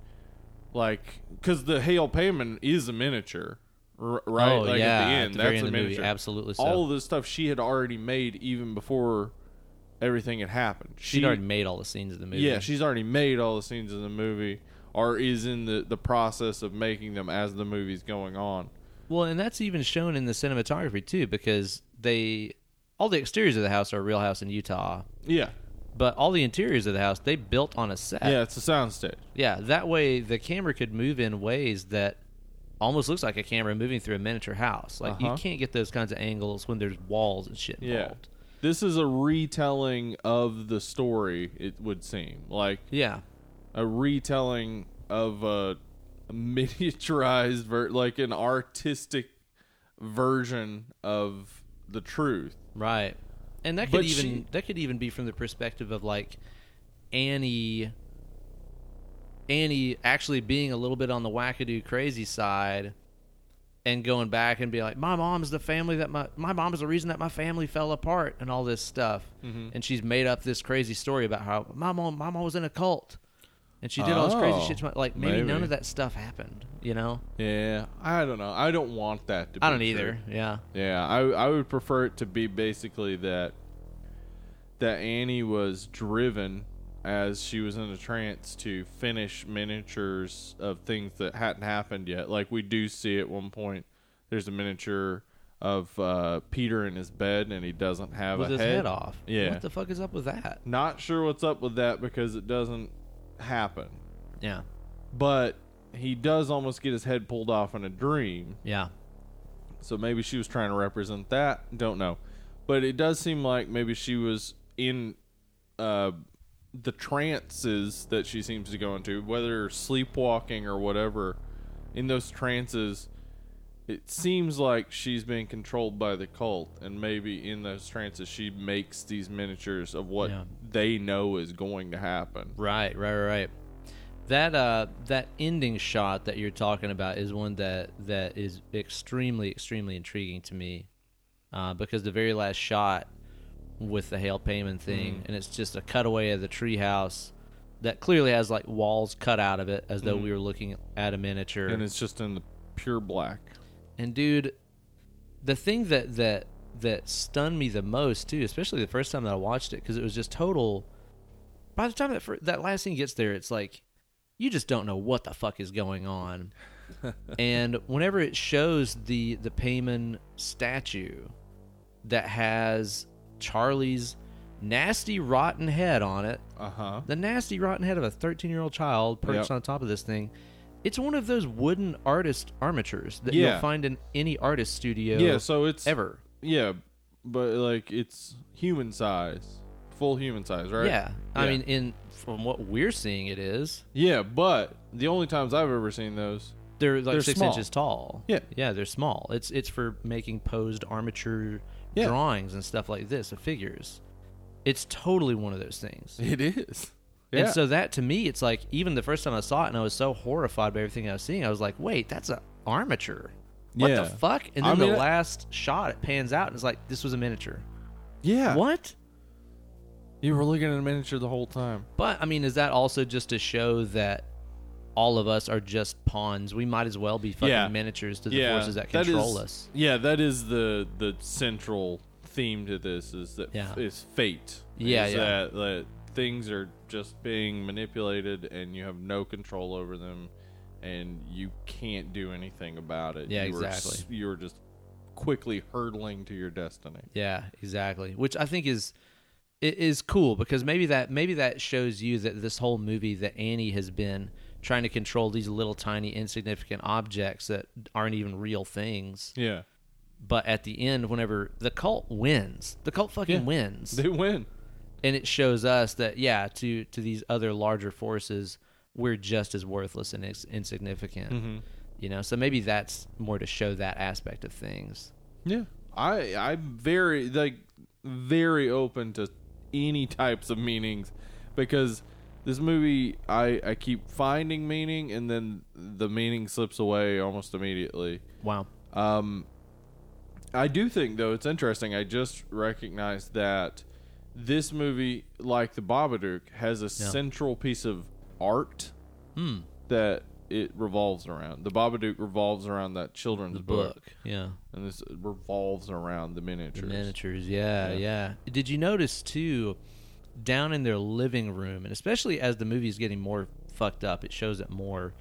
like cuz the Hail Payman is a miniature, r- right? Oh like yeah, at the end, very end that's a of the movie, miniature. absolutely. So. All of this stuff she had already made even before everything had happened. she'd she already made all the scenes of the movie. yeah, she's already made all the scenes in the movie, or is in the, the process of making them as the movie's going on. well, and that's even shown in the cinematography too, because they all the exteriors of the house are a real house in Utah, Yeah, but all the interiors of the house they built on a set. yeah, it's a soundstage. Yeah, that way the camera could move in ways that almost looks like a camera moving through a miniature house. Like Uh-huh. you can't get those kinds of angles when there's walls and shit Yeah, involved. this is a retelling of the story. It would seem like Yeah. a retelling of a miniaturized, ver- like an artistic version of the truth. Right. And that could But even she- that could even be from the perspective of like Annie Annie actually being a little bit on the wackadoo crazy side and going back and being like, My mom's the family that my my mom is the reason that my family fell apart and all this stuff. Mm-hmm. And she's made up this crazy story about how my mom my mom was in a cult. And she did all this Oh, crazy shit. to my- Like maybe, none maybe. of that stuff happened, you know? Yeah, I don't know. I don't want that to. be I don't true. either. Yeah. Yeah, I I would prefer it to be basically that that Annie was driven as she was in a trance to finish miniatures of things that hadn't happened yet. Like we do see at one point, there's a miniature of uh, Peter in his bed and he doesn't have With a his head off. Yeah. What the fuck is up with that? Not sure what's up with that because it doesn't happen. Yeah. But he does almost get his head pulled off in a dream. Yeah. So maybe she was trying to represent that. Don't know. But it does seem like maybe she was in uh, the trances that she seems to go into, whether sleepwalking or whatever. In those trances, it seems like she's being controlled by the cult. And maybe in those trances, she makes these miniatures of what Yeah. they know is going to happen. Right, right, right, right. That uh, that ending shot that you're talking about is one that that is extremely, extremely intriguing to me, uh, because the very last shot with the Hail Payman thing, and it's just a cutaway of the treehouse that clearly has like walls cut out of it, as though we were looking at a miniature. And it's just in the pure black. And dude, the thing that that that stunned me the most too, especially the first time that I watched it, because it was just total. By the time that fir- that last scene gets there, it's like you just don't know what the fuck is going on. and whenever it shows the the Payman statue that has Charlie's nasty rotten head on it, Uh huh. the nasty rotten head of a 13 year old child perched Yep. on top of this thing it's one of those wooden artist armatures that Yeah. you'll find in any artist studio Yeah, so it's. ever Yeah, but like it's human size, full human size, right? yeah i Yeah. mean in from what we're seeing it is Yeah, but the only times I've ever seen those, they're like They're six small. inches tall Yeah. yeah they're small it's it's for making posed armature Yeah. drawings and stuff like this of figures it's totally one of those things it is. Yeah. And so that to me, it's like even the first time I saw it, and I was so horrified by everything I was seeing. I was like, "Wait, that's an armature. What Yeah. the fuck?" And I then mean, the I- last shot, it pans out, and it's like, "This was a miniature." yeah, What? you were looking at a miniature the whole time. But I mean, is that also just to show that all of us are just pawns? We might as well be fucking Yeah. miniatures to the forces that control us. Yeah, that is the the central theme to this is that Yeah. is fate. Yeah, Is yeah. That, that things are just being manipulated and you have no control over them, and you can't do anything about it. Yeah, you are s- exactly. you are just quickly hurtling to your destiny. Yeah, exactly. Which I think is it is cool because maybe that maybe that shows you that this whole movie that Annie has been trying to control these little tiny insignificant objects that aren't even real things. Yeah, But at the end, whenever the cult wins, the cult fucking Yeah. wins, they win. and it shows us that yeah, to to these other larger forces, we're just as worthless and ins- insignificant. You know, so maybe that's more to show that aspect of things. Yeah, I I'm very like very open to any types of meanings because this movie I I keep finding meaning and then the meaning slips away almost immediately. Wow. Um, I do think though it's interesting. I just recognized that this movie, like the Babadook, has a central piece of art Hmm. that it revolves around. The Babadook revolves around that children's book Book. Yeah. and this revolves around the miniatures. Miniatures, yeah, Yeah. yeah, Did you notice too, down in their living room, and especially as the movie is getting more fucked up, it shows it more.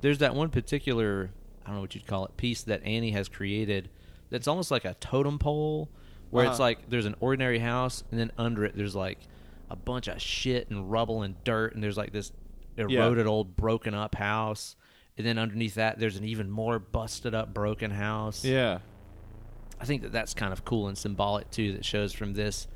There's that one particular, I don't know what you'd call it, piece that Annie has created that's almost like a totem pole, where it's Uh-huh. like there's an ordinary house, and then under it there's like a bunch of shit and rubble and dirt, and there's like this eroded old broken up house. And then underneath that, there's an even more busted up, broken house. Yeah. I think that that's kind of cool and symbolic too. That shows from this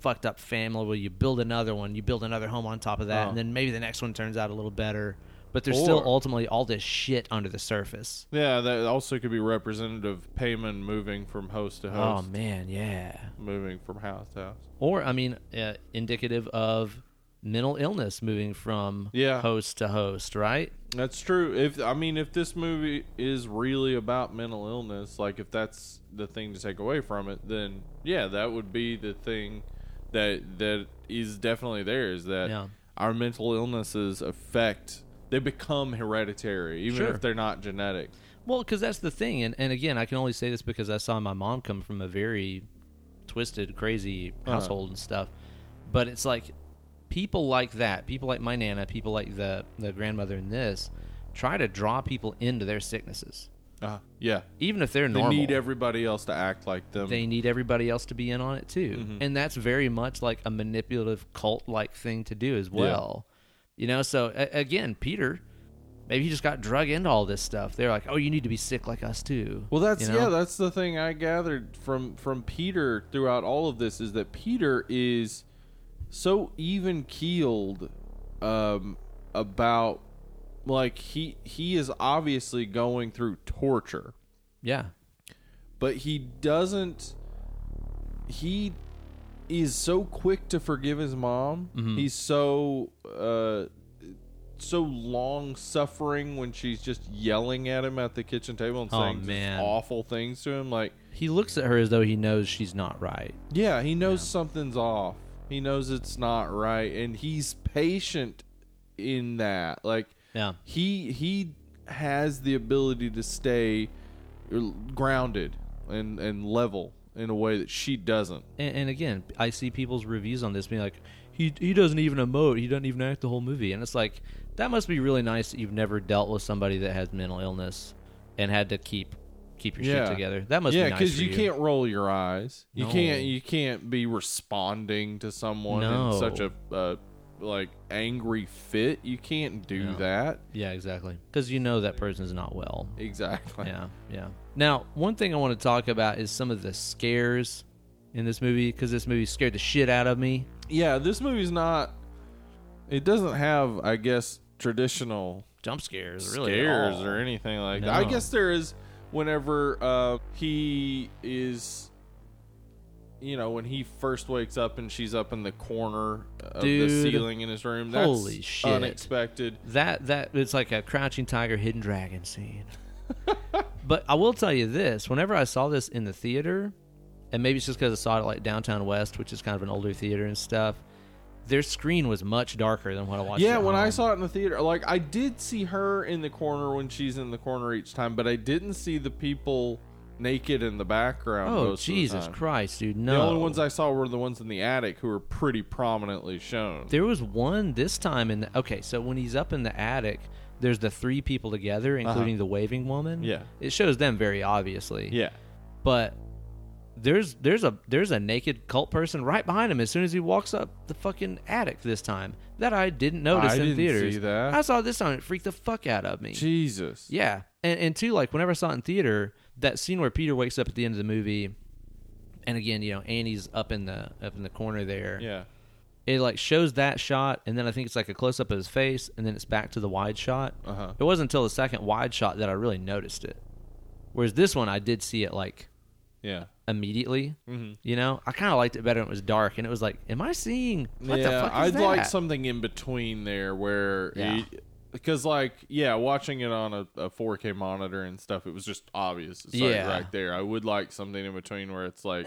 fucked up family where you build another one, you build another home on top of that, Oh. and then maybe the next one turns out a little better. But but there's still Or- ultimately all this shit under the surface. Yeah, that also could be representative Payman moving from house to Oh house, man, yeah. moving from house to house. Or I mean, uh, indicative of mental illness moving from Yeah. host to host, right? That's true. If I mean, if this movie is really about mental illness, like if that's the thing to take away from it, then yeah, that would be the thing that that is definitely there. Is that Yeah. our mental illnesses affect? They become hereditary, even Sure. if they're not genetic. Well, because that's the thing, and, and again, I can only say this because I saw my mom come from a very twisted, crazy Uh-huh. household and stuff. But it's like people like that, people like my nana, people like the the grandmother in this, try to draw people into their sicknesses, Uh, yeah, even if they're they normal. need everybody else to act like them. they need everybody else to be in on it too, Mm-hmm. and that's very much like a manipulative cult like thing to do as well. You know, so a- again, Peter. Maybe he just got drug into all this stuff. They're like, "Oh, you need to be sick like us too." Well, that's you know? yeah, that's the thing I gathered from from Peter throughout all of this is that Peter is so even keeled um, about like he he is obviously going through torture, yeah. but he doesn't. He is so quick to forgive his mom. Mm-hmm. He's so uh, so long suffering when she's just yelling at him at the kitchen table and Oh, saying just man. awful things to him, like. He looks at her as though he knows she's not right. Yeah, he knows something's off. He knows it's not right, and he's patient in that. Like Yeah. he he has the ability to stay l- grounded and and level in a way that she doesn't. And, and again, I see people's reviews on this being like, he, he doesn't even emote. He doesn't even act the whole movie. And it's like, that must be really nice that you've never dealt with somebody that has mental illness and had to keep keep your Yeah. shit together. That must yeah, be nice. because for you, can't roll your eyes. You No. can't you can't be responding to someone No. in such a uh, like angry fit. You can't do No. that Yeah, exactly. Because you know that person's not well. exactly. Yeah, yeah. Now, one thing I want to talk about is some of the scares in this movie because this movie scared the shit out of me. yeah, this movie's not. It doesn't have, I guess, traditional Jump scares, really. Oh. at scares all. or anything like that. I No. guess there is whenever uh, he is, you know, when he first wakes up and she's up in the corner of the Dude. ceiling in his room. That's Holy shit. Unexpected. That that it's like a crouching tiger, hidden dragon scene. but I will tell you this: whenever I saw this in the theater, and maybe it's just because I saw it at like downtown West, which is kind of an older theater and stuff, their screen was much darker than what I watched. Yeah, at when I home. saw it in the theater, like I did see her in the corner when she's in the corner each time, but I didn't see the people naked in the background. oh most of the Jesus time. Christ, dude! No, The only ones I saw were the ones in the attic who were pretty prominently shown. there was one this time in. The, okay, so when he's up in the attic. There's the three people together, including the waving woman. Uh-huh. Yeah. it shows them very obviously. Yeah. but there's there's a there's a naked cult person right behind him as soon as he walks up the fucking attic this time that I didn't notice I in didn't theaters. see that. I saw this time it freaked the fuck out of me. Jesus. Yeah, and and two like whenever I saw it in theater that scene where Peter wakes up at the end of the movie, and again you know Annie's up in the up in the corner there. Yeah. It like shows that shot and then I think it's like a close up of his face and then it's back to the wide shot. Uh-huh. It wasn't until the second wide shot that I really noticed it. Whereas this one I did see it like Yeah. immediately. Mm-hmm. You know, I kind of liked it better when it was dark, and it was like, "Am I seeing? What yeah, the fuck is I'd like that? something in between there where Yeah. it- because like yeah, watching it on a, a 4K monitor and stuff, it was just obvious. It's like Yeah. right there. I would like something in between where it's like,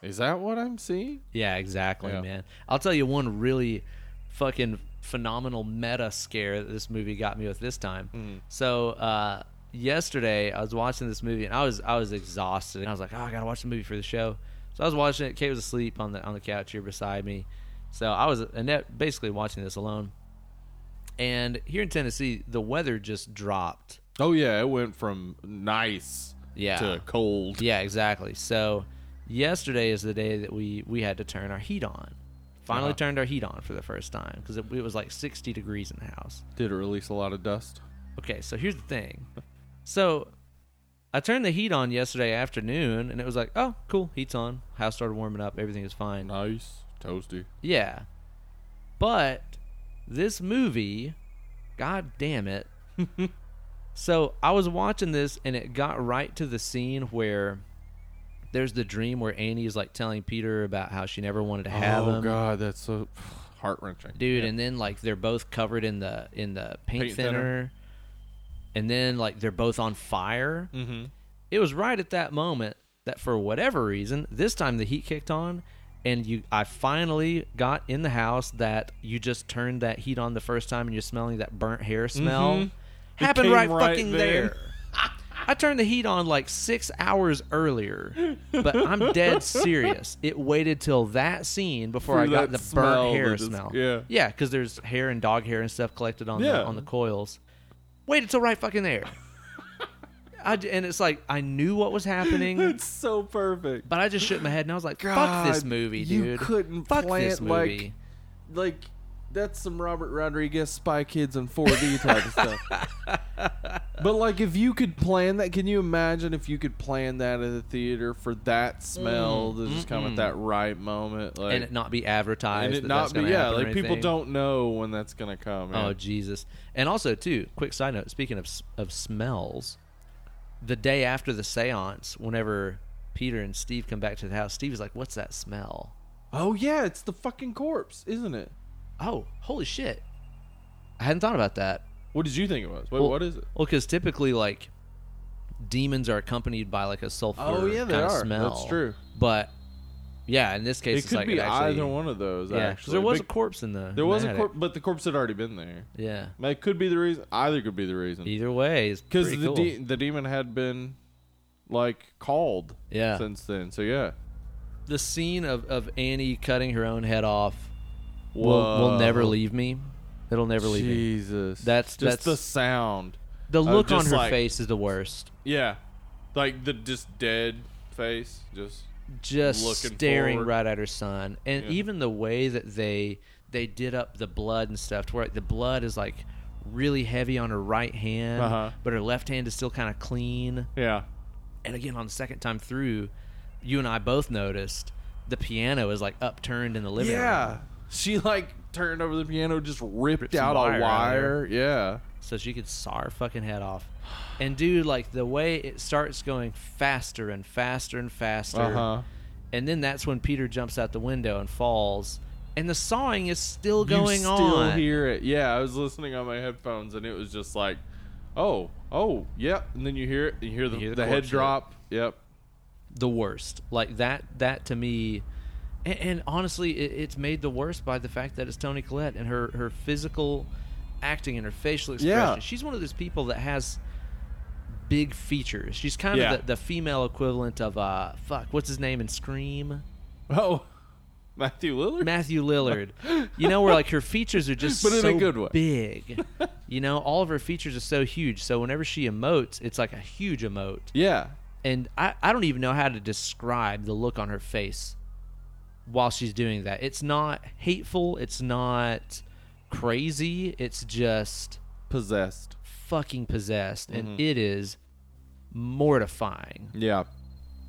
is that what I'm seeing? Yeah, exactly, Yeah. man. I'll tell you one really fucking phenomenal meta scare that this movie got me with this time. Mm-hmm. So uh, yesterday I was watching this movie and I was I was exhausted. And I was like, oh, I gotta watch the movie for the show. So I was watching it. Kate was asleep on the on the couch here beside me. So I was Annette basically watching this alone. And here in Tennessee, the weather just dropped. Oh yeah, it went from nice Yeah. to cold. Yeah, exactly. So yesterday is the day that we we had to turn our heat on. Finally Uh-huh. turned our heat on for the first time because it, it was like 60 degrees in the house. Did it release a lot of dust? Okay, so here's the thing. So I turned the heat on yesterday afternoon and it was like, oh, cool, heat's on. House started warming up, everything was fine. Nice, toasty. Yeah. But this movie God damn it. so I was watching this and it got right to the scene where there's the dream where Annie is like telling Peter about how she never wanted to have oh him. god, that's so heart wrenching, Dude, and then like they're both covered in the in the paint, Paint thinner. thinner. And then like they're both on fire. mm-hmm. It was right at that moment that for whatever reason, this time the heat kicked on and you I finally got in the house that you just turned that heat on the first time and you're smelling that burnt hair smell. Mhm. It Happened came right, right fucking there. there. I turned the heat on like six hours earlier, but I'm dead serious. It waited till that scene before For I got the that smell burnt hair that just- smell. yeah. yeah, because there's hair and dog hair and stuff collected on Yeah. the, on the coils. Waited till right fucking there. I d and it's like I knew what was happening, It's so perfect. but I just shook my head and I was like, "Fuck this God, movie, dude! you couldn't Fuck this plant, like, movie." like that's some Robert Rodriguez Spy Kids and 4D type of stuff. But like, if you could plan that, can you imagine if you could plan that at the theater for that smell to just come at that right moment, like, Mm-hmm. and it not be advertised, and that it that's not be gonna yeah, happen or like people anything. don't know when that's gonna come. yeah. Oh Jesus! And also, too, quick side note. Speaking of s- of smells, the day after the séance, whenever Peter and Steve come back to the house, Steve is like, "What's that smell?" oh yeah, it's the fucking corpse, isn't it? Oh, holy shit! I hadn't thought about that. What did you think it was? Wait, Well- what is it? Well, because typically, like, demons are accompanied by like a sulfur Oh, yeah, they kind of are. smell. That's true. But yeah, in this case, It it's could like be actually, either one of those. Yeah, 'cause actually, there was But a corpse in the. there in was the a attic. corpse, but the corpse had already been there. Yeah. That could be the reason. Either could be the reason. Either way, it's Because pretty the cool. de- the demon had been like called Yeah. since then. So yeah, the scene of, of Annie cutting her own head off will, will never Whoa. leave me. It'll never leave me. Jesus, That's- just that's- the sound. The I was look on just her like- face is the worst. Yeah, like the just dead face. Just Just Looking staring forward. right at her son, and Yeah. even the way that they they did up the blood and stuff, to where the blood is like really heavy on her right hand, Uh-huh. but her left hand is still kind of clean. yeah, And again, on the second time through, you and I both noticed the piano is like upturned in the living room, yeah. She like turned over the piano, just ripped, Ripped some out wire a out of wire. Yeah, so she could saw her fucking head off. And dude, like the way it starts going faster and faster and faster, uh huh. and then that's when Peter jumps out the window and falls, and the sawing is still going you still on. hear it. Yeah, I was listening on my headphones and it was just like, oh, oh, yep. And then you hear it. You hear the, You hear the the, head corpse drop. Yep. The worst, like that. That to me, and, and honestly, it, it's made the worst by the fact that it's Tony Collette and her her physical acting and her facial expression. Yeah. She's one of those people that has big features. She's kind Yeah. of the, the female equivalent of uh fuck, what's his name in Scream? Oh, Matthew Lillard. Matthew Lillard. You know, where like her features are just But in so a good way. big. You know, all of her features are so huge. So whenever she emotes, it's like a huge emote. yeah. And I, I don't even know how to describe the look on her face while she's doing that. It's not hateful, it's not crazy, it's just Possessed. fucking possessed. Mm-hmm. And it is mortifying. Yeah.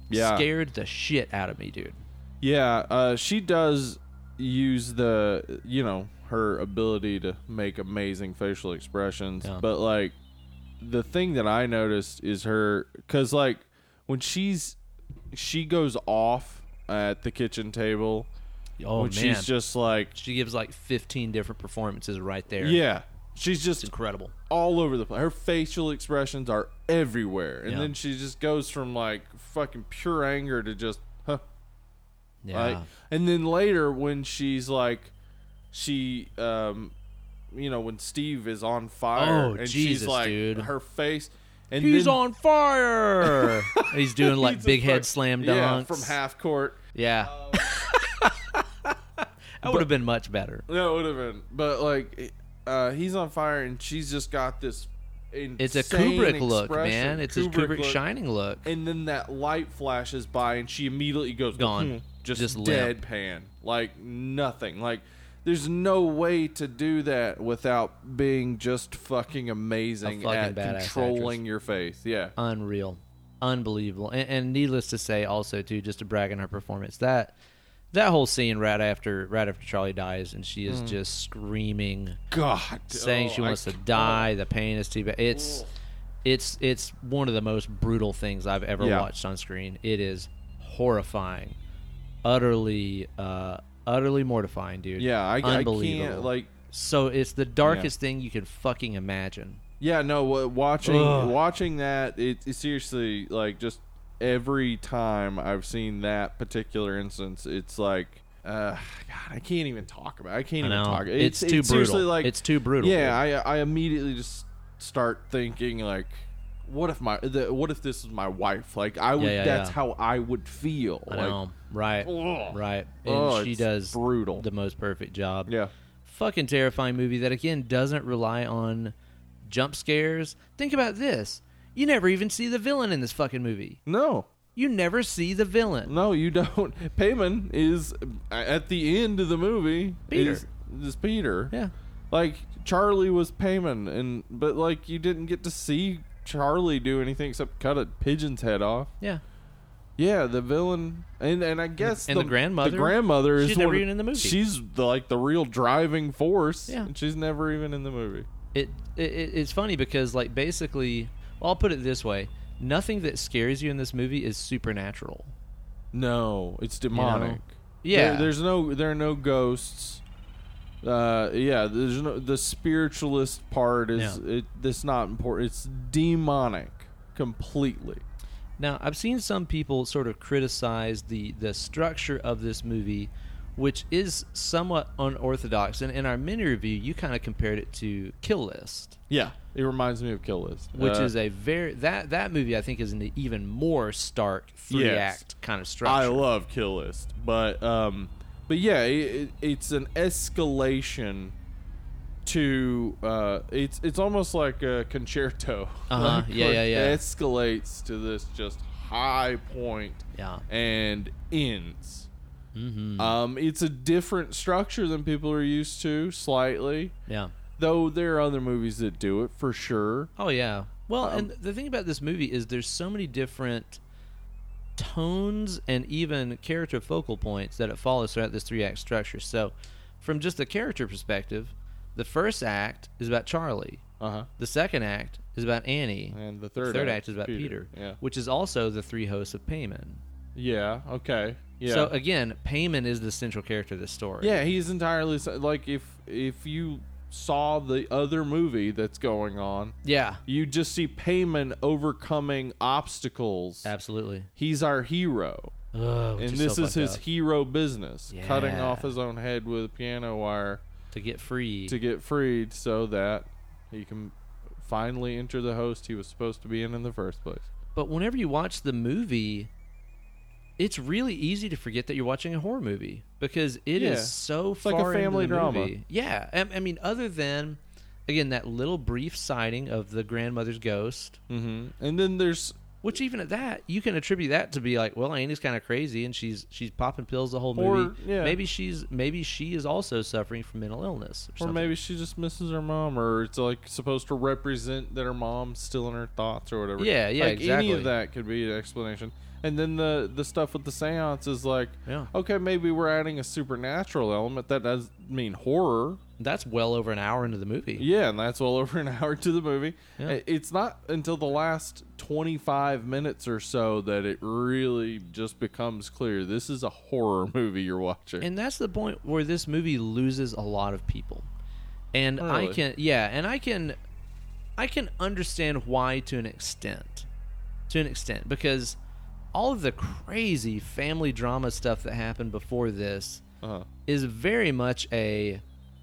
Yeah. Scared the shit out of me, dude. Yeah. Uh, she does use the, you know, her ability to make amazing facial expressions. Yeah. But, like, the thing that I noticed is her, because, like, when she's, she goes off at the kitchen table. Oh, when man. she's just like, she gives like 15 different performances right there. yeah. She's just It's incredible. all over the place. Her facial expressions are everywhere. And Yeah. then she just goes from like fucking pure anger to just, huh. Like, and then later when she's like, she, um, you know, when Steve is on fire Oh, and Jesus, she's like, dude. her face. And He's then, on fire. He's doing like Jesus big head Christ. slam dunks. Yeah, from half court. Yeah. that would have been much better. That would have been. But like, uh, he's on fire and she's just got this. It's a insane Kubrick look, expression. man. It's his Kubrick look. shining look. and then that light flashes by and she immediately goes Gone. "Hmm," just, Just limp. deadpan like nothing like there's no way to do that without being just fucking amazing A fucking at badass controlling your face yeah Unreal. Unbelievable. And, and needless to say, also, too, just to brag on her performance, that that whole scene right after right after Charlie dies and she is just screaming, God, saying oh, she I wants to can't. die. The pain is too bad. It's Ugh. it's it's one of the most brutal things I've ever Yeah. watched on screen. It is horrifying, utterly uh, utterly mortifying, dude. Yeah, I, I can't Unbelievable. like. So it's the darkest thing you could fucking imagine. Yeah, no. wa- Watching Ugh. watching that, it, it seriously like just every time I've seen that particular instance, it's like, uh, God, I can't even talk about. It. I can't I even know. talk. It's too seriously, brutal. Like It's too brutal, Yeah, I I immediately just start thinking like, what if my the, what if this is my wife? Like I would. Yeah, yeah, that's yeah. how I would feel. I like, know, right? Ugh. Right. And Oh, she it's does brutal. the most perfect job. Yeah. Fucking terrifying movie that again doesn't rely on jump scares. Think about this. You never even see the villain in this fucking movie. No. You never see the villain. No, you don't. Payman is uh, at the end of the movie. Peter. is, is Peter. Yeah. like Charlie was Payman, and but like you didn't get to see Charlie do anything except cut a pigeon's head off. Yeah. Yeah, the villain, and and I guess And the grandmother? the grandmother is She's never one of- even in the movie. She's the, like the real driving force. Yeah. and she's never even in the movie. It, it it- it's funny because like basically, well, I'll put it this way: nothing that scares you in this movie is supernatural. No, it's demonic. Yeah. There- there's no there are no ghosts. Uh, yeah, there's no the spiritualist part is Yeah. it. That's not important. It's demonic completely. Now, I've seen some people sort of criticize the the structure of this movie, which is somewhat unorthodox. And in our mini review, you kind of compared it to Kill List, Yeah, it reminds me of Kill List, which Uh, is a very that that movie I think is an even more stark three act kind of structure. I love Kill List, but um, but yeah, it, it, it's an escalation to uh, it's it's almost like a concerto. Uh-huh. Like, Yeah, where yeah, yeah. It escalates to this just high point Yeah. and ends. hmm Um, it's a different structure than people are used to, slightly. Yeah. Though there are other movies that do it for sure. Oh yeah. Well, Um, and the thing about this movie is there's so many different tones and even character focal points that it follows throughout this three act structure. So, from just a character perspective, the first act is about Charlie. Uh huh. The second act is about Annie. And the The third, act, is about Peter, Yeah. which is also the three hosts of Payman. Yeah. Okay. Yeah. So uh, again, Payman is the central character of this story. Yeah, he's entirely s- like if if you saw the other movie that's going on, Yeah. you just see Payman overcoming obstacles. Absolutely. He's our hero, Ugh, which and this so is fucked his up. hero business, cutting Yeah. off his own head with a piano wire to get free. to get freed, so that he can finally enter the host he was supposed to be in in the first place. But whenever you watch the movie, it's really easy to forget that you're watching a horror movie because it is Yeah. so like far a into family the drama. movie. Yeah, I, I mean, other than again that little brief sighting of the grandmother's ghost, hmm And then there's which even at that you can attribute that to be like, well, Annie's kind of crazy and she's she's popping pills the whole Or, movie. yeah. Maybe she's maybe she is also suffering from mental illness, or, or something. maybe she just misses her mom, or it's like supposed to represent that her mom's still in her thoughts or whatever. Yeah, yeah, like any exactly. of that could be an explanation. And then the the stuff with the seance is like, Yeah. okay, maybe we're adding a supernatural element. That does mean horror. that's well over an hour into the movie. Yeah, and that's well over an hour to the movie. Yeah. I- It's not until the last twenty five minutes or so that it really just becomes clear this is a horror movie you're watching. And that's the point where this movie loses a lot of people. And I Really? can yeah, and I can I can understand why to an extent. To an extent because all of the crazy family drama stuff that happened before this uh-huh. is very much a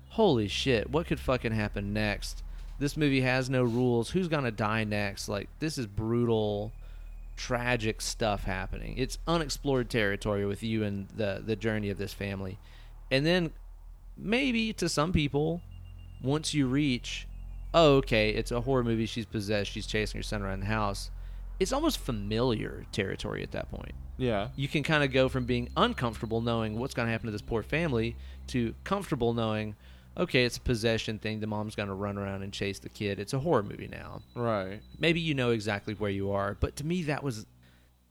holy shit, what could fucking happen next? This movie has no rules. Who's going to die next? Like this is brutal tragic stuff happening. It's unexplored territory with you and the the journey of this family. And then maybe to some people once you reach oh okay, it's a horror movie she's possessed, she's chasing her son around the house. It's almost familiar territory at that point Yeah. you can kind of go from being uncomfortable knowing what's going to happen to this poor family to comfortable knowing okay it's a possession thing the mom's going to run around and chase the kid it's a horror movie now Right. maybe you know exactly where you are but to me that was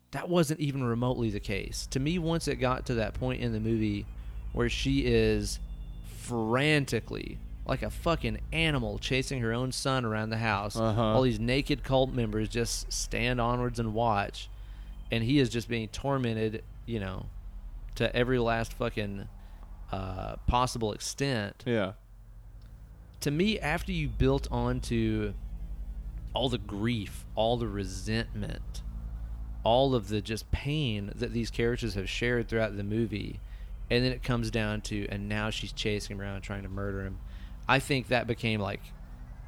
that wasn't even remotely the case. To me, once it got to that point in the movie where she is frantically, like a fucking animal, chasing her own son around the house, Uh-huh. all these naked cult members just stand onwards and watch, and he is just being tormented, you know, to every last fucking uh, possible extent Yeah. to me, after you built onto all the grief, all the resentment, all of the just pain that these characters have shared throughout the movie, and then it comes down to, and now she's chasing him around trying to murder him. I think that became like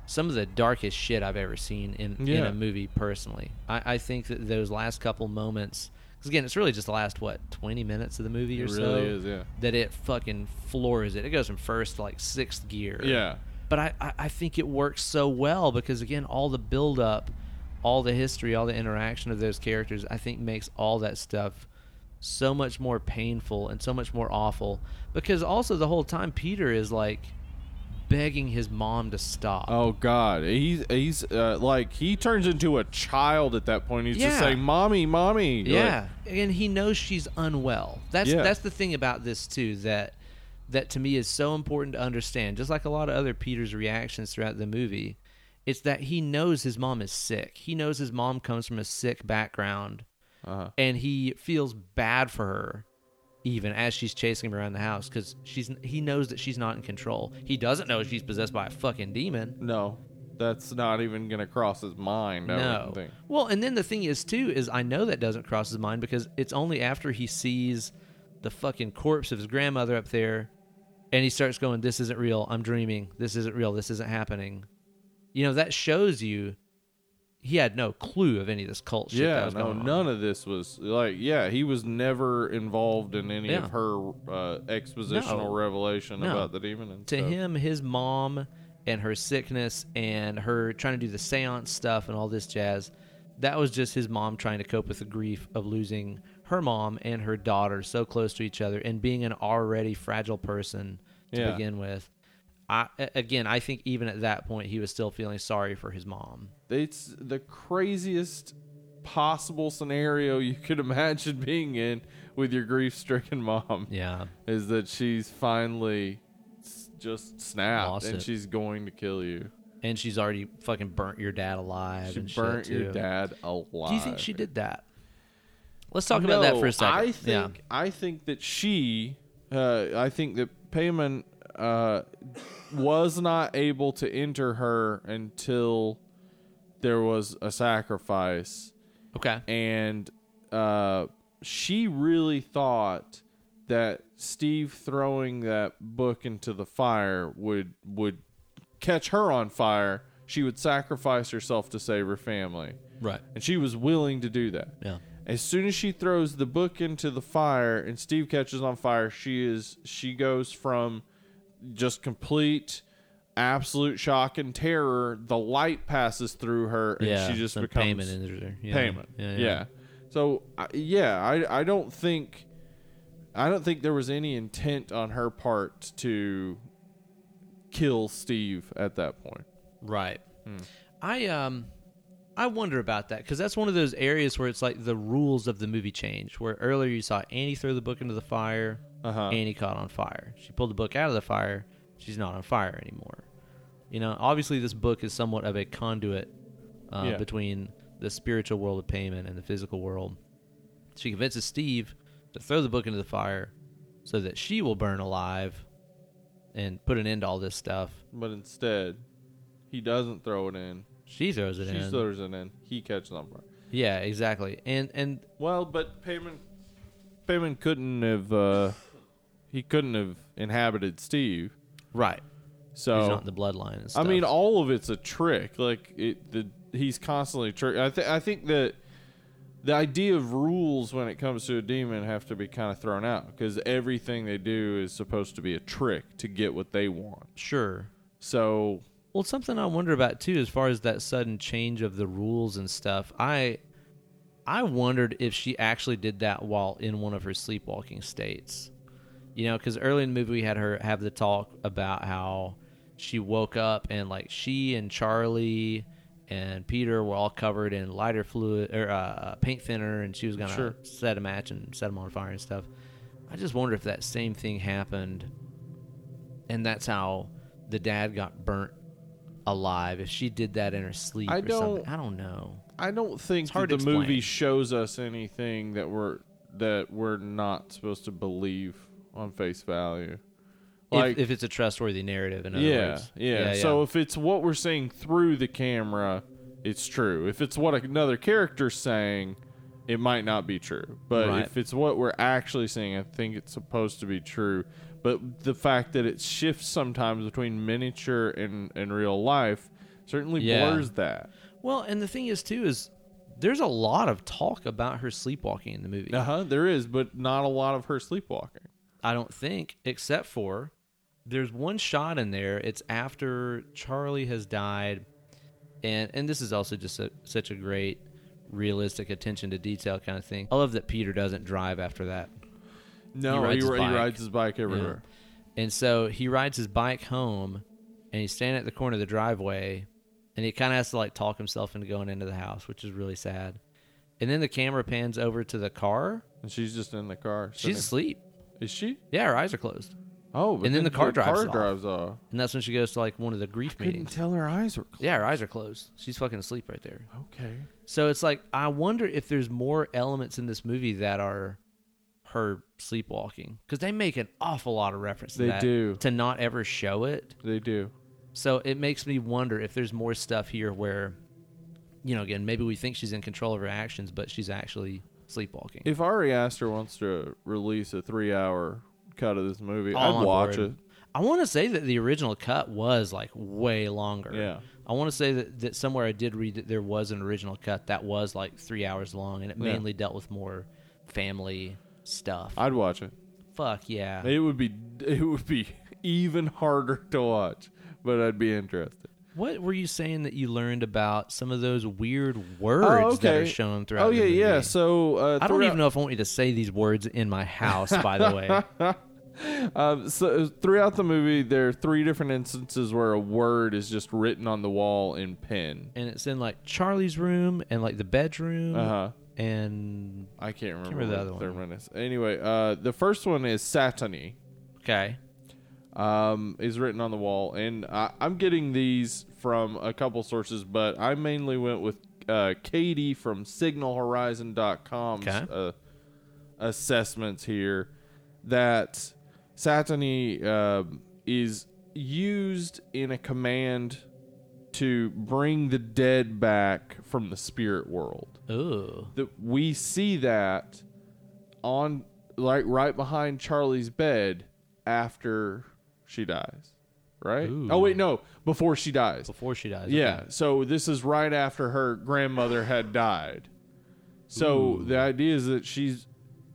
some of the darkest shit I've ever seen in, in Yeah. a movie personally. I, I think that those last couple moments, because again, it's really just the last, what, 20 minutes of the movie It or really so? is, yeah. That it fucking floors it. It goes from first to like sixth gear Yeah. but I, I, I think it works so well because again all the build up all the history all the interaction of those characters i think makes all that stuff so much more painful and so much more awful because also the whole time peter is like begging his mom to stop Oh God, he's he's uh, like he turns into a child at that point. He's just Yeah. saying, "Mommy, mommy." Like, Yeah, and he knows she's unwell. That's Yeah. that's the thing about this too that that to me is so important to understand. Just like a lot of other Peter's reactions throughout the movie, it's that he knows his mom is sick. He knows his mom comes from a sick background, Uh-huh. and he feels bad for her. Even as she's chasing him around the house, because she's he knows that she's not in control. He doesn't know she's possessed by a fucking demon. no, that's not even gonna cross his mind. I No. wouldn't think. Well, and then the thing is too is I know that doesn't cross his mind because it's only after he sees the fucking corpse of his grandmother up there and he starts going this isn't real, I'm dreaming. This isn't real. This isn't happening. You know, that shows you he had no clue of any of this cult shit that Yeah, was no, going on. none of this was like, yeah, he was never involved in any Yeah. of her uh, expositional No. revelation No. about the demon. And to stuff. him his mom and her sickness and her trying to do the seance stuff and all this jazz that was just his mom trying to cope with the grief of losing her mom and her daughter so close to each other and being an already fragile person to Yeah. begin with I, a- again i think even at that point he was still feeling sorry for his mom it's the craziest possible scenario you could imagine being in with your grief-stricken mom. yeah is that she's finally s- just snapped Lost and it. she's going to kill you. and she's already fucking burnt your dad alive She and shit, burnt your too. dad alive. do you think she did that let's talk about that No, for a second I think yeah. I think that she, uh, I think that Payman uh, was not able to enter her until there was a sacrifice, okay and uh, she really thought that Steve throwing that book into the fire would would catch her on fire. She would sacrifice herself to save her family, right and she was willing to do that. yeah As soon as she throws the book into the fire and Steve catches on fire, she is she goes from just complete absolute shock and terror. The light passes through her and she just some becomes payment in there. Yeah. payment. Yeah. So I- yeah, I I don't think I don't think there was any intent on her part to kill Steve at that point. Right. Hmm. I um I wonder about that because that's one of those areas where it's like the rules of the movie change. Where earlier you saw Annie throw the book into the fire, Uh-huh. Annie caught on fire. She pulled the book out of the fire. She's not on fire anymore. You know, obviously this book is somewhat of a conduit uh, Yeah. between the spiritual world of payment and the physical world. She convinces Steve to throw the book into the fire so that she will burn alive and put an end to all this stuff. But instead, he doesn't throw it in. She throws it She in. throws it in. He catches on fire. Yeah, exactly. And and Well, but Payman Payman couldn't have uh he couldn't have inhabited Steve. right, So he's not in the bloodline. And I stuff. mean all of it's a trick. Like it the he's constantly trick I think I think that the idea of rules when it comes to a demon have to be kind of thrown out because everything they do is supposed to be a trick to get what they want. sure. So Well, something I wonder about too, as far as that sudden change of the rules and stuff. I I wondered if she actually did that while in one of her sleepwalking states. You know, because early in the movie we had her have the talk about how she woke up and like she and Charlie and Peter were all covered in lighter fluid or uh, paint thinner, and she was gonna Sure. set a match and set them on fire and stuff. I just wonder if that same thing happened, and that's how the dad got burnt alive. If she did that in her sleep I or something, don't- I don't know. I don't think hard that the to movie explain. shows us anything that we're that we're not supposed to believe on face value. if, if it's a trustworthy narrative, in other yeah, words. yeah, So if it's what we're saying through the camera, it's true. If it's what another character's saying, it might not be true. But Right. if it's what we're actually seeing, I think it's supposed to be true. But the fact that it shifts sometimes between miniature and, and real life certainly Yeah. blurs that. Well, and the thing is too is there's a lot of talk about her sleepwalking in the movie. Uh huh. There is, but not a lot of her sleepwalking. I don't think, except for there's one shot in there. It's after Charlie has died, and and this is also just a, such a great realistic attention to detail kind of thing. I love that Peter doesn't drive after that. No, He he rides rides, his he, bike. rides his bike everywhere. And so he rides his bike home and he's standing at the corner of the driveway and he kind of has to like talk himself into going into the house, which is really sad. And then the camera pans over to the car. And she's just in the car. She's sitting- asleep. is she? Yeah, her eyes are closed. Oh, but And then the car drives car off. drives off. And that's when she goes to like one of the grief Couldn't meetings. tell her eyes were closed. Yeah, her eyes are closed. She's fucking asleep right there. Okay. So it's like I wonder if there's more elements in this movie that are her sleepwalking because they make an awful lot of reference. To They that do. to not ever show it. They do. So it makes me wonder if there's more stuff here where, you know, again maybe we think she's in control of her actions, but she's actually sleepwalking. If Ari Aster wants to release a three-hour cut of this movie, All I'd on watch board. I want to say that the original cut was like way longer. Yeah. I want to say that, that somewhere I did read that there was an original cut that was like three hours long and it Yeah. mainly dealt with more family stuff. it. I'd watch it. Fuck yeah. It would be it would be even harder to watch, but I'd be interested. What were you saying that you learned about some of those weird words that are shown throughout Oh the yeah, movie? yeah. So uh, I don't throughout- even know if I want you to say these words in my house, by the way. Um, so throughout the movie, there are three different instances where a word is just written on the wall in pen. And it's in like Charlie's room and like the bedroom Uh huh. and I can't remember, Mm. remember the what other one. third one is. Anyway, uh, the first one is satiny. okay. um, is written on the wall, and I, I'm getting these from a couple sources, but I mainly went with uh, Katie from SignalHorizon.com's Okay. uh, assessments here that Satani um is used in a command to bring the dead back from the spirit world Ooh. that we see that on like right behind Charlie's bed after she dies, right? Ooh. Oh wait, no, before she dies. Before she dies. Yeah, so this is right after her grandmother had died. So the idea is that she's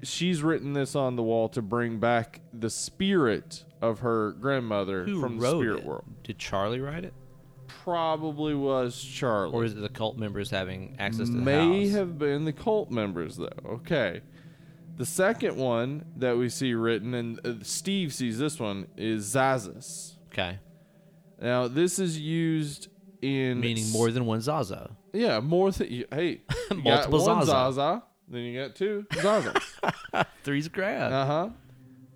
she's written this on the wall to bring back the spirit of her grandmother Who from wrote the spirit it? world. Did Charlie write it, Probably was Charlie. or is it the cult members having access to the may house? have been the cult members though okay the second one that we see written and uh, steve sees this one is zazas okay, now this is used in meaning s- more than one Zaza. yeah more th- hey you got Multiple one Zaza. zaza then you got two zazas Three's grab. Uh huh.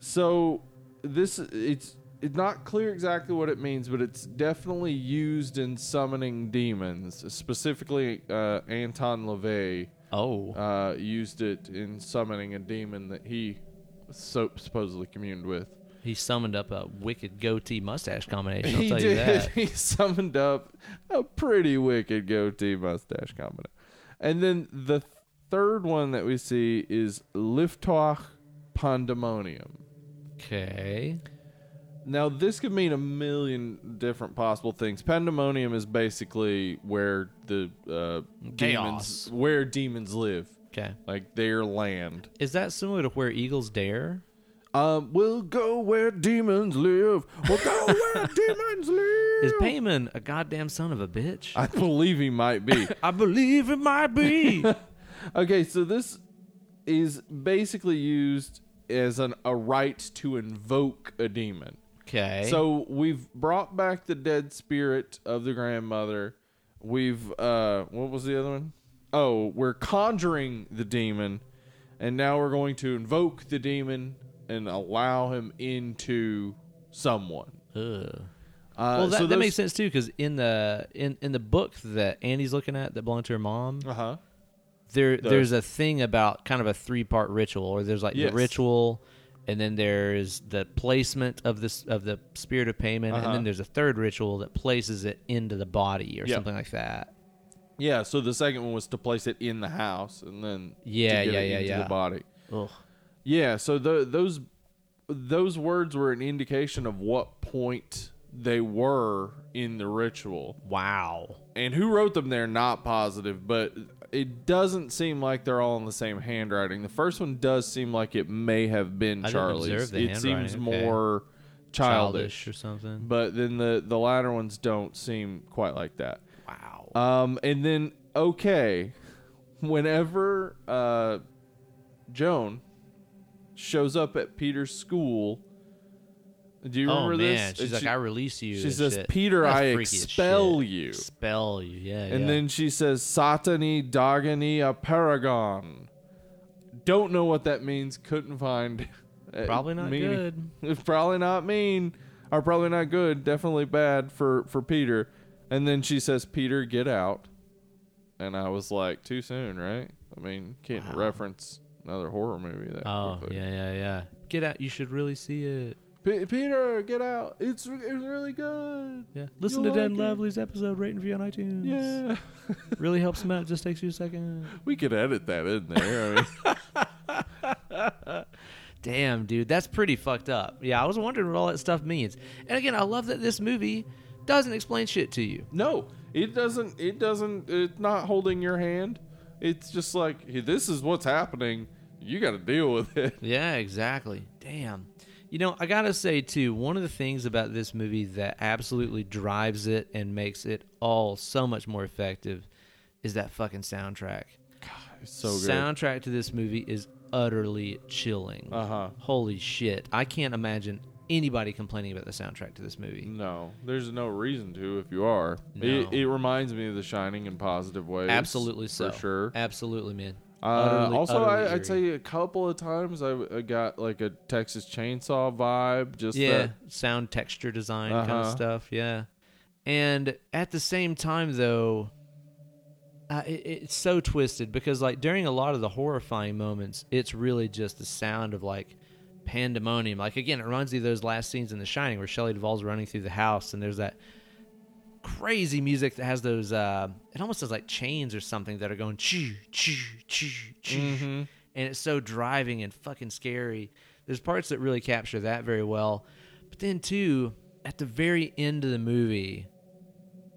So this it's it's not clear exactly what it means, but it's definitely used in summoning demons. Specifically, uh, Anton LaVey oh, uh, used it in summoning a demon that he so supposedly communed with. he summoned up a wicked goatee mustache combination. I'll he tell you did. that. He summoned up a pretty wicked goatee mustache combo. And then the third one that we see is Liftoch Pandemonium. Okay, Now, this could mean a million different possible things. Pandemonium is basically where the uh, Chaos. demons, where demons live, okay. like their land. Is that similar to where eagles dare? Um, we'll go where demons live. We'll go where demons live. Is Payman a goddamn son of a bitch? I believe he might be. I believe it might be. okay, so this is basically used as an a right to invoke a demon. okay. So we've brought back the dead spirit of the grandmother. We've uh, what was the other one? Oh, we're conjuring the demon, and now we're going to invoke the demon and allow him into someone. Ugh. Uh, well, that, so that makes sense too, because in the in, in the book that Andy's looking at that belonged to her mom, Uh huh. there The- there's a thing about kind of a three part ritual, or there's like Yes. the ritual, and then there's the placement of this of the spirit of payment, Uh-huh. and then there's a third ritual that places it into the body or Yeah. something like that. Yeah. So the second one was to place it in the house and then to Yeah, get yeah, it yeah, into yeah. The body. Ugh. Yeah, so tho- those those words were an indication of what point they were in the ritual. Wow. And who wrote them there not positive, but it doesn't seem like they're all in the same handwriting. The first one does seem like it may have been I didn't Charlie's. observe the it seems handwriting, okay. more childish. or something. But then the the latter ones don't seem quite like that. Wow. Um, and then okay, whenever uh, Joan shows up at Peter's school, do you oh remember man, this? she's And like, she- I release you. she and says, shit. "Peter, That's I freaky as expel shit. you." Expel you, yeah. and yeah. then she says, "Satani dagani a paragon." Don't know what that means. Couldn't find. uh, Probably not meaning. good. It's probably not mean, or probably not good. Definitely bad for for Peter. And then she says, "Peter, get out." And I was like, "Too soon, right?" I mean, can't reference another horror movie that Oh quickly. yeah, yeah, yeah. Get out. You should really see it. Pe- Peter, get out! It's it's really good. Yeah. Listen You'll to Dan like it. Lovely's episode. Rate and review on iTunes. Yeah, Really helps him out. It just takes you a second. we could edit that in there. I mean, Damn, dude, that's pretty fucked up. Yeah, I was wondering what all that stuff means. And again, I love that this movie doesn't explain shit to you. No, it doesn't. It doesn't. It's not holding your hand. It's just like "Hey, this is what's happening. You got to deal with it. Yeah, exactly. Damn. You know, I gotta say too, one of the things about this movie that absolutely drives it and makes it all so much more effective is that fucking soundtrack. It's so good. soundtrack to this movie is utterly chilling. Uh-huh. Holy shit. I can't imagine anybody complaining about the soundtrack to this movie. no, there's no reason to if you are. No. It, it reminds me of The Shining in positive ways. Absolutely so. for sure. Absolutely, man. Uh, Utterly, also, utterly I, eerie. I'd say a couple of times I, I got like a Texas Chainsaw vibe. Just yeah, that- sound texture design kind of Uh-huh. stuff. Yeah, and at the same time though, uh, it, it's so twisted because like during a lot of the horrifying moments, it's really just the sound of like pandemonium. Like again, it reminds me of those last scenes in The Shining where Shelley Duvall's running through the house and there's that crazy music that has those uh it almost sounds like chains or something that are going choo choo choo choo Mhm. and it's so driving and fucking scary there's parts that really capture that very well but then too at the very end of the movie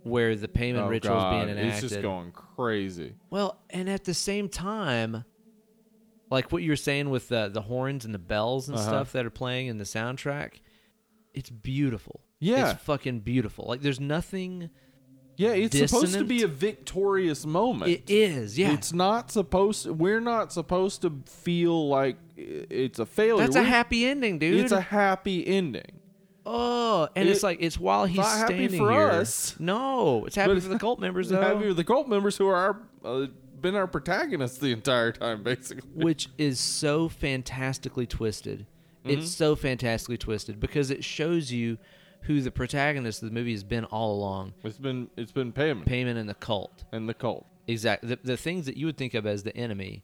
where the payment oh ritual is god, being it's enacted just going crazy. well, and at the same time, like what you were saying with the the horns and the bells and Uh-huh. stuff that are playing in the soundtrack, it's beautiful. Yeah. it's fucking beautiful. Like there's nothing. Yeah, it's supposed to be a Dissonant? victorious moment. It is, yeah. It's not supposed. We're not supposed to feel like i- it's a failure. That's a We- happy ending, dude. It's a happy ending. oh, and it's it- like it's while he's not happy standing for here. us. No, it's happy But for the cult members It's happy though, with the cult members who are our, uh, been our protagonists the entire time, basically. which is so fantastically twisted. Mm-hmm. It's so fantastically twisted because it shows you who the protagonist of the movie has been all along. It's been it's been payment Payment and the cult. and the cult. Exactly. The, the things that you would think of as the enemy.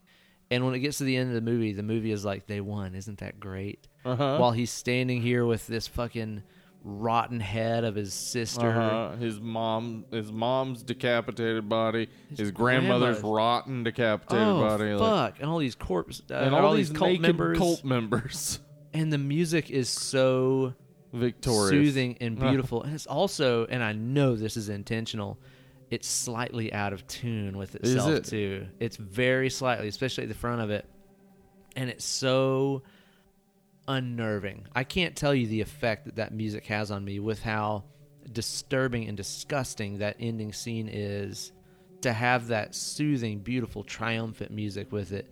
And when it gets to the end of the movie, the movie is like, they won. Isn't that great? Uh-huh. While he's standing here with this fucking rotten head of his sister. Uh-huh. His mom, his mom's decapitated body, his, grandmother's, grandmother's- rotten decapitated Oh, body, fuck. like- and all these corpse, uh, and all, these cult naked members. cult members. And the music is so Victorious, soothing and Uh-huh. beautiful. and it's also, and I know this is intentional, it's slightly out of tune with itself it? too. It's very slightly, especially at the front of it. And it's so unnerving. I can't tell you the effect that that music has on me with how disturbing and disgusting that ending scene is. To have that soothing, beautiful, triumphant music with it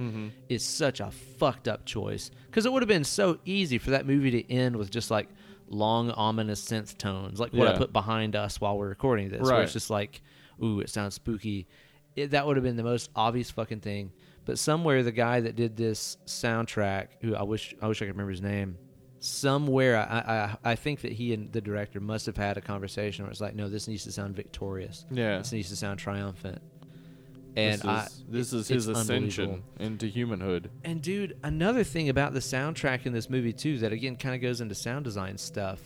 is such a fucked up choice. Because it would have been so easy for that movie to end with just like long, ominous synth tones, like what I Yeah. put behind us while we're recording this. Where Right. it's just like ooh, it sounds spooky. It, that would have been the most obvious fucking thing. But somewhere the guy that did this soundtrack, who I wish I wish I could remember his name, somewhere I, I I think that he and the director must have had a conversation where it's like, no, this needs to sound victorious. Yeah. This needs to sound triumphant. And this is, I, this it- is his it's ascension unbelievable. into humanhood. And dude, another thing about the soundtrack in this movie too that again kind of goes into sound design stuff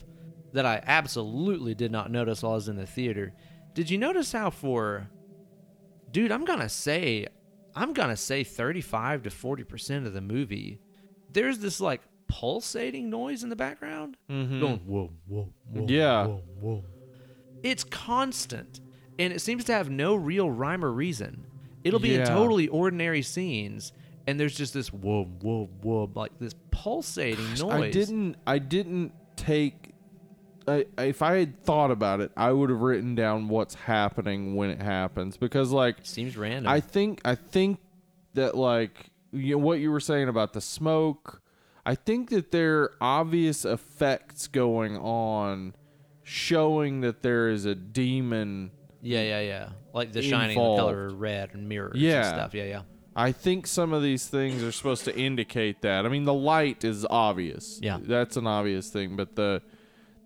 that I absolutely did not notice while I was in the theater. Did you notice how for dude, I'm going to say I'm going to say 35 to 40% of the movie there's this like pulsating noise in the background going whoa whoa whoa Mm-hmm. Yeah. whoa whoa. It's constant and it seems to have no real rhyme or reason. It'll be Yeah. in totally ordinary scenes and there's just this whoa whoa whoa like this pulsating noise. I didn't. I didn't take. I, if I had thought about it, I would have written down what's happening when it happens because, like, seems random. I think I think that like you know, what you were saying about the smoke. I think that there are obvious effects going on, showing that there is a demon. yeah, yeah, yeah. Like the shining the Involved. color red and mirrors and Yeah. stuff. Yeah, yeah. I think some of these things are supposed to indicate that. I mean, the light is obvious. Yeah. that's an obvious thing. But the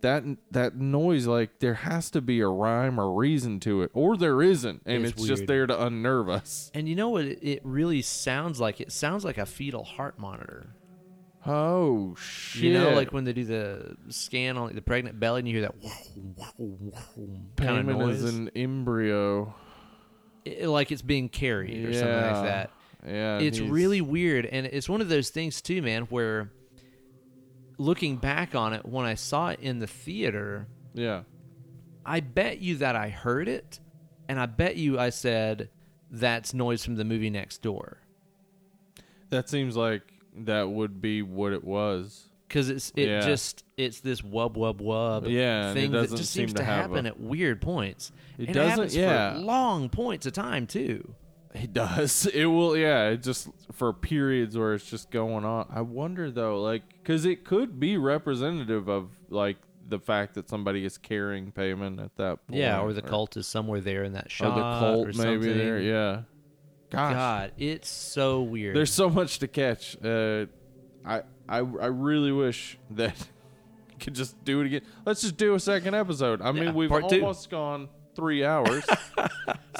that that noise, like there has to be a rhyme or reason to it, or there isn't, and It's it's just weird. there to unnerve us. And you know what it, it really sounds like? It sounds like a fetal heart monitor. Oh shit! You know, like when they do the scan on the pregnant belly and you hear that kind of Payment noise. is an embryo. It- like it's being carried or something like Yeah. that. Yeah, and it's he's- really weird and it's one of those things too man where looking back on it when i saw it in the theater yeah. i bet you that i heard it and i bet you i said that's noise from the movie next door That seems like that would be what it was. because it's it Yeah. just it's this wub wub wub Yeah, and it thing that doesn't just seem seems to to have happen a- at weird points It And doesn't- happens yeah. for long points of time too It does. It will. Yeah. It just for periods where it's just going on. I wonder though, like, because it could be representative of like the fact that somebody is carrying payment at that point. yeah or the cult is somewhere there in that Or shot the cult, or something. maybe there. Yeah. Gosh. god it's so weird There's so much to catch. Uh, I I I really wish that we could just do it again. Let's just do a second episode. I mean, Yeah, we've part two. almost gone three hours,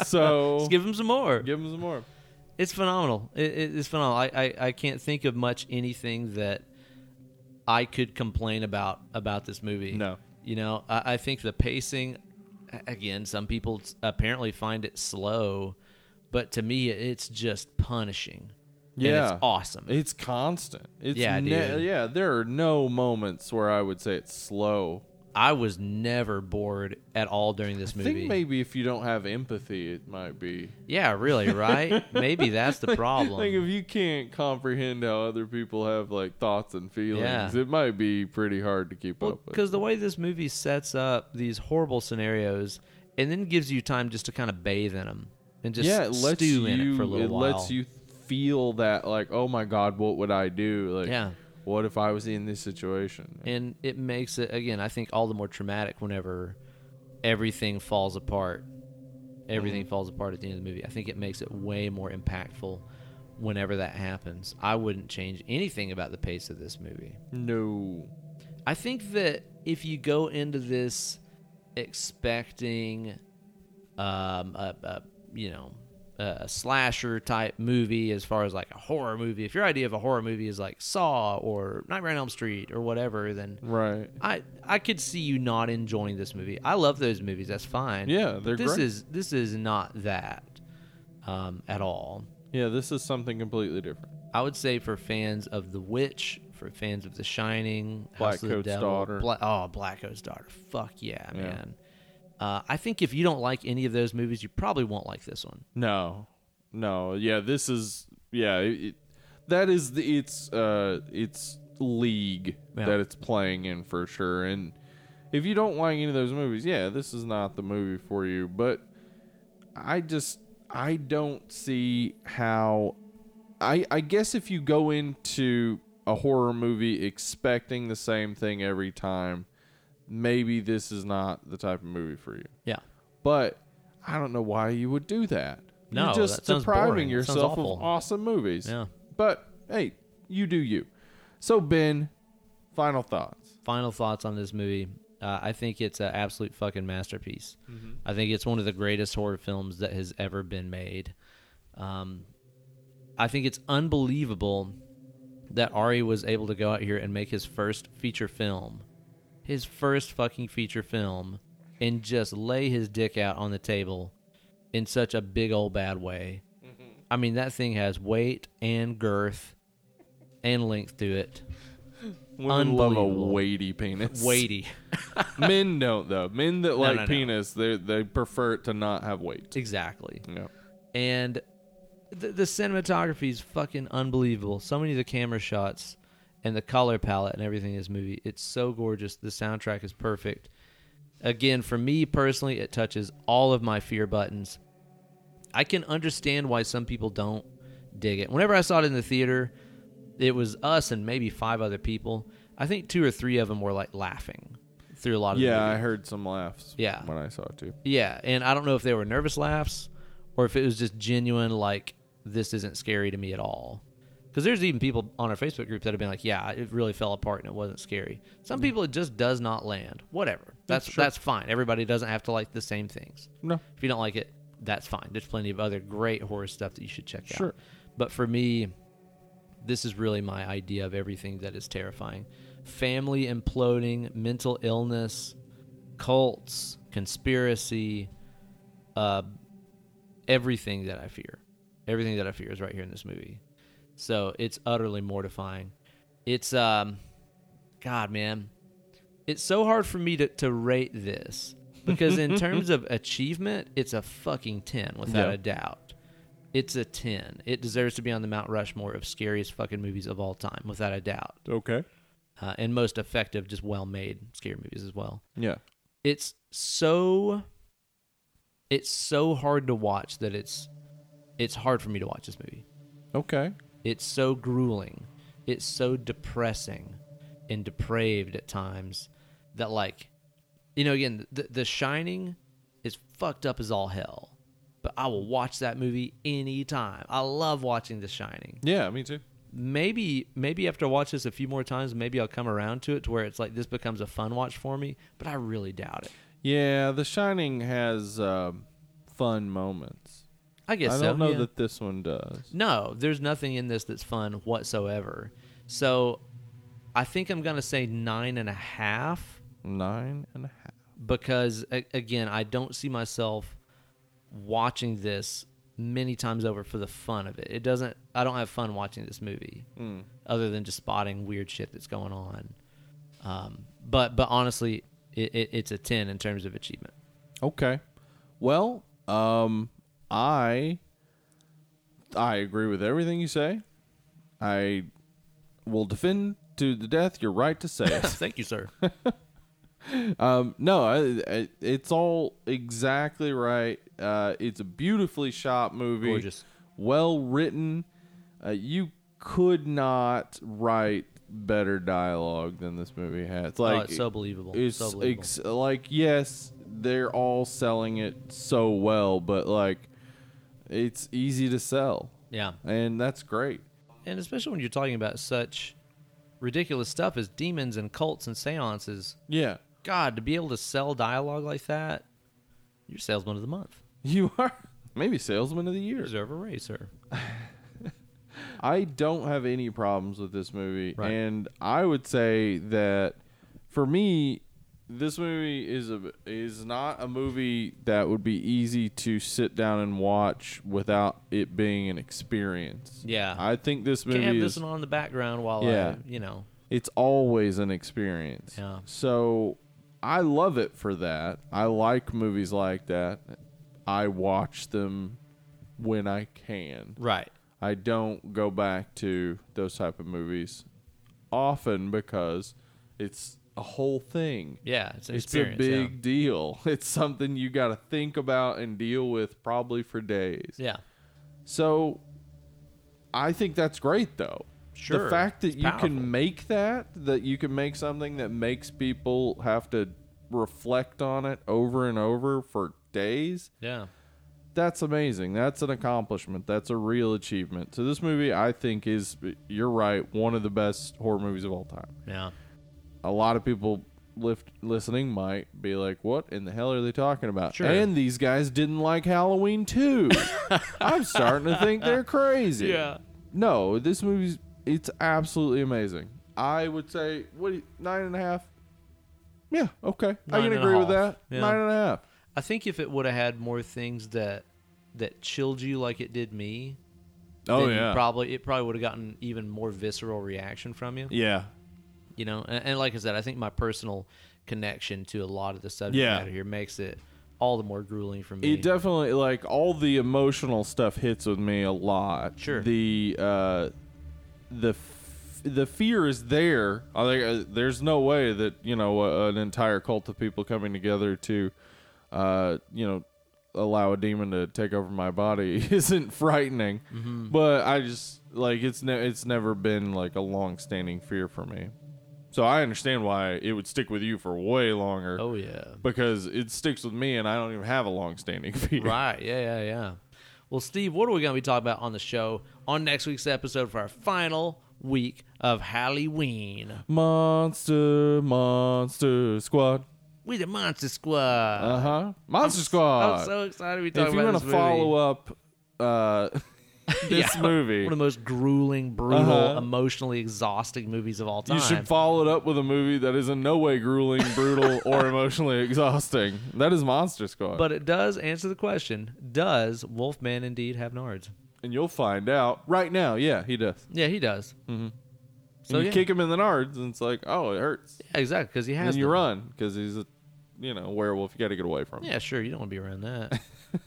so Let's give him some more. give 'em some more. It's phenomenal. It, it, it's phenomenal. I, I, I can't think of much anything that I could complain about about this movie. No. You know, I, I think the pacing, a- again, some people s- apparently find it slow, but to me, it's just punishing. And Yeah. it's awesome. It's constant. It's Yeah, dude. yeah. There are no moments where I would say it's slow. I was never bored at all during this I movie. think maybe if you don't have empathy, it might be. yeah, really, right? maybe that's the problem. Like if you can't comprehend how other people have like thoughts and feelings, Yeah. it might be pretty hard to keep up with. because the way this movie sets up these horrible scenarios and then gives you time just to kind of bathe in them and just yeah, it lets stew you, in it for a little it while. lets you feel that like, oh my god, what would I do? Like, Yeah. what if I was in this situation? and it makes it again. I think all the more traumatic whenever everything falls apart. Mm-hmm. Everything falls apart at the end of the movie. I think it makes it way more impactful whenever that happens. I wouldn't change anything about the pace of this movie. no, I think that if you go into this expecting, um, a, a you know, a a slasher type movie, as far as like a horror movie, if your idea of a horror movie is like Saw or Nightmare on Elm Street or whatever, then right? I I could see you not enjoying this movie. I love those movies. That's fine. Yeah, but they're this great. is this is not that um, at all. Yeah, this is something completely different. I would say for fans of The Witch, for fans of The Shining, Black House of the Coat's Devil, Daughter. Bla- oh, Black Coat's Daughter. Fuck yeah, man. Uh, I think if you don't like any of those movies, you probably won't like this one. No, no, yeah, this is yeah, it, it- that is the it's uh it's league Yeah. that it's playing in for sure. And if you don't like any of those movies, yeah, this is not the movie for you. But I just I don't see how I I guess if you go into a horror movie expecting the same thing every time, maybe this is not the type of movie for you Yeah. but I don't know why you would do that. No, You're just that sounds depriving boring. That sounds yourself of awful. awesome movies. Yeah. But hey, you do you. So Ben, final thoughts. final thoughts on this movie. Uh, I think it's an absolute fucking masterpiece. I think it's one of the greatest horror films that has ever been made. Um, I think it's unbelievable that Ari was able to go out here and make his first feature film, his first fucking feature film, and just lay his dick out on the table in such a big old bad way. I mean, that thing has weight and girth and length to it. Women love a Unbelievable. weighty penis. Weighty. Men don't though. Men that like no, no. penis, they they prefer it to not have weight. Exactly. Yeah. And the, the cinematography is fucking unbelievable. So many of the camera shots and the color palette and everything in this movie, it's so gorgeous. The soundtrack is perfect. Again, for me personally, it touches all of my fear buttons. I can understand why some people don't dig it. Whenever I saw it in the theater, it was us and maybe five other people. I think two or three of them were like laughing through a lot of the Yeah, movie. I heard some laughs. Yeah. When I saw it too. Yeah, and I don't know if they were nervous laughs or if it was just genuine, like this isn't scary to me at all. Because there's even people on our Facebook group that have been like, "Yeah, it really fell apart and it wasn't scary." Some people it just does not land. Whatever, that's that's, true. fine. Everybody doesn't have to like the same things. No. If you don't like it, that's fine. There's plenty of other great horror stuff that you should check Sure. out. But for me, this is really my idea of everything that is terrifying family imploding, mental illness, cults, conspiracy, uh, everything that I fear. Everything that I fear is right here in this movie. So it's utterly mortifying. It's, um, God, man, it's so hard for me to, to rate this because, in terms of achievement, it's a fucking 10 without Yeah. a doubt. It's a 10. It deserves to be on the Mount Rushmore of scariest fucking movies of all time, without a doubt. Okay. Uh, and most effective, just well made scary movies as well Yeah. it's so it's so hard to watch that it's it's hard for me to watch this movie. Okay. It's so grueling. It's so depressing and depraved at times that like you know again the the shining is fucked up as all hell. But I will watch that movie anytime. I love watching The Shining Yeah, me too. maybe maybe after I watch this a few more times, maybe I'll come around to it to where it's like this becomes a fun watch for me. But I really doubt it. Yeah, The Shining has um, fun moments. I guess I so, don't know yeah. that this one does. No, there's nothing in this that's fun whatsoever. So I think I'm gonna say nine and a half Nine and a half. because a- again, I don't see myself watching this many times over for the fun of it. It doesn't. I don't have fun watching this movie, other than just spotting weird shit that's going on. Um, but but honestly, it, it, it's a ten in terms of achievement. Okay. Well, um, I I agree with everything you say. I will defend to the death your right to say it. Thank you, sir. um, no, I, I, it's all exactly right. Uh, it's a beautifully shot movie. Gorgeous. Well written. Uh, you could not write better dialogue than this movie has. Like oh, it's so believable. it's so believable. ex- like yes, they're all selling it so well, but like it's easy to sell, yeah, and that's great. and especially when you're talking about such ridiculous stuff as demons and cults and seances. Yeah, God, to be able to sell dialogue like that, you're salesman of the month. you are maybe salesman of the year. Deserve a raise, sir. I don't have any problems with this movie, Right. and I would say that for me, this movie is a is not a movie that would be easy to sit down and watch without it being an experience. Yeah. I think this movie Can't have this is one on in the background while Yeah. I, you know. it's always an experience. Yeah. So I love it for that. I like movies like that. I watch them when I can. Right. I don't go back to those type of movies often because it's a whole thing. Yeah, it's an It's a experience. yeah. big deal. It's something you got to think about and deal with probably for days. Yeah. So I think that's great though. The Sure. fact that It's you powerful. can make that, that you can make something that makes people have to reflect on it over and over for days. Yeah. That's amazing. That's an accomplishment. That's a real achievement. So this movie, I think, is you're right, one of the best horror movies of all time. Yeah. A lot of people lift, listening might be like, "What in the hell are they talking about?" Sure. And these guys didn't like Halloween too. I'm starting to think they're crazy. No, this movie's it's absolutely amazing. I would say what do you- nine and a half. Yeah, okay, I Nine can and a agree with half, that. yeah. Nine and a half. I think if it would have had more things that that chilled you like it did me, Oh, then you probably it probably would have gotten even more visceral reaction from you. yeah. You know, and, and like I said, I think my personal connection to a lot of the subject Yeah. matter here makes it all the more grueling for me. It definitely like all the emotional stuff hits with me a lot. Sure. The uh, the f- the fear is there. I think uh, there's no way that you know uh, an entire cult of people coming together to, uh, you know, allow a demon to take over my body isn't frightening. Mm-hmm. But I just like it's ne- it's never been like a long standing fear for me. So I understand why it would stick with you for way longer oh yeah. because it sticks with me and I don't even have a long standing fear. Right. Yeah, yeah, yeah. Well, Steve, what are we going to be talking about on the show on next week's episode for our final week of Halloween? Monster, Monster Squad. We the Monster Squad. Uh huh. Monster Squad. I'm so excited to be talking if you about want this movie. to follow up uh, this Yeah. movie, One of the most grueling, brutal, Uh-huh. emotionally exhausting movies of all time. you should follow it up with a movie that is in no way grueling, brutal, or emotionally exhausting. That is Monster Squad. but it does answer the question: Does Wolfman indeed have nards? and you'll find out right now. Yeah, he does. Yeah, he does. So So Mm-hmm. you yeah, kick him in the nards, and it's like, oh, it hurts. yeah, exactly because he And has. you them. run because he's a, you know, werewolf. You got to get away from him. Yeah, sure. You don't want to be around that.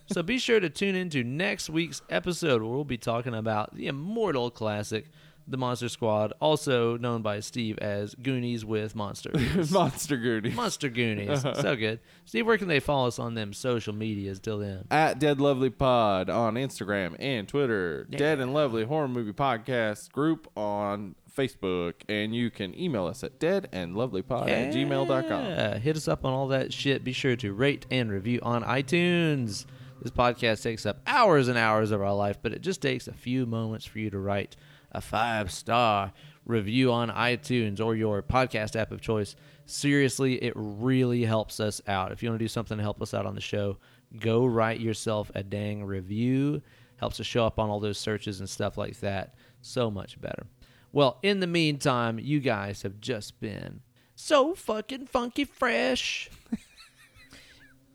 so be sure to tune into next week's episode where we'll be talking about the immortal classic, The Monster Squad, also known by Steve as Goonies with Monsters. Monster Goody. Monster Goonies. Uh-huh. So good. Steve, where can they follow us on them social medias till then? at Dead Lovely Pod on Instagram and Twitter, Dead and Lovely Horror Movie Podcast group on Facebook, and you can email us at deadandlovelypod at gmail.com. Yeah, hit us up on all that shit. Be sure to rate and review on iTunes. This podcast takes up hours and hours of our life, but it just takes a few moments for you to write a five star review on iTunes or your podcast app of choice. Seriously, it really helps us out. If you want to do something to help us out on the show, go write yourself a dang review. Helps us show up on all those searches and stuff like that. So much better. Well, in the meantime, you guys have just been so fucking funky fresh.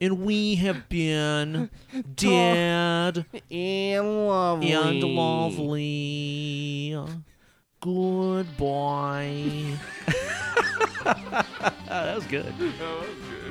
and we have been dead And lovely. and lovely. Goodbye. that was good. That was good.